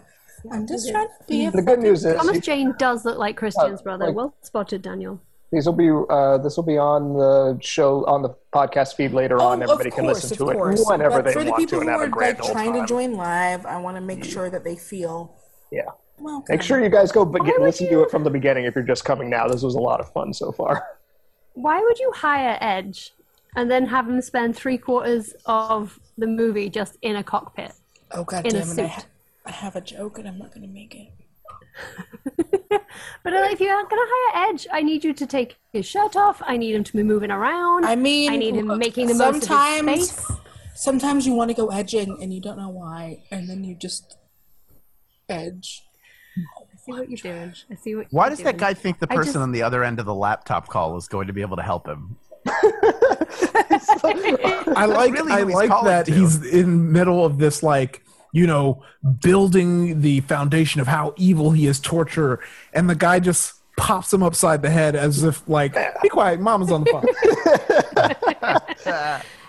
Speaker 2: I'm just trying to be a.
Speaker 7: The good news is
Speaker 5: Thomas Jane does look like Christian's
Speaker 7: Uh,
Speaker 5: brother.
Speaker 7: like-
Speaker 5: well spotted, Daniel.
Speaker 7: these will be uh, this will be on the show on the podcast feed later on.
Speaker 2: Oh,
Speaker 7: Everybody
Speaker 2: of
Speaker 7: can
Speaker 2: course,
Speaker 7: listen
Speaker 2: of
Speaker 7: to it
Speaker 2: course.
Speaker 7: whenever
Speaker 2: but
Speaker 7: they
Speaker 2: for the
Speaker 7: want
Speaker 2: people
Speaker 7: to and
Speaker 2: who
Speaker 7: have a
Speaker 2: are,
Speaker 7: grand
Speaker 2: like,
Speaker 7: old
Speaker 2: trying
Speaker 7: time.
Speaker 2: to join live, I want to make sure that they feel
Speaker 7: yeah.
Speaker 2: well.
Speaker 7: Make sure you guys go but get listen to it from the beginning if you're just coming now. This was a lot of fun so far.
Speaker 5: Why would you hire Edge and then have him spend three quarters of the movie just in a cockpit?
Speaker 2: Oh, God
Speaker 5: in a
Speaker 2: damn it. I,
Speaker 5: suit.
Speaker 2: ha- I have a joke and I'm not going to make it.
Speaker 5: But if you're going to hire Edge, I need you to take his shirt off. I need him to be moving around.
Speaker 2: I mean,
Speaker 5: I need him
Speaker 2: look,
Speaker 5: making the most of
Speaker 2: sometimes-
Speaker 5: his space.
Speaker 2: Sometimes you want to go edging and you don't know why, and then you just edge.
Speaker 5: I see what you're doing. I see what.
Speaker 4: Why
Speaker 5: you're
Speaker 4: does that
Speaker 5: doing.
Speaker 4: guy think the
Speaker 5: I
Speaker 4: person
Speaker 5: just-
Speaker 4: on the other end of the laptop call is going to be able to help him?
Speaker 6: I like
Speaker 4: really
Speaker 6: I
Speaker 4: who he's
Speaker 6: like
Speaker 4: calling
Speaker 6: that
Speaker 4: to.
Speaker 6: he's in middle of this like you know building the foundation of how evil he is torture, and the guy just pops him upside the head as if like be quiet, mama's on the phone.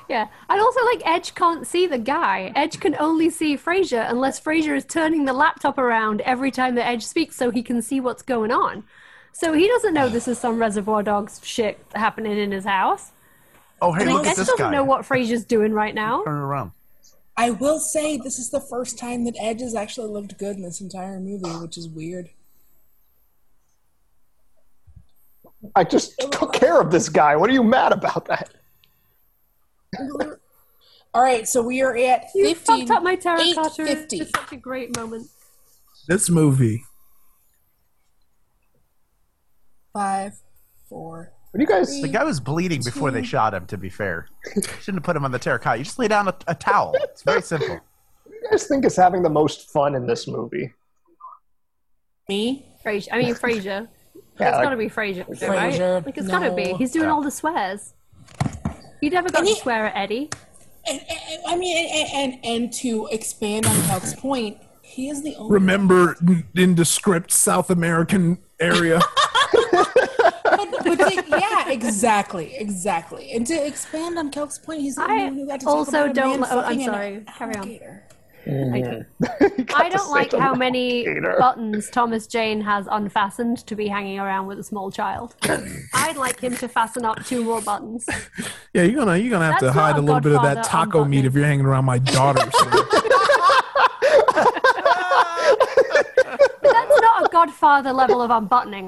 Speaker 5: Yeah, and also like Edge can't see the guy. Edge can only see Frasier unless Frasier is turning the laptop around every time that Edge speaks, so he can see what's going on. So he doesn't know this is some Reservoir Dogs shit happening in his house.
Speaker 4: Oh, hey,
Speaker 5: Like,
Speaker 4: look
Speaker 5: Edge
Speaker 4: at this
Speaker 5: doesn't
Speaker 4: guy.
Speaker 5: know what Frasier's doing right now.
Speaker 4: Turn around.
Speaker 2: I will say this is the first time that Edge has actually looked good in this entire movie, which is weird.
Speaker 7: I just took care of this guy. What are you mad about that?
Speaker 2: All All right, so we are at
Speaker 5: You
Speaker 2: 50,
Speaker 5: fucked up my tarot card.
Speaker 2: 850.
Speaker 5: It's such a great moment.
Speaker 6: This movie.
Speaker 2: Five, four.
Speaker 7: What do you guys?
Speaker 4: The guy was bleeding before they shot him. To be fair, shouldn't have put him on the terracotta. You just lay down a, a towel. It's very simple.
Speaker 7: what do you guys think is having the most fun in this movie?
Speaker 2: Me?
Speaker 5: Frasier. I mean, Frasier.
Speaker 7: Yeah,
Speaker 5: it's
Speaker 7: like-
Speaker 5: got to be Frasier, right?
Speaker 2: Frasier,
Speaker 5: Like, it's got to be.
Speaker 2: no.
Speaker 5: He's doing all the swears. You never got
Speaker 2: And
Speaker 5: to
Speaker 2: he-
Speaker 5: swear at Eddie.
Speaker 2: And, and, I mean, and, and and to expand on Kelk's point, he is the only.
Speaker 6: Remember indescript South American area.
Speaker 2: But, but to- yeah, exactly, exactly. And to expand on Kelk's point, he's the only
Speaker 5: I
Speaker 2: one who got to talk
Speaker 5: also
Speaker 2: about a
Speaker 5: don't.
Speaker 2: man
Speaker 5: Oh, I'm
Speaker 2: fucking an
Speaker 5: sorry. Carry on.
Speaker 2: alligator.
Speaker 5: I don't
Speaker 7: say
Speaker 5: like
Speaker 7: the
Speaker 5: how many
Speaker 7: alligator.
Speaker 5: buttons Thomas Jane has unfastened to be hanging around with a small child. I'd like him to fasten up two more buttons.
Speaker 6: yeah, you're gonna you're gonna have
Speaker 5: That's
Speaker 6: to
Speaker 5: not
Speaker 6: hide
Speaker 5: a
Speaker 6: a little bit of that
Speaker 5: Godfather
Speaker 6: taco meat
Speaker 5: unbutton.
Speaker 6: if you're hanging around my daughter. so-
Speaker 5: But that's not a Godfather level of unbuttoning,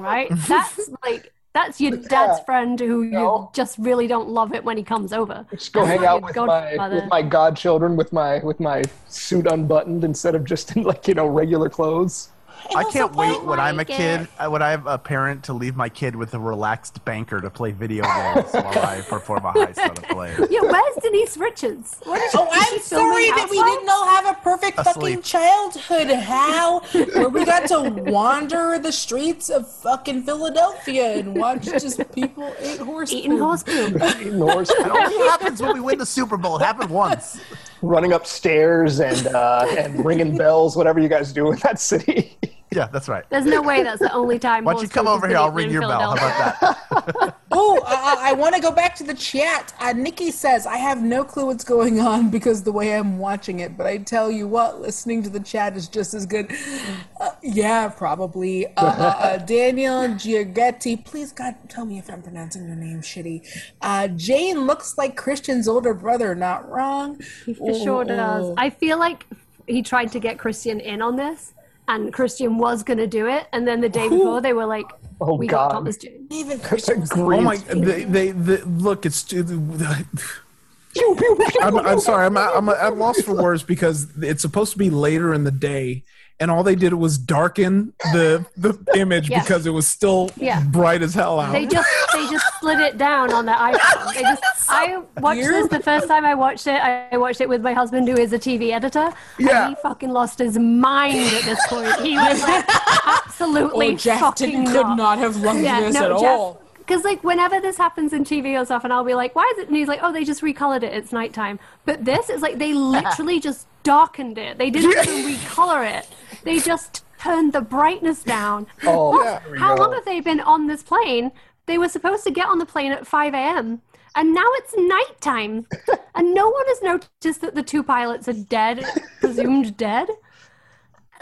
Speaker 5: right? That's like that's your dad's friend who you
Speaker 7: No.
Speaker 5: just really don't love it when he comes over.
Speaker 7: Just go hang
Speaker 5: not
Speaker 7: out
Speaker 5: your
Speaker 7: with my
Speaker 5: godfather.
Speaker 7: with my godchildren with my with my suit unbuttoned instead of just in like you know regular clothes.
Speaker 4: I can't wait when I'm a
Speaker 5: like
Speaker 4: kid,
Speaker 5: it.
Speaker 4: uh, when I'm a parent, to leave my kid with a relaxed banker to play video games while I perform a heist on a plane.
Speaker 5: Yeah, where's Denise Richards? Where is she?
Speaker 2: Oh,
Speaker 5: Is she
Speaker 2: I'm sorry
Speaker 5: filming
Speaker 2: that we
Speaker 5: outside?
Speaker 2: didn't all have a perfect fucking
Speaker 4: Asleep.
Speaker 2: childhood. How? Where we got to wander the streets of fucking Philadelphia and watch just people eat horse
Speaker 5: Eating
Speaker 2: poop.
Speaker 5: horse poop.
Speaker 7: Eating horse,
Speaker 4: It only happens when we win the Super Bowl. It happened once.
Speaker 7: running upstairs and uh, and ringing bells, whatever you guys do in that city.
Speaker 4: Yeah, that's right.
Speaker 5: There's no way that's the only time.
Speaker 4: Why don't you
Speaker 5: horse
Speaker 4: come
Speaker 5: poop
Speaker 4: over
Speaker 5: has
Speaker 4: here?
Speaker 5: been
Speaker 4: I'll
Speaker 5: eaten
Speaker 4: ring
Speaker 5: in
Speaker 4: your bell. How
Speaker 5: Philadelphia.
Speaker 4: about that?
Speaker 2: Oh, I, I- I want to go back to the chat. Uh, Nikki says, I have no clue what's going on because the way I'm watching it, but I tell you what, listening to the chat is just as good. Uh, yeah, probably. Uh, uh, uh, Daniel Giagetti, please, God, tell me if I'm pronouncing your name shitty. Uh, Jane looks like Christian's older brother, not wrong.
Speaker 5: For sure
Speaker 7: Oh.
Speaker 5: does. I feel like he tried to get Christian in on this, and Christian was going to do it, and then the day before they were like,
Speaker 7: Oh,
Speaker 5: "We
Speaker 7: God.
Speaker 5: got Thomas Jane."
Speaker 2: Even Christian was like,
Speaker 6: oh my! They, they, they look. It's
Speaker 7: Pew, pew, pew.
Speaker 6: I'm, I'm sorry. I'm, I'm I'm lost for words because it's supposed to be later in the day, and all they did was darken the the image
Speaker 5: Yeah.
Speaker 6: because it was still
Speaker 5: Yeah.
Speaker 6: bright as hell out.
Speaker 5: They just they just split it down on their iPhone. They just I watched this the first time I watched it. I watched it with my husband who is a TV editor.
Speaker 6: Yeah.
Speaker 5: And he fucking lost his mind at this point. He was like absolutely
Speaker 2: Oh, Jeff
Speaker 5: fucking
Speaker 2: didn't, could
Speaker 5: not.
Speaker 2: not have loved this at all.
Speaker 5: Because like whenever this happens in TV or stuff, and I'll be like, "Why is it?" And he's like, "Oh, they just recolored it. It's nighttime." But this is like they literally just darkened it. They didn't even recolor it. They just turned the brightness down.
Speaker 7: Oh,
Speaker 5: Plus,
Speaker 7: there we
Speaker 5: how
Speaker 7: go.
Speaker 5: long have they been on this plane? They were supposed to get on the plane at 5 a.m. And now it's nighttime, and no one has noticed that the two pilots are dead, presumed dead.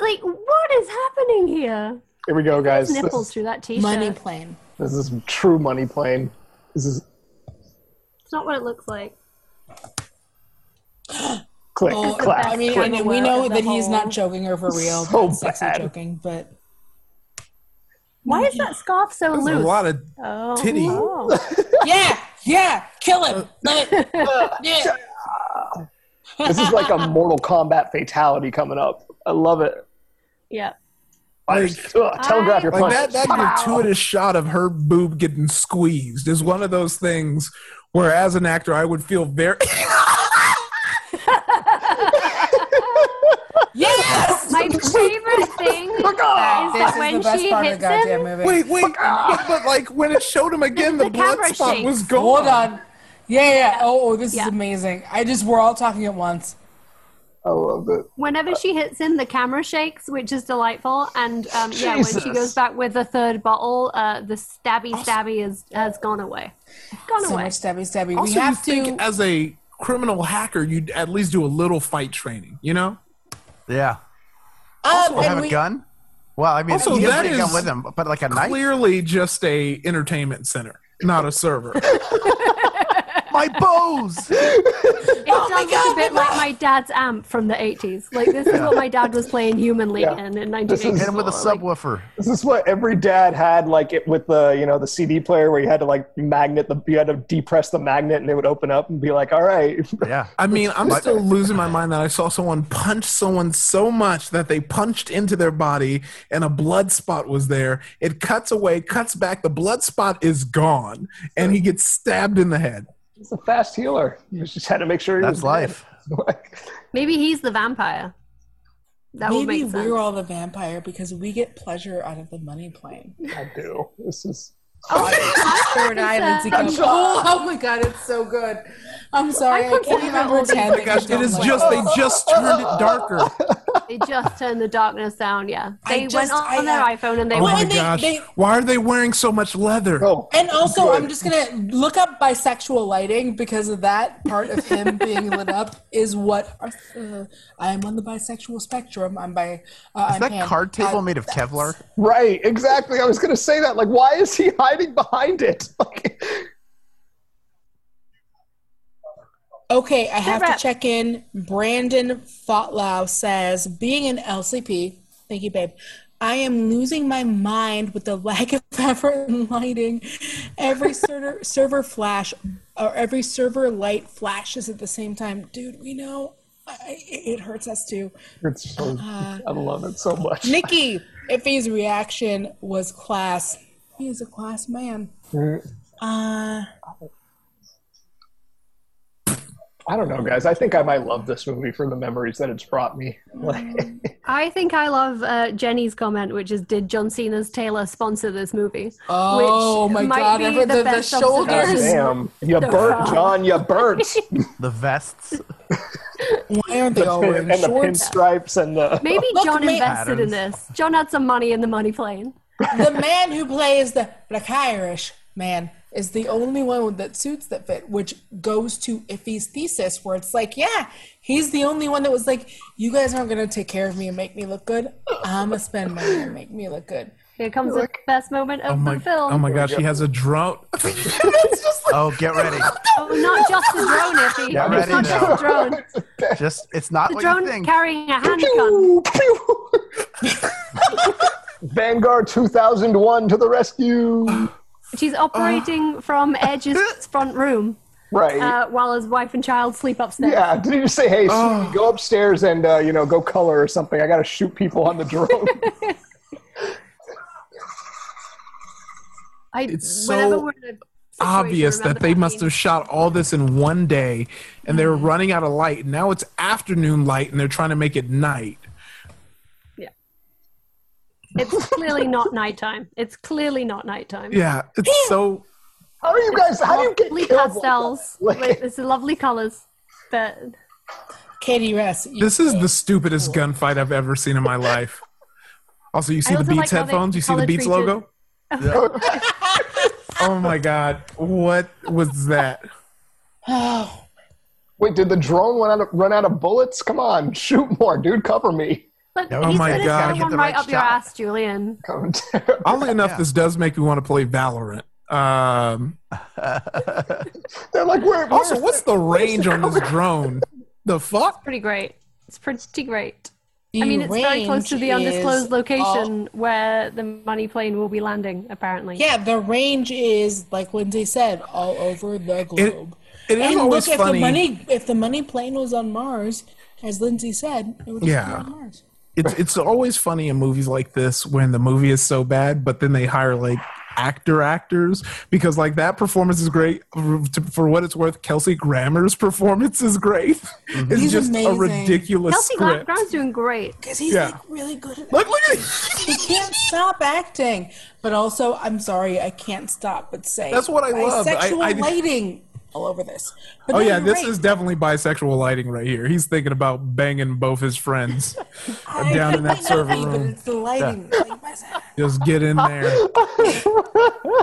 Speaker 5: Like, what is happening here?
Speaker 7: Here we go, guys. This,
Speaker 5: Nipples through that t-shirt.
Speaker 2: Money plane.
Speaker 7: this is true money plane. This is
Speaker 5: It's not what it looks like.
Speaker 7: click
Speaker 2: Oh,
Speaker 7: clack.
Speaker 2: I mean,
Speaker 7: click.
Speaker 2: I know, we know
Speaker 5: the
Speaker 2: that he's
Speaker 5: whole-
Speaker 2: not joking her for real.
Speaker 7: So
Speaker 2: but sexy
Speaker 7: bad.
Speaker 2: joking, but
Speaker 5: Why is that scarf so
Speaker 6: There's
Speaker 5: loose?
Speaker 6: a lot of
Speaker 5: oh.
Speaker 6: titty.
Speaker 5: Oh.
Speaker 2: yeah, yeah, kill him. Let it- yeah.
Speaker 7: this is like a Mortal Kombat fatality coming up. I love it.
Speaker 5: yeah.
Speaker 6: Like-
Speaker 7: Ugh, telegraph your
Speaker 6: like
Speaker 7: punch.
Speaker 6: that, that gratuitous shot of her boob getting squeezed is one of those things where, as an actor, I would feel very.
Speaker 2: Yes,
Speaker 5: My favorite thing is that
Speaker 2: this is
Speaker 5: when
Speaker 2: the best
Speaker 5: she
Speaker 2: part of
Speaker 5: hits
Speaker 2: the goddamn
Speaker 5: him,
Speaker 2: movie.
Speaker 6: wait, wait, yeah, but like when it showed him again, the,
Speaker 5: The
Speaker 6: blood
Speaker 5: camera
Speaker 6: spot
Speaker 5: shakes.
Speaker 6: was gone.
Speaker 2: hold on. Yeah, yeah. Oh, oh this
Speaker 5: Yeah.
Speaker 2: is amazing. I just we're all talking at once.
Speaker 7: I love it.
Speaker 5: whenever she hits him, the camera shakes, which is delightful. And um, yeah, when she
Speaker 7: Jesus.
Speaker 5: goes back with the third bottle, uh, the stabby stabby is, has gone away. Gone
Speaker 2: So
Speaker 5: away.
Speaker 2: much stabby stabby.
Speaker 6: Also,
Speaker 2: we have
Speaker 6: you
Speaker 2: to.
Speaker 6: think as a criminal hacker, you'd at least do a little fight training, you know?
Speaker 4: Yeah.
Speaker 2: um,
Speaker 4: I
Speaker 2: and
Speaker 4: have a
Speaker 2: we-
Speaker 4: gun. Well, I mean,
Speaker 6: Also,
Speaker 4: he doesn't
Speaker 6: that
Speaker 4: bring a gun
Speaker 6: is
Speaker 4: with him, but like a knife.
Speaker 6: Clearly, just a entertainment center, not a server.
Speaker 4: my bows.
Speaker 5: It
Speaker 2: Oh my
Speaker 5: sounds
Speaker 2: God,
Speaker 5: a bit
Speaker 2: my
Speaker 5: like
Speaker 2: God.
Speaker 5: my dad's amp from the 80s. Like, this is what my dad was playing humanly
Speaker 7: Yeah.
Speaker 5: in in
Speaker 7: This is-
Speaker 5: 1984.
Speaker 4: Hit him
Speaker 2: Oh,
Speaker 4: with a
Speaker 5: like-
Speaker 4: subwoofer.
Speaker 7: This is what every dad had, like it with the you know the CD player where you had to like magnet the you had to depress the magnet and it would open up and be like, all right,
Speaker 4: Yeah.
Speaker 6: I mean, I'm still losing my mind that I saw someone punch someone so much that they punched into their body and a blood spot was there. It cuts away, cuts back, the blood spot is gone, and he gets stabbed in the head.
Speaker 7: he's a fast healer. You just had to make sure he
Speaker 4: That's
Speaker 7: was
Speaker 4: life.
Speaker 7: dead.
Speaker 5: Maybe he's the vampire. That would
Speaker 2: Maybe
Speaker 5: make sense.
Speaker 2: we're all the vampire because we get pleasure out of the money plane.
Speaker 7: I do. This is
Speaker 2: Third Eye of Ezekiel. Oh, oh my god, it's so good. I'm sorry, I,
Speaker 5: consider
Speaker 2: can't remember
Speaker 5: that
Speaker 2: ten.
Speaker 5: old-
Speaker 6: Oh my gosh, it is just, they just turned it darker.
Speaker 5: They just turned the darkness down, yeah.
Speaker 2: I
Speaker 5: They went
Speaker 2: just-
Speaker 5: on
Speaker 2: I,
Speaker 5: their
Speaker 2: uh,
Speaker 5: iPhone and they
Speaker 6: Oh
Speaker 2: Well,
Speaker 6: my
Speaker 2: and they-
Speaker 6: gosh.
Speaker 2: they-
Speaker 6: Why are they wearing so much leather?
Speaker 7: oh,
Speaker 2: And also,
Speaker 7: Good.
Speaker 2: I'm just gonna look up bisexual lighting because of that part of him being lit up is what uh, I am on the bisexual spectrum. I'm by. Uh,
Speaker 4: Is
Speaker 2: I'm
Speaker 4: that
Speaker 2: pan-
Speaker 4: card table
Speaker 2: uh,
Speaker 4: made of Kevlar?
Speaker 7: right, exactly. I was gonna say that. Like, why is he hiding behind it? Like,
Speaker 2: Okay, I have
Speaker 5: wrap.
Speaker 2: to check in. Brandon Fotlow says, being an LCP, thank you, babe. I am losing my mind with the lack of effort and lighting. Every server, server flash or every server light flashes at the same time. Dude, we know I, I- it hurts us too.
Speaker 7: it's so, I love it so much.
Speaker 2: Nikki, Iffy's reaction was class. He is a class man. Uh,
Speaker 7: I don't know, guys. I think I might love this movie for the memories that it's brought me. Like,
Speaker 5: I think I love uh, Jenny's comment, which is, "Did John Cena's Taylor sponsor this movie?"
Speaker 2: Oh
Speaker 5: which
Speaker 2: my
Speaker 5: might
Speaker 2: God,
Speaker 5: be
Speaker 2: ever the- the
Speaker 5: best
Speaker 2: shoulders.
Speaker 5: observation.
Speaker 7: damn, you burnt, John. You burnt.
Speaker 4: The vests.
Speaker 2: why aren't they all wearing
Speaker 7: and the
Speaker 2: shorts?
Speaker 7: pinstripes and the
Speaker 5: Maybe
Speaker 2: Look,
Speaker 5: John
Speaker 2: mate.
Speaker 5: invested in this. John had some money in the money plane.
Speaker 2: the man who plays the black Irish man is the only one with that suits that fit, which goes to Iffy's thesis, where it's like, yeah, he's the only one that was like, you guys aren't gonna take care of me and make me look good. I'm gonna spend money and make me look good.
Speaker 5: Here comes the best moment of
Speaker 6: Oh my,
Speaker 5: the film.
Speaker 6: oh my gosh, he has a drone.
Speaker 4: Oh, get ready.
Speaker 5: Oh, not just the drone, Iffy.
Speaker 4: Get
Speaker 5: it's
Speaker 4: ready
Speaker 5: not
Speaker 4: now.
Speaker 5: just the drone.
Speaker 4: Just it's not
Speaker 5: The
Speaker 4: what you
Speaker 5: drone
Speaker 4: think.
Speaker 5: carrying a handgun.
Speaker 7: Pew, pew. Vanguard 2001 to the rescue.
Speaker 5: She's
Speaker 2: Uh.
Speaker 5: operating from Edge's front room
Speaker 7: Right.
Speaker 5: uh, while his wife and child sleep upstairs.
Speaker 7: yeah. Did he just say, "Hey,
Speaker 5: Oh.
Speaker 7: sweetie, go upstairs and uh, you know go color or something"? I gotta shoot people on the drone.
Speaker 5: I,
Speaker 6: It's
Speaker 5: whenever
Speaker 6: so
Speaker 5: we're in a situation,
Speaker 6: obvious
Speaker 5: remember
Speaker 6: that they must
Speaker 5: scene.
Speaker 6: have shot all this in one day and they
Speaker 2: Mm-hmm.
Speaker 6: were running out of light. Now it's afternoon light and they're trying to make it night.
Speaker 5: It's clearly not nighttime. It's clearly not nighttime.
Speaker 6: Yeah, it's so
Speaker 7: how are you guys? How do you get
Speaker 5: Lovely
Speaker 7: killed like
Speaker 5: pastels.
Speaker 7: that? Like,
Speaker 5: Like, it's lovely colors, but
Speaker 2: Katie Ress, you-
Speaker 6: this is the stupidest gunfight I've ever seen in my life. Also, you see the
Speaker 5: also like
Speaker 6: Beats
Speaker 5: how they
Speaker 6: headphones? You see the Beats
Speaker 5: color-treated-
Speaker 6: logo? oh my god, what was that?
Speaker 2: oh,
Speaker 7: wait, did the drone run out of, run out of bullets? Come on, shoot more, dude. Cover me.
Speaker 5: look,
Speaker 4: Oh
Speaker 5: he's
Speaker 6: my God.
Speaker 5: gonna send
Speaker 6: Gotta
Speaker 4: get
Speaker 5: one
Speaker 4: the right
Speaker 5: right up your
Speaker 4: shot.
Speaker 5: ass, Julian.
Speaker 7: Come
Speaker 6: Oddly enough, this does make me want to play Valorant. Um,
Speaker 7: They're like, we're
Speaker 6: also, what's the range on this drone? The fuck?
Speaker 5: Pretty great. It's pretty great.
Speaker 2: you
Speaker 5: I mean, it's very close to the
Speaker 2: range
Speaker 5: undisclosed
Speaker 2: is all-
Speaker 5: location where the money plane will be landing. Apparently,
Speaker 2: yeah, the range is like Lindsay said, all over the globe.
Speaker 6: It is
Speaker 2: and
Speaker 6: always
Speaker 2: look, if the
Speaker 6: funny.
Speaker 2: money if the money plane was on Mars, as Lindsay said, it would just
Speaker 6: Yeah.
Speaker 2: be on Mars.
Speaker 6: it's it's always funny in movies like this when the movie is so bad, but then they hire like actor actors because like that performance is great for what it's worth. Kelsey Grammer's performance is great. It's
Speaker 2: He's
Speaker 6: just
Speaker 2: amazing.
Speaker 6: a ridiculous
Speaker 5: Kelsey
Speaker 6: script.
Speaker 5: Grammer's doing great.
Speaker 2: Because he's
Speaker 6: Yeah.
Speaker 2: like really good at
Speaker 6: Look, look at it.
Speaker 2: He can't stop acting. But also, I'm sorry, I can't stop but say
Speaker 6: That's what I love. I-
Speaker 2: Bisexual
Speaker 6: I-
Speaker 2: lighting all over this. But no,
Speaker 6: Oh yeah,
Speaker 2: you're
Speaker 6: this
Speaker 2: right.
Speaker 6: is definitely bisexual lighting right here. He's thinking about banging both his friends
Speaker 2: I-
Speaker 6: down in
Speaker 2: it might
Speaker 6: that
Speaker 2: not
Speaker 6: server
Speaker 2: be, But
Speaker 6: room.
Speaker 2: it's the lighting. Like, bisexual.
Speaker 6: Just get in there.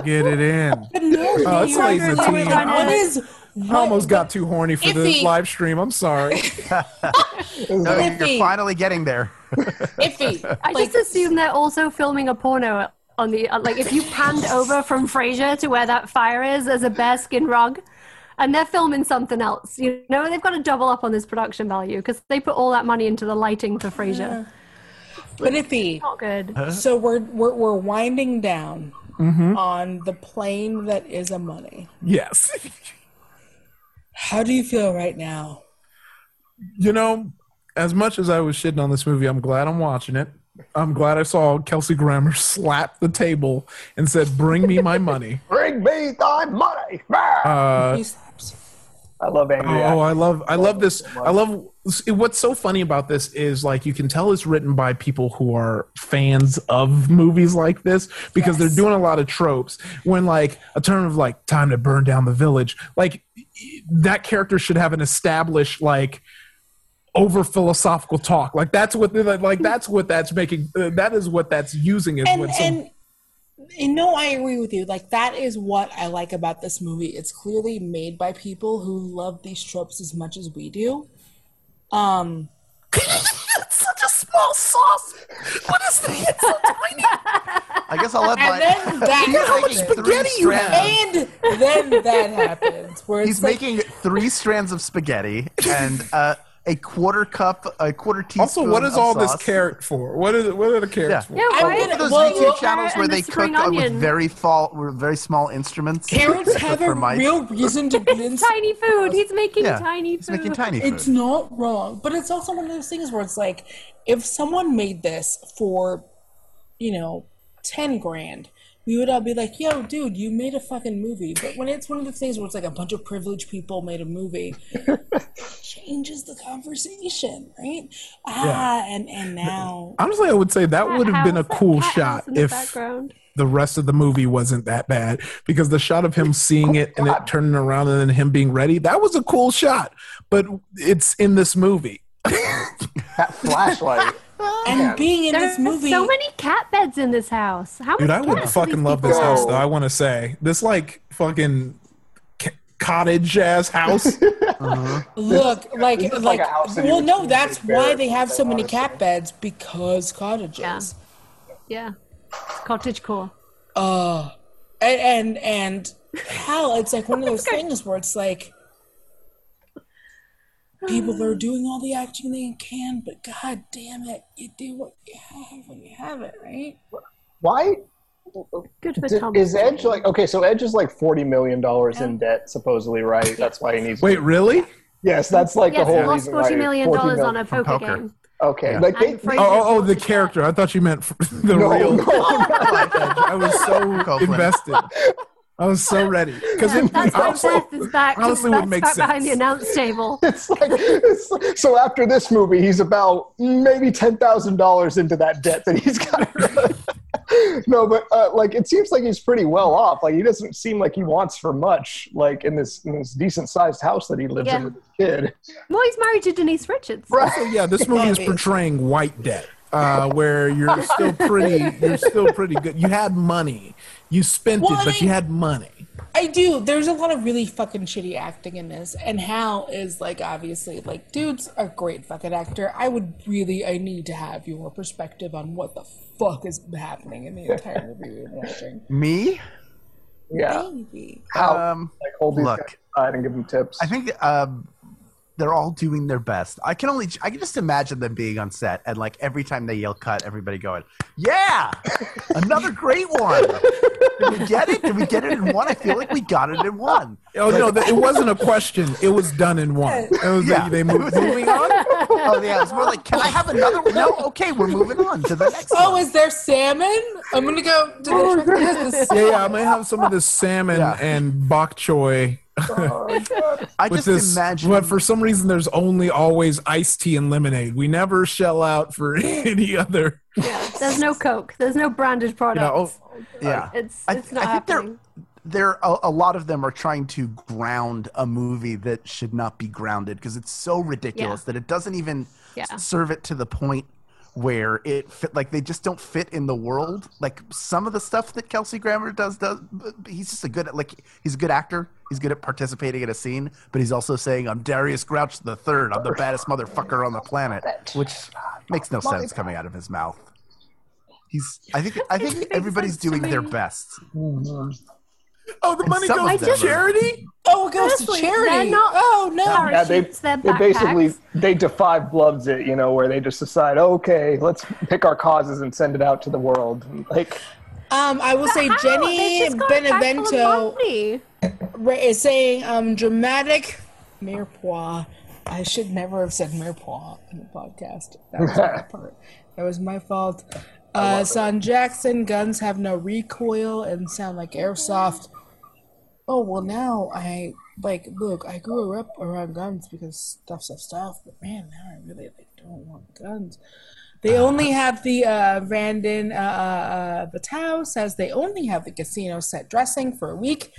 Speaker 6: Get it in.
Speaker 2: But no,
Speaker 6: Oh, it's
Speaker 2: you're
Speaker 6: late in the
Speaker 2: right.
Speaker 6: teen
Speaker 2: What
Speaker 6: hours.
Speaker 2: is?
Speaker 6: I almost got too horny for this
Speaker 2: Iffy.
Speaker 6: live stream. I'm sorry.
Speaker 4: No,
Speaker 2: Iffy.
Speaker 4: you're finally getting there.
Speaker 2: iffy.
Speaker 5: I
Speaker 2: Like,
Speaker 5: just assume they're also filming a porno on the uh, like if you panned over from Frasier to where that fire is, there's a bare skin rug, and they're filming something else. You know, they've got to double up on this production value because they put all that money into the lighting for Frasier.
Speaker 2: Linnethy,
Speaker 5: Not good.
Speaker 6: Uh-huh.
Speaker 2: so we're, we're, we're winding down
Speaker 6: Mm-hmm.
Speaker 2: on the plane that is a money.
Speaker 6: Yes.
Speaker 2: How do you feel right now?
Speaker 6: you know, as much as I was shitting on this movie, I'm glad I'm watching it. I'm glad I saw Kelsey Grammer slap the table and said, "Bring me my money."
Speaker 7: Bring me thy money.
Speaker 6: Uh,
Speaker 2: You slaps.
Speaker 7: I love angry.
Speaker 6: Oh,
Speaker 7: Actors.
Speaker 6: I love, I love this. I love what's so funny about this is like you can tell it's written by people who are fans of movies like this because they're doing a lot of tropes. When like a term of like time to burn down the village, like that character should have an established like over philosophical talk. Like that's what they're- like that's what that's making. Uh, that is what that's using is
Speaker 2: and
Speaker 6: what some
Speaker 2: and you know i agree with you like that is what i like about this movie it's clearly made by people who love these tropes as much as we do um
Speaker 6: it's such a small sauce. What is this? It's so tiny.
Speaker 4: I guess I'll let
Speaker 2: and
Speaker 4: my.
Speaker 2: then that
Speaker 4: He's
Speaker 2: happens
Speaker 4: making three
Speaker 6: spaghetti you have.
Speaker 4: strands-
Speaker 2: and then that happens where it's
Speaker 4: He's
Speaker 2: like,
Speaker 4: making three strands of spaghetti and uh, a quarter cup, a quarter teaspoon.
Speaker 6: Also, what is
Speaker 4: of
Speaker 6: all this
Speaker 4: sauce.
Speaker 6: carrot for? What is what are the carrots
Speaker 5: Yeah,
Speaker 4: I
Speaker 5: why?
Speaker 4: remember
Speaker 2: gonna-
Speaker 4: those
Speaker 2: well,
Speaker 4: YouTube
Speaker 2: well,
Speaker 4: channels
Speaker 5: uh,
Speaker 4: where
Speaker 5: and
Speaker 4: they
Speaker 5: the
Speaker 4: cook
Speaker 5: spring
Speaker 4: uh, with
Speaker 5: onion.
Speaker 4: very fall, with very small instruments.
Speaker 2: parents have
Speaker 4: For
Speaker 2: a
Speaker 4: Mike.
Speaker 2: real reason to blend
Speaker 5: Tiny food. He's making
Speaker 4: Yeah,
Speaker 5: tiny
Speaker 4: he's
Speaker 5: food.
Speaker 4: making tiny food.
Speaker 2: It's not wrong, but it's also one of those things where it's like, if someone made this for, you know, ten grand, we would all be like, "Yo, dude, you made a fucking movie." But when it's one of those things where it's like a bunch of privileged people made a movie, it changes the conversation, right? Ah, and and now
Speaker 6: Honestly, I would say that
Speaker 5: Cat
Speaker 6: would have been a
Speaker 5: house, that
Speaker 6: cool
Speaker 5: cat
Speaker 6: shot
Speaker 5: house in the
Speaker 6: if
Speaker 5: background.
Speaker 6: the rest of the movie wasn't that bad because the shot of him seeing it and it turning around and then him being ready, that was a cool shot. But it's in this movie.
Speaker 7: That flashlight.
Speaker 2: and being in
Speaker 5: There's
Speaker 2: this movie,
Speaker 5: so many cat beds in this house. How
Speaker 6: Dude,
Speaker 5: many
Speaker 6: I would
Speaker 5: cats do
Speaker 6: fucking
Speaker 5: these
Speaker 6: love
Speaker 5: people
Speaker 6: this
Speaker 5: have?
Speaker 6: house though. I want to say this like fucking ca- cottage ass house.
Speaker 2: look like
Speaker 7: This is
Speaker 2: like,
Speaker 7: like a house that you
Speaker 2: well,
Speaker 7: would
Speaker 2: no,
Speaker 7: choose
Speaker 2: that's
Speaker 7: to be
Speaker 2: why
Speaker 7: buried
Speaker 2: they have
Speaker 7: in,
Speaker 2: so many
Speaker 7: honestly.
Speaker 2: cat beds because cottages.
Speaker 5: Yeah. Yeah, cottage core.
Speaker 2: uh and and, and hell it's like one of those things where it's like people are doing all the acting they can but god damn it you do what you have when you have it right
Speaker 7: Why
Speaker 5: Good for
Speaker 7: d-
Speaker 5: Tom.
Speaker 7: is Edge like okay? So Edge is like forty million dollars in debt, supposedly, right? That's why he needs.
Speaker 6: Wait, really?
Speaker 7: yes, that's like
Speaker 5: yes,
Speaker 7: the whole
Speaker 5: he lost
Speaker 7: reason
Speaker 5: forty
Speaker 7: why-
Speaker 5: million dollars on a poker,
Speaker 4: poker.
Speaker 5: game.
Speaker 7: Okay, like they,
Speaker 5: And
Speaker 7: they-
Speaker 6: Oh, oh, oh, the character. I thought you meant f- the
Speaker 7: no,
Speaker 6: real.
Speaker 7: no,
Speaker 6: I was so
Speaker 4: Copeland.
Speaker 6: invested. I was so ready because
Speaker 5: Yeah, that's why Seth is back.
Speaker 6: honestly would
Speaker 5: Seth's
Speaker 6: make
Speaker 5: back behind
Speaker 6: sense.
Speaker 5: the announce table.
Speaker 7: it's like it's, so after this movie, he's about maybe ten thousand dollars into that debt that he's got. no, but uh, like it seems like he's pretty well off. Like he doesn't seem like he wants for much. Like in this in this decent sized house that he lives
Speaker 5: Yeah.
Speaker 7: in with his kid.
Speaker 5: Well, he's married to Denise Richards.
Speaker 7: Right.
Speaker 6: yeah, this movie is
Speaker 2: Maybe.
Speaker 6: portraying white debt, uh, where you're still pretty, you're still pretty good. You had money, you spent
Speaker 2: Well,
Speaker 6: it,
Speaker 2: I
Speaker 6: but you
Speaker 2: mean-
Speaker 6: had money.
Speaker 2: i do there's a lot of really fucking shitty acting in this and hal is like obviously like dude's a great fucking actor i would really i need to have your perspective on what the fuck is happening in the entire movie we're watching
Speaker 4: Me?
Speaker 7: Yeah.
Speaker 2: Maybe.
Speaker 7: How
Speaker 4: Um,
Speaker 7: Oh, like hold these
Speaker 4: Look.
Speaker 7: guys aside and give them tips.
Speaker 4: I think um, they're all doing their best. I can only, I can just imagine them being on set and like every time they yell cut, everybody going, yeah, another great one. Did we get it? Did we get it in one? I feel like we got it in one.
Speaker 6: Oh no, th- it wasn't a question. It was done in one. It was
Speaker 4: Yeah.
Speaker 6: like they moved, moving on.
Speaker 4: Oh yeah, it's more like, can I have another one? No, okay, we're moving on to the next one.
Speaker 2: Oh, is there salmon? I'm gonna go. To the truck that has the
Speaker 6: Yeah,
Speaker 2: salmon.
Speaker 6: yeah, I might have some of this salmon
Speaker 4: Yeah.
Speaker 6: and bok choy.
Speaker 4: I
Speaker 6: With
Speaker 4: just
Speaker 6: this,
Speaker 4: imagine.
Speaker 6: but for some reason, there's only always iced tea and lemonade. We never shell out for any other.
Speaker 5: Yeah, there's no Coke. There's no branded
Speaker 6: You know,
Speaker 5: products.
Speaker 6: oh,
Speaker 4: yeah.
Speaker 5: It's
Speaker 4: I-
Speaker 5: it's not
Speaker 4: I think they're-
Speaker 5: happening.
Speaker 4: there a, a lot of them are trying to ground a movie that should not be grounded because it's so ridiculous that it doesn't even
Speaker 5: Yeah.
Speaker 4: s- serve it to the point where it fit like they just don't fit in the world like some of the stuff that kelsey grammer does does but he's just a good like he's a good actor he's good at participating in a scene but he's also saying i'm darius grouch the third i'm the baddest motherfucker on the planet which makes no sense coming out of his mouth he's i think i think
Speaker 5: makes
Speaker 4: everybody's
Speaker 5: sense to
Speaker 4: doing their
Speaker 5: me.
Speaker 4: best
Speaker 6: Oh, the money
Speaker 4: some
Speaker 6: goes
Speaker 4: of
Speaker 6: to
Speaker 4: them-
Speaker 6: charity?
Speaker 2: Oh, it goes
Speaker 5: Honestly,
Speaker 2: to charity.
Speaker 5: they're not-
Speaker 2: oh no.
Speaker 7: Yeah, they,
Speaker 5: Parachutes, their
Speaker 7: they basically
Speaker 5: backpacks.
Speaker 7: they defy Blubbs it, you know, where they just decide, okay, let's pick our causes and send it out to the world. Like,
Speaker 2: Um, I will say
Speaker 5: How? They
Speaker 2: Jenny
Speaker 5: just got back full of
Speaker 2: Benevento
Speaker 5: money.
Speaker 2: ra- is saying um dramatic mirepoix. I should never have said mirepoix in the podcast. That was my part. That was my fault. Uh, Son Jackson, guns have no recoil and sound like airsoft. Oh well, now I like look. I grew up around guns because stuff, stuff, stuff. But man, now I really like don't want guns. They only have the uh, Vanden uh, uh, uh, Vatau says they only have the casino set dressing for a week,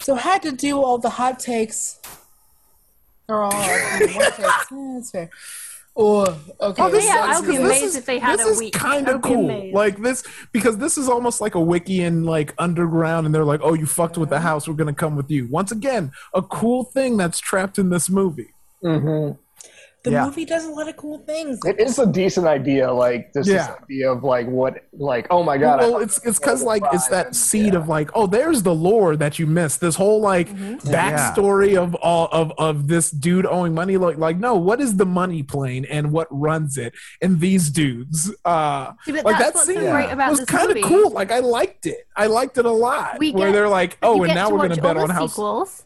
Speaker 2: so had to do all the hot takes. Or all the one takes. Yeah, that's fair. Or okay,
Speaker 6: Oh, this
Speaker 5: Yeah,
Speaker 6: sucks
Speaker 5: I would be
Speaker 6: 'cause this
Speaker 5: amazed
Speaker 6: is-
Speaker 5: if they had
Speaker 6: this
Speaker 5: a
Speaker 6: is
Speaker 5: week.
Speaker 6: kind
Speaker 5: I
Speaker 6: of
Speaker 5: would be
Speaker 6: cool.
Speaker 5: amazed.
Speaker 6: Like this because this is almost like a wiki and like underground, and they're like, "Oh, you fucked with the house. We're gonna come with you." Once again, a cool thing that's trapped in this movie.
Speaker 7: mm-hmm.
Speaker 2: the
Speaker 4: Yeah.
Speaker 2: movie does a lot of cool things.
Speaker 7: it is a decent idea. Like, this
Speaker 6: Yeah.
Speaker 7: is idea of like what, like, oh my god, I
Speaker 6: well,
Speaker 7: thought
Speaker 6: it's it's because like it's
Speaker 7: vibe
Speaker 6: that
Speaker 7: and-
Speaker 6: seed of like, oh, there's the lore that you missed. This whole like
Speaker 5: Mm-hmm.
Speaker 6: backstory of all of of this dude owing money. Like like no, what is the money plane and what runs it and these dudes. Uh,
Speaker 5: See, but
Speaker 6: like
Speaker 5: that's
Speaker 6: that
Speaker 5: what's
Speaker 6: scene
Speaker 5: so great about
Speaker 6: was
Speaker 5: this
Speaker 6: kind of
Speaker 5: movie.
Speaker 6: cool. Like I liked it. I liked it a lot.
Speaker 5: We
Speaker 6: where
Speaker 5: get-
Speaker 6: they're like,
Speaker 5: you
Speaker 6: oh, and
Speaker 5: get
Speaker 6: now
Speaker 5: to
Speaker 6: we're gonna
Speaker 5: watch
Speaker 6: bet
Speaker 5: all
Speaker 6: on
Speaker 5: the
Speaker 6: how.
Speaker 5: sequels.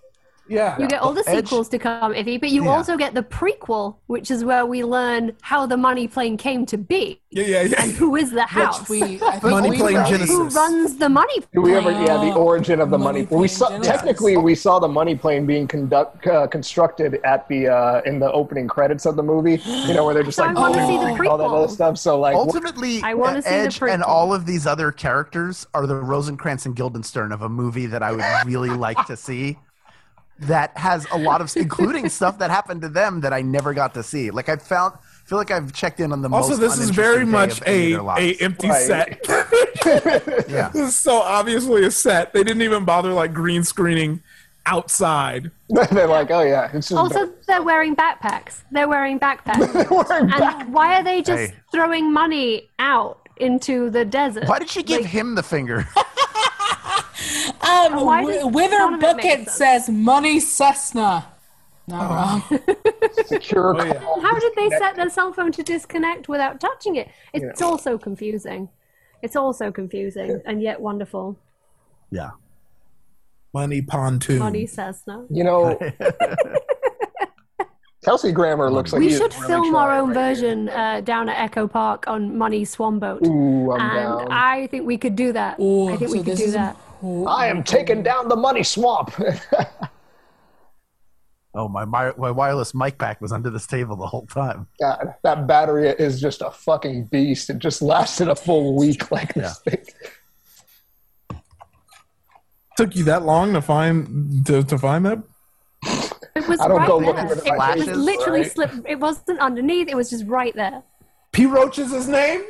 Speaker 6: Yeah.
Speaker 5: You get all the
Speaker 4: Well, Edge-
Speaker 5: sequels to come, Izzy, but you
Speaker 6: Yeah.
Speaker 5: also get the prequel, which is where we learn how the money plane came to be.
Speaker 6: yeah, yeah, yeah.
Speaker 5: And who is the house?
Speaker 2: Which we, I think
Speaker 6: Money
Speaker 2: we
Speaker 6: Plane
Speaker 2: really-
Speaker 6: Genesis.
Speaker 5: who runs the money
Speaker 7: Do
Speaker 5: plane?
Speaker 7: we ever? Yeah, the
Speaker 2: Wow.
Speaker 7: origin of the
Speaker 2: Money
Speaker 7: money. we
Speaker 2: plane
Speaker 7: saw,
Speaker 2: genesis.
Speaker 7: technically we saw the money plane being conduct uh, constructed at the uh, in the opening credits of the movie. You know where they're just
Speaker 5: So I
Speaker 7: like
Speaker 5: wanna
Speaker 7: building
Speaker 5: see the
Speaker 7: and all that
Speaker 5: prequel.
Speaker 7: other stuff. So like,
Speaker 4: Ultimately, E-
Speaker 5: I wanna see the
Speaker 4: Edge and
Speaker 5: prequel.
Speaker 4: all of these other characters are the Rosencrantz and Guildenstern of a movie that I would really like to see. That has a lot of, including stuff that happened to them that I never got to see. Like I found, feel like I've checked in on the
Speaker 6: also,
Speaker 4: most
Speaker 6: this is
Speaker 4: uninteresting
Speaker 6: very
Speaker 4: day
Speaker 6: much
Speaker 4: of any of
Speaker 6: a
Speaker 4: their
Speaker 6: a
Speaker 4: lives.
Speaker 6: empty
Speaker 7: Right.
Speaker 6: set.
Speaker 4: yeah.
Speaker 6: This is so obviously a set. They didn't even bother like green screening outside.
Speaker 7: they're like, oh yeah, it's just
Speaker 5: Also, they're wearing backpacks. They're wearing backpacks.
Speaker 7: wearing
Speaker 5: and
Speaker 7: back-
Speaker 5: why are they just
Speaker 4: Hey.
Speaker 5: throwing money out into the desert?
Speaker 4: Why did she give him the finger?
Speaker 2: Um,
Speaker 5: why
Speaker 2: Wi-
Speaker 5: does
Speaker 2: Wither
Speaker 5: none of it make
Speaker 2: Bucket
Speaker 5: sense?
Speaker 2: says money Cessna. Not wrong.
Speaker 5: Oh.
Speaker 7: secure.
Speaker 6: Oh, yeah.
Speaker 7: call.
Speaker 5: How did they set their cell phone to disconnect without touching it? It's all so confusing. It's all so confusing and yet wonderful.
Speaker 4: yeah.
Speaker 6: Money pontoon.
Speaker 5: Money says no.
Speaker 7: You know, Kelsey Grammer looks like
Speaker 5: We
Speaker 7: he is
Speaker 5: should
Speaker 7: really
Speaker 5: film our
Speaker 7: trying
Speaker 5: own
Speaker 7: right
Speaker 5: version uh, down at Echo Park on Money Swanboat.
Speaker 7: now. Ooh, I'm
Speaker 5: and
Speaker 7: down.
Speaker 5: I think we could do that. I think
Speaker 2: so
Speaker 5: we could
Speaker 2: this
Speaker 5: do
Speaker 2: is-
Speaker 5: that.
Speaker 7: I am taking down the money swamp.
Speaker 4: Oh my, my, my wireless mic pack was under this table the whole time.
Speaker 7: God, that battery is just a fucking beast. It just lasted a full week like this thing.
Speaker 6: Took you that long to find to, to find that?
Speaker 5: It was
Speaker 7: I don't
Speaker 5: right
Speaker 7: go
Speaker 5: there.
Speaker 7: looking for the
Speaker 5: it
Speaker 4: flashes,
Speaker 5: was literally
Speaker 7: right?
Speaker 5: slip. It wasn't underneath. It was just right there.
Speaker 6: P Roach is his name.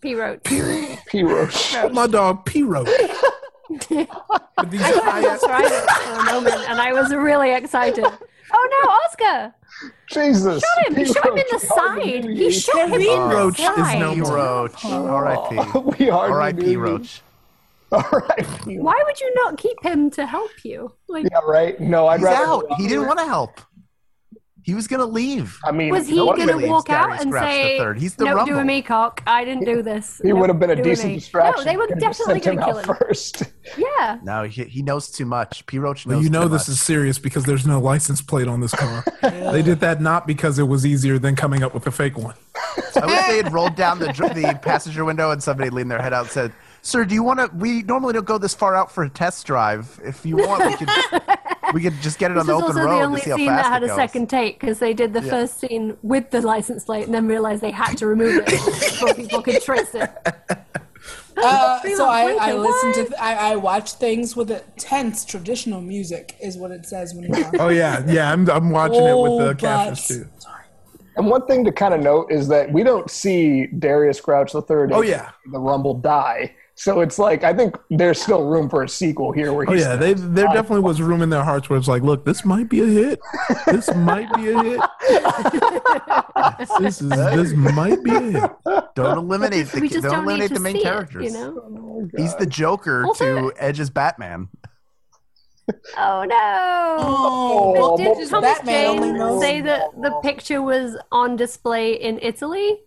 Speaker 5: P wrote.
Speaker 7: P. Roach.
Speaker 6: My dog P Roach. With these high-ass-
Speaker 5: tried it for a moment, and I was really excited. Oh no, Oscar!
Speaker 7: Jesus.
Speaker 5: Shot him. He
Speaker 7: P.
Speaker 5: shot him in the
Speaker 7: Roach. We hardly
Speaker 5: side.
Speaker 7: knew
Speaker 5: He
Speaker 7: you.
Speaker 5: shot him in the
Speaker 6: Roach is
Speaker 5: side.
Speaker 6: no
Speaker 4: P.
Speaker 6: more.
Speaker 4: Roach. R.I.P.
Speaker 7: We hardly knew
Speaker 4: R.I.P.
Speaker 7: you.
Speaker 4: Roach.
Speaker 7: R.I.P.
Speaker 5: Why would you not keep him to help you? Like,
Speaker 7: Yeah, right? No, I'd
Speaker 4: He's
Speaker 7: rather.
Speaker 4: out. He didn't want to help. He was gonna leave.
Speaker 7: I mean,
Speaker 5: was he
Speaker 7: no
Speaker 5: going
Speaker 7: one
Speaker 5: to
Speaker 7: really-
Speaker 4: leaves
Speaker 5: walk
Speaker 4: Gary
Speaker 5: out and
Speaker 4: Scratch the
Speaker 5: say,
Speaker 4: third. He's the
Speaker 5: "No,
Speaker 4: Rumble."
Speaker 5: do me, cock. I didn't do this."
Speaker 7: He
Speaker 5: No,
Speaker 7: would have been a
Speaker 5: do
Speaker 7: decent
Speaker 5: me."
Speaker 7: distraction.
Speaker 5: No, they were
Speaker 7: Could've just
Speaker 5: definitely
Speaker 7: sent
Speaker 5: going to
Speaker 7: him
Speaker 5: kill
Speaker 7: out
Speaker 5: him.
Speaker 7: first.
Speaker 5: Yeah.
Speaker 4: No, he, he knows too much. P. Roach knows.
Speaker 6: Well, you know
Speaker 4: too
Speaker 6: this
Speaker 4: much.
Speaker 6: is serious because there's no license plate on this car. They did that not because it was easier than coming up with a fake one.
Speaker 4: I wish they had rolled down the dr- the passenger window and somebody leaned their head out and said, "Sir, do you want to? We normally don't go this far out for a test drive. If you want, we could we could just get it on
Speaker 5: This
Speaker 4: the
Speaker 5: is
Speaker 4: open
Speaker 5: also
Speaker 4: road
Speaker 5: the only
Speaker 4: to see how
Speaker 5: scene
Speaker 4: fast
Speaker 5: that had
Speaker 4: it
Speaker 5: a
Speaker 4: goes."
Speaker 5: second take because they did the first scene with the license plate and then realized they had to remove it before people could trace it.
Speaker 2: Uh,
Speaker 5: Three
Speaker 2: so I,
Speaker 5: months
Speaker 2: I
Speaker 5: later,
Speaker 2: listen to th- I, I watch things with intense traditional music is what it says when you watch.
Speaker 6: Oh yeah, yeah. I'm I'm watching it with
Speaker 2: Oh,
Speaker 6: the
Speaker 2: but-
Speaker 6: captions too.
Speaker 7: And one thing to kind of note is that we don't see Darius Crouch the third.
Speaker 6: Oh, yeah.
Speaker 7: the Rumble die. So it's like I think there's still room for a sequel here. Where
Speaker 6: Oh
Speaker 7: he's
Speaker 6: yeah, they, there definitely was room in their hearts where it's like, look, this might be a hit. This might be a hit. this is this might be a hit.
Speaker 4: Don't eliminate the
Speaker 5: We just
Speaker 4: don't
Speaker 5: don't
Speaker 4: eliminate
Speaker 5: need to
Speaker 7: Oh,
Speaker 4: the main
Speaker 5: see
Speaker 4: characters.
Speaker 5: It, you know?
Speaker 4: He's the Joker
Speaker 5: Also-
Speaker 4: to Edge's Batman.
Speaker 5: Oh no!
Speaker 2: Oh,
Speaker 5: But
Speaker 2: well,
Speaker 5: did Thomas
Speaker 2: Batman only
Speaker 5: Jane
Speaker 2: knows. uh,
Speaker 5: say that the picture was on display in Italy?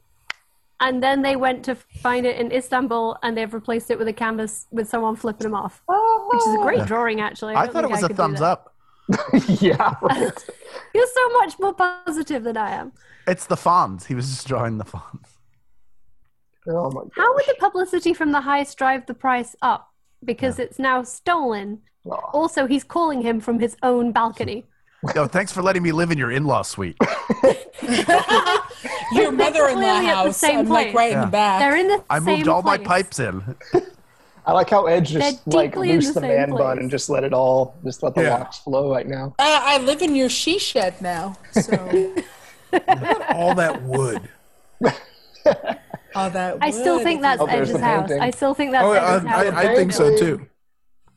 Speaker 5: And then they went to find it in Istanbul, and they've replaced it with a canvas with someone flipping them off, which is a
Speaker 2: Oh.
Speaker 5: great drawing, actually.
Speaker 4: I
Speaker 5: don't
Speaker 4: thought it
Speaker 5: think
Speaker 4: was a
Speaker 5: could do
Speaker 4: thumbs
Speaker 5: that.
Speaker 4: up.
Speaker 7: yeah, right.
Speaker 5: You're so much more positive than I am.
Speaker 4: It's the fonts. He was just drawing the fonts.
Speaker 7: Oh my
Speaker 5: How would the
Speaker 7: gosh.
Speaker 5: publicity from the heist drive the price up? Because it's now stolen.
Speaker 7: Oh.
Speaker 5: Also, he's calling him from his own balcony.
Speaker 4: Yo, thanks for letting me live in your in-law suite.
Speaker 2: Your mother in law
Speaker 5: Clearly at the
Speaker 2: house.
Speaker 5: same
Speaker 2: I'm like
Speaker 5: place.
Speaker 2: right in the
Speaker 4: Yeah.
Speaker 2: back.
Speaker 5: They're in the
Speaker 4: I
Speaker 5: same
Speaker 4: moved all my
Speaker 5: place.
Speaker 4: pipes in.
Speaker 7: I like how Edge just
Speaker 5: They're
Speaker 7: like
Speaker 5: deeply in
Speaker 7: loose
Speaker 5: the
Speaker 7: the,
Speaker 5: same
Speaker 7: man
Speaker 5: place.
Speaker 7: bun and just let it all, just let the
Speaker 6: Yeah.
Speaker 7: locks flow right now.
Speaker 2: Uh, I, I live in your she shed now. So
Speaker 6: All that wood.
Speaker 2: all that.
Speaker 5: I still
Speaker 2: wood
Speaker 5: think
Speaker 2: is-
Speaker 5: that's
Speaker 7: Oh, there's
Speaker 5: Edge's
Speaker 7: the hand
Speaker 5: house.
Speaker 7: thing.
Speaker 5: I still think that's
Speaker 6: Oh, I,
Speaker 5: Edge's house.
Speaker 6: I, I think so too.
Speaker 5: Right?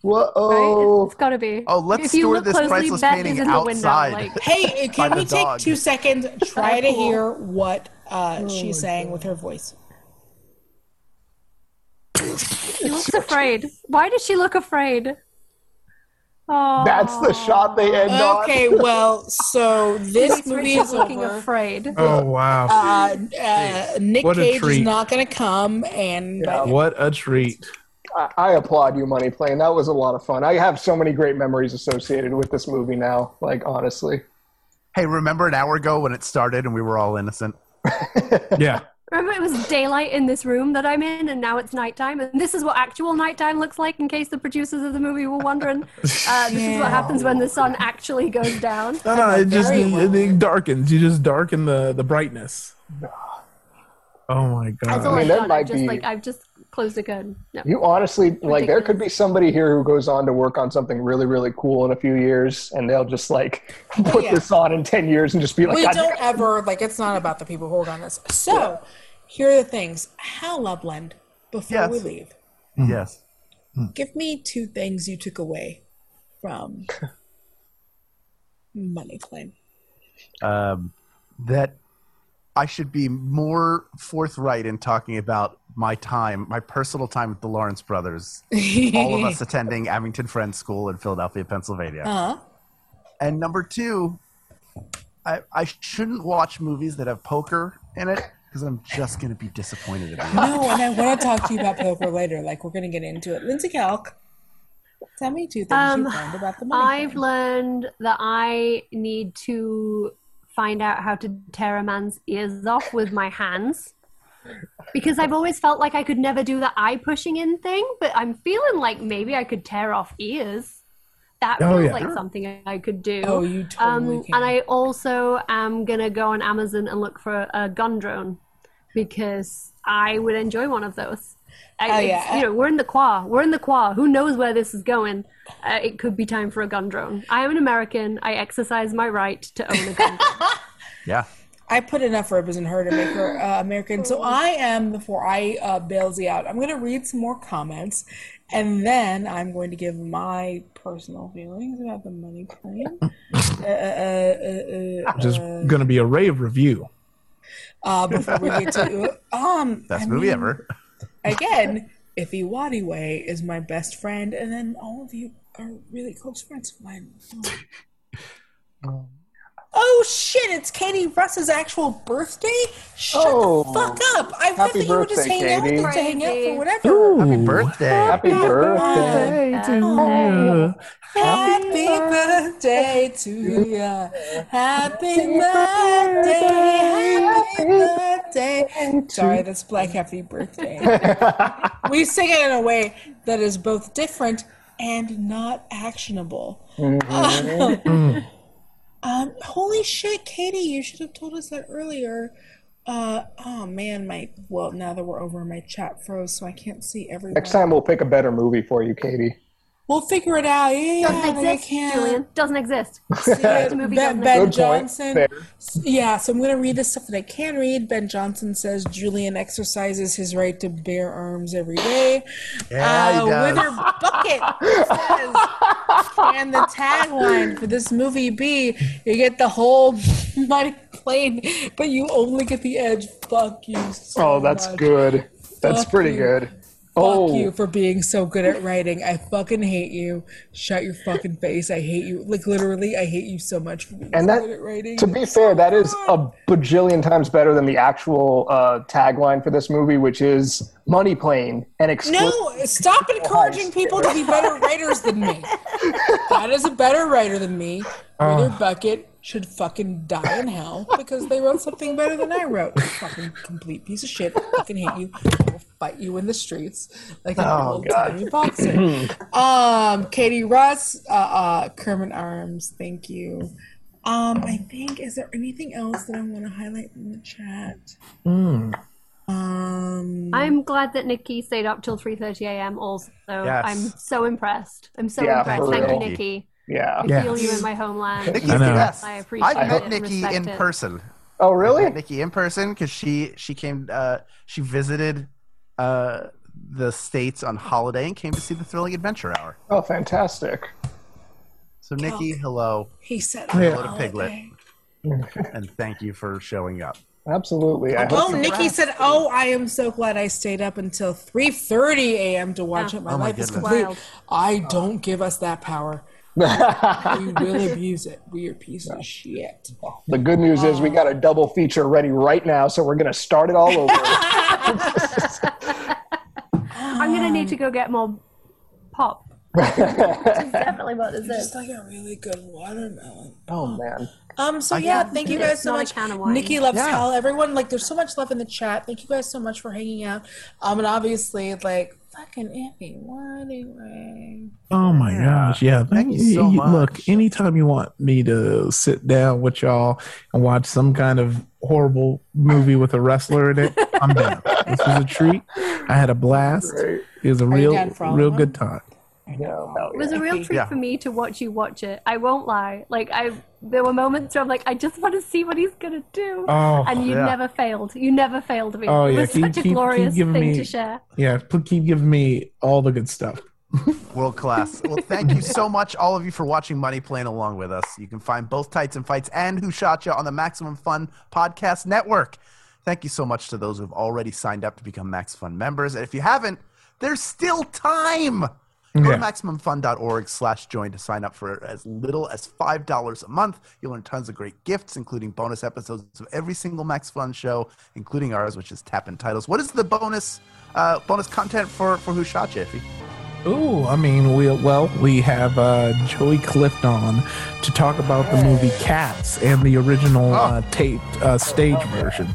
Speaker 7: Whoa!
Speaker 5: It's gotta be.
Speaker 4: Oh, let's
Speaker 5: If you
Speaker 4: store
Speaker 5: look
Speaker 4: this
Speaker 5: closely,
Speaker 4: priceless
Speaker 5: Beth
Speaker 4: painting
Speaker 5: is in the window,
Speaker 4: outside.
Speaker 5: like-
Speaker 2: Hey, uh,
Speaker 4: By
Speaker 2: can
Speaker 4: the
Speaker 2: we take
Speaker 4: dog.
Speaker 2: two seconds? Try to
Speaker 5: Cool. Oh,
Speaker 2: hear what uh, she's saying with her voice.
Speaker 5: she looks afraid. Why does she look afraid? Oh,
Speaker 7: That's the shot they end on.
Speaker 2: Okay, well, so this movie is
Speaker 5: looking
Speaker 2: over.
Speaker 5: afraid.
Speaker 6: Oh wow!
Speaker 2: Uh, uh, Nick
Speaker 6: What a
Speaker 2: Cage is
Speaker 6: treat.
Speaker 2: not going to come, and but
Speaker 4: oh
Speaker 6: what a treat!
Speaker 7: I, I applaud you, Money Plane. That was a lot of fun. I have so many great memories associated with this movie now. Like honestly,
Speaker 4: Hey, remember an hour ago when it started and we were all innocent?
Speaker 6: Yeah,
Speaker 5: Remember, it was daylight in this room that I'm in, and now it's nighttime. And this is what actual nighttime looks like, in case the producers of the movie were wondering. Uh, this is
Speaker 2: Yeah.
Speaker 5: what happens when the sun actually goes down.
Speaker 6: no, no, it just
Speaker 2: Very
Speaker 6: it,
Speaker 2: well.
Speaker 6: it darkens. You just darken the the brightness. Oh my
Speaker 5: That's
Speaker 6: god!
Speaker 5: all I've
Speaker 7: I mean, that
Speaker 5: done.
Speaker 7: might
Speaker 5: I've just,
Speaker 7: be-
Speaker 5: like, I've just closed a gun. No.
Speaker 7: you honestly like there could
Speaker 5: Ridiculous.
Speaker 7: be somebody here who goes on to work on something really, really cool in a few years, and they'll just like put
Speaker 2: Oh, yeah.
Speaker 7: this on in ten years and just be like,
Speaker 2: we
Speaker 7: "God
Speaker 2: don't ever like. It's not about the people who work on this. So here are the things. Hal Loveland, before we
Speaker 4: Yes.
Speaker 2: leave,
Speaker 4: Yes.
Speaker 2: give me two things you took away from Money Claim.
Speaker 4: Um, that I should be more forthright in talking about my time, my personal time with the Lawrence brothers, all of us attending Abington Friends School in Philadelphia, Pennsylvania.
Speaker 2: Huh?
Speaker 5: Uh-huh.
Speaker 4: And number two, I, I shouldn't watch movies that have poker in it because I'm just going to be disappointed at the end.
Speaker 2: No, and I want to talk to you about poker later. Like we're going to get into it. Lindsay Calc, tell me two things
Speaker 5: Um,
Speaker 2: you learned about the Money
Speaker 5: I've
Speaker 2: Claim.
Speaker 5: learned that I need to find out how to tear a man's ears off with my hands because I've always felt like I could never do the eye pushing in thing, but I'm feeling like maybe I could tear off ears. That
Speaker 6: Oh,
Speaker 5: feels
Speaker 6: yeah.
Speaker 5: like something I could do.
Speaker 2: Oh, you totally
Speaker 5: um,
Speaker 2: can.
Speaker 5: And I also am gonna go on Amazon and look for a gun drone because I would enjoy one of those. I,
Speaker 2: Oh,
Speaker 5: it's-
Speaker 2: yeah.
Speaker 5: You know, we're in the qua. We're in the qua. Who knows where this is going? Uh, it could be time for a gun drone. I am an American. I exercise my right to own a gun. drone.
Speaker 4: Yeah.
Speaker 2: I put enough ribbons in her to make her uh, American. So I am, before I uh, bail Z out, I'm going to read some more comments and then I'm going to give my personal feelings about the money claim. uh, uh, uh, uh,
Speaker 6: Just gonna be a rave review.
Speaker 2: uh, before we get to. Um,
Speaker 4: Best
Speaker 2: I
Speaker 4: movie
Speaker 2: mean,
Speaker 4: ever.
Speaker 2: Again, Iffy Wadiway is my best friend, and then all of you are really close friends of mine. Oh.
Speaker 7: Um,
Speaker 2: Oh shit! It's Katie Russ's actual birthday. Shut
Speaker 7: Oh.
Speaker 2: the fuck up! I thought
Speaker 7: Happy
Speaker 2: that you would just
Speaker 7: birthday,
Speaker 2: hang out with
Speaker 7: Katie.
Speaker 2: her to hang out for
Speaker 5: Crazy.
Speaker 2: whatever.
Speaker 6: Happy
Speaker 4: Birthday.
Speaker 7: Happy birthday!"
Speaker 6: to
Speaker 2: Happy birthday to you. Happy birthday. Happy birthday. Sorry, that's Black Happy Birthday. we sing it in a way that is both different and not actionable. um, holy shit, Katie, you should have told us that earlier. Uh, oh man, my well now that we're over, my chat froze, so I can't see everyone.
Speaker 7: Next time we'll pick a better movie for you, Katie.
Speaker 2: We'll figure it out. Yeah, yeah,
Speaker 5: Doesn't
Speaker 2: like I
Speaker 5: exist,
Speaker 2: can't.
Speaker 5: Julian. Doesn't exist.
Speaker 2: See, Ben,
Speaker 5: movie
Speaker 2: ben
Speaker 5: doesn't exist.
Speaker 7: Good point.
Speaker 2: Johnson.
Speaker 7: Fair.
Speaker 2: Yeah, so I'm going to read the stuff that I can read. Ben Johnson says Julian exercises his right to bear arms every day. Uh,
Speaker 5: Uh,
Speaker 4: Yeah, he does.
Speaker 2: Wither Bucket says, and the tagline for this movie be you get the whole money plane, but you only get the edge. Fuck you. so
Speaker 7: Oh, that's
Speaker 2: much.
Speaker 7: good. That's
Speaker 2: Fuck
Speaker 7: pretty
Speaker 2: you.
Speaker 7: good. Oh.
Speaker 2: you for being so good at writing. I fucking hate you. Shut your fucking face. I hate you. Like literally, I hate you so much for being
Speaker 7: And
Speaker 2: so
Speaker 7: that,
Speaker 2: good at writing.
Speaker 7: to be fair, that is a bajillion times better than the actual uh, tagline for this movie, which is "Money Plane" and exclusive.
Speaker 2: no, stop encouraging people to be better writers than me. That is a better writer than me. Reader Bucket should fucking die in hell because they wrote something better than I wrote. Fucking complete piece of shit. I fucking hate you. I will fight you in the streets like an old timey boxer. um, Katie Russ, uh, uh, Kermit Arms, thank you. Um, I think is there anything else that I want to highlight in the chat? Um.
Speaker 5: I'm glad that Nikki stayed up till 3:30 a.m. Also,
Speaker 4: Yes.
Speaker 5: I'm so impressed. I'm so
Speaker 7: Yeah,
Speaker 5: impressed.
Speaker 7: for
Speaker 5: Thank
Speaker 7: real.
Speaker 5: you, Nikki.
Speaker 7: Yeah.
Speaker 5: I
Speaker 6: Yes.
Speaker 5: feel you in my homeland.
Speaker 4: Nikki's
Speaker 6: I
Speaker 4: the
Speaker 6: know.
Speaker 4: best.
Speaker 5: I
Speaker 4: I've
Speaker 5: appreciate
Speaker 4: met
Speaker 5: it and
Speaker 4: Nikki
Speaker 5: respect
Speaker 4: in
Speaker 5: it.
Speaker 4: person.
Speaker 7: Oh,
Speaker 4: I
Speaker 7: really?
Speaker 4: met Nikki in person because she she came uh, she visited uh, the states on holiday and came to see the Thrilling Adventure Hour.
Speaker 7: Oh, fantastic.
Speaker 4: So Nikki, hello,
Speaker 2: He said,
Speaker 6: Yeah.
Speaker 4: Hello to Piglet. and thank you for showing up.
Speaker 7: Absolutely. I
Speaker 2: Oh,
Speaker 7: hope
Speaker 2: Nikki said, "Oh, I am so glad I stayed up until 3:30 a.m. to watch it. My
Speaker 4: Oh my
Speaker 2: life is
Speaker 4: goodness. Oh.
Speaker 2: complete.
Speaker 5: Wild.
Speaker 2: I don't give us that power. We will abuse it. We are pieces of shit."
Speaker 7: the good news is we got a double feature ready right now, so we're gonna start it all over.
Speaker 5: I'm gonna need to go get more pop. That's definitely what this
Speaker 2: It's
Speaker 5: is.
Speaker 2: like a really good watermelon.
Speaker 7: oh man.
Speaker 2: Um. So yeah, thank you guys so
Speaker 5: Not a
Speaker 2: much.
Speaker 5: can of wine.
Speaker 2: Nikki loves hell. Everyone, like, there's so much love in the chat. Thank you guys so much for hanging out. Um, and obviously, like, fucking Anthony, what anyway?
Speaker 6: Oh my gosh! Yeah,
Speaker 4: Thank you so much.
Speaker 6: Look, anytime you want me to sit down with y'all and watch some kind of horrible movie with a wrestler in it, I'm down. this was a treat. I had a blast.
Speaker 7: Great.
Speaker 6: It was a real,
Speaker 2: down for all
Speaker 6: real
Speaker 2: of
Speaker 6: good time.
Speaker 7: No, no,
Speaker 5: It was a real treat
Speaker 4: Yeah.
Speaker 5: for me to watch you watch it. I won't lie. Like I, there were moments where I'm like, I just want to see what he's gonna do.
Speaker 6: Oh,
Speaker 5: and you
Speaker 4: yeah.
Speaker 5: never failed. You never failed me.
Speaker 6: Oh,
Speaker 5: it
Speaker 6: yeah.
Speaker 5: was
Speaker 6: Keep-
Speaker 5: such a
Speaker 6: keep- keep
Speaker 5: glorious
Speaker 6: giving
Speaker 5: thing
Speaker 6: me-
Speaker 5: to share.
Speaker 6: Yeah, pl- keep giving me all the good stuff.
Speaker 4: World class. Well, thank you so much, all of you, for watching Money Plane along with us. You can find both Tights and Fights and Who Shot Ya on the Maximum Fun Podcast Network. Thank you so much to those who've already signed up to become Max Fun members. And if you haven't, there's still time. Go
Speaker 6: Yeah.
Speaker 4: to MaximumFun.org slash join to sign up for as little as $5 a month. You'll earn tons of great gifts, including bonus episodes of every single Max Fun show, including ours, which is Tap and Titles. What is the bonus uh, bonus content for, for Who Shot Ya, Iffy?
Speaker 6: Ooh, I mean, we well, we have uh, Joey Clift on to talk about the movie Cats and the original uh, taped uh, stage version.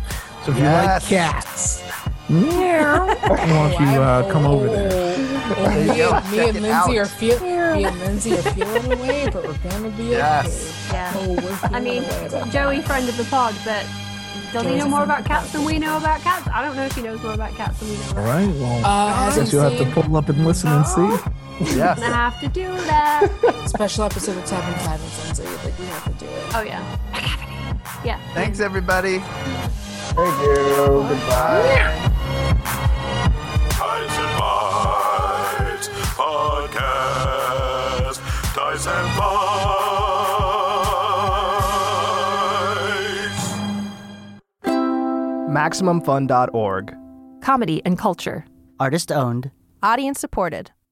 Speaker 6: So if
Speaker 4: Yes.
Speaker 6: you like Cats, meow, why don't you uh, come over there?
Speaker 2: And me,
Speaker 4: go.
Speaker 2: and, Oh, me
Speaker 4: Check
Speaker 2: and
Speaker 4: it
Speaker 2: Lindsay
Speaker 4: out.
Speaker 2: are feel, me and Lindsay are feeling away, but we're gonna be
Speaker 4: Yes.
Speaker 2: okay.
Speaker 5: Yeah.
Speaker 2: Oh, we're feeling
Speaker 5: I mean,
Speaker 2: away about that.
Speaker 5: Joey, friend of the pod, but does he know more about cats than we know about cats? I don't know if he knows more about cats than we know.
Speaker 6: All
Speaker 5: About.
Speaker 6: right, well,
Speaker 2: Uh,
Speaker 6: I
Speaker 2: as
Speaker 6: guess
Speaker 2: you've
Speaker 6: you'll have to
Speaker 2: seen,
Speaker 6: pull up and listen and see.
Speaker 4: Yes.
Speaker 5: I have to do that.
Speaker 2: special episode of Tap and Titles, Lindsay. Like we have to do it.
Speaker 5: oh yeah. Yeah.
Speaker 4: Thanks, everybody.
Speaker 7: Thank you. Goodbye.
Speaker 1: Dice and Bites Podcast. Dice and Bites.
Speaker 7: MaximumFun.org.
Speaker 8: comedy and culture.
Speaker 9: Artist owned.
Speaker 8: Audience supported.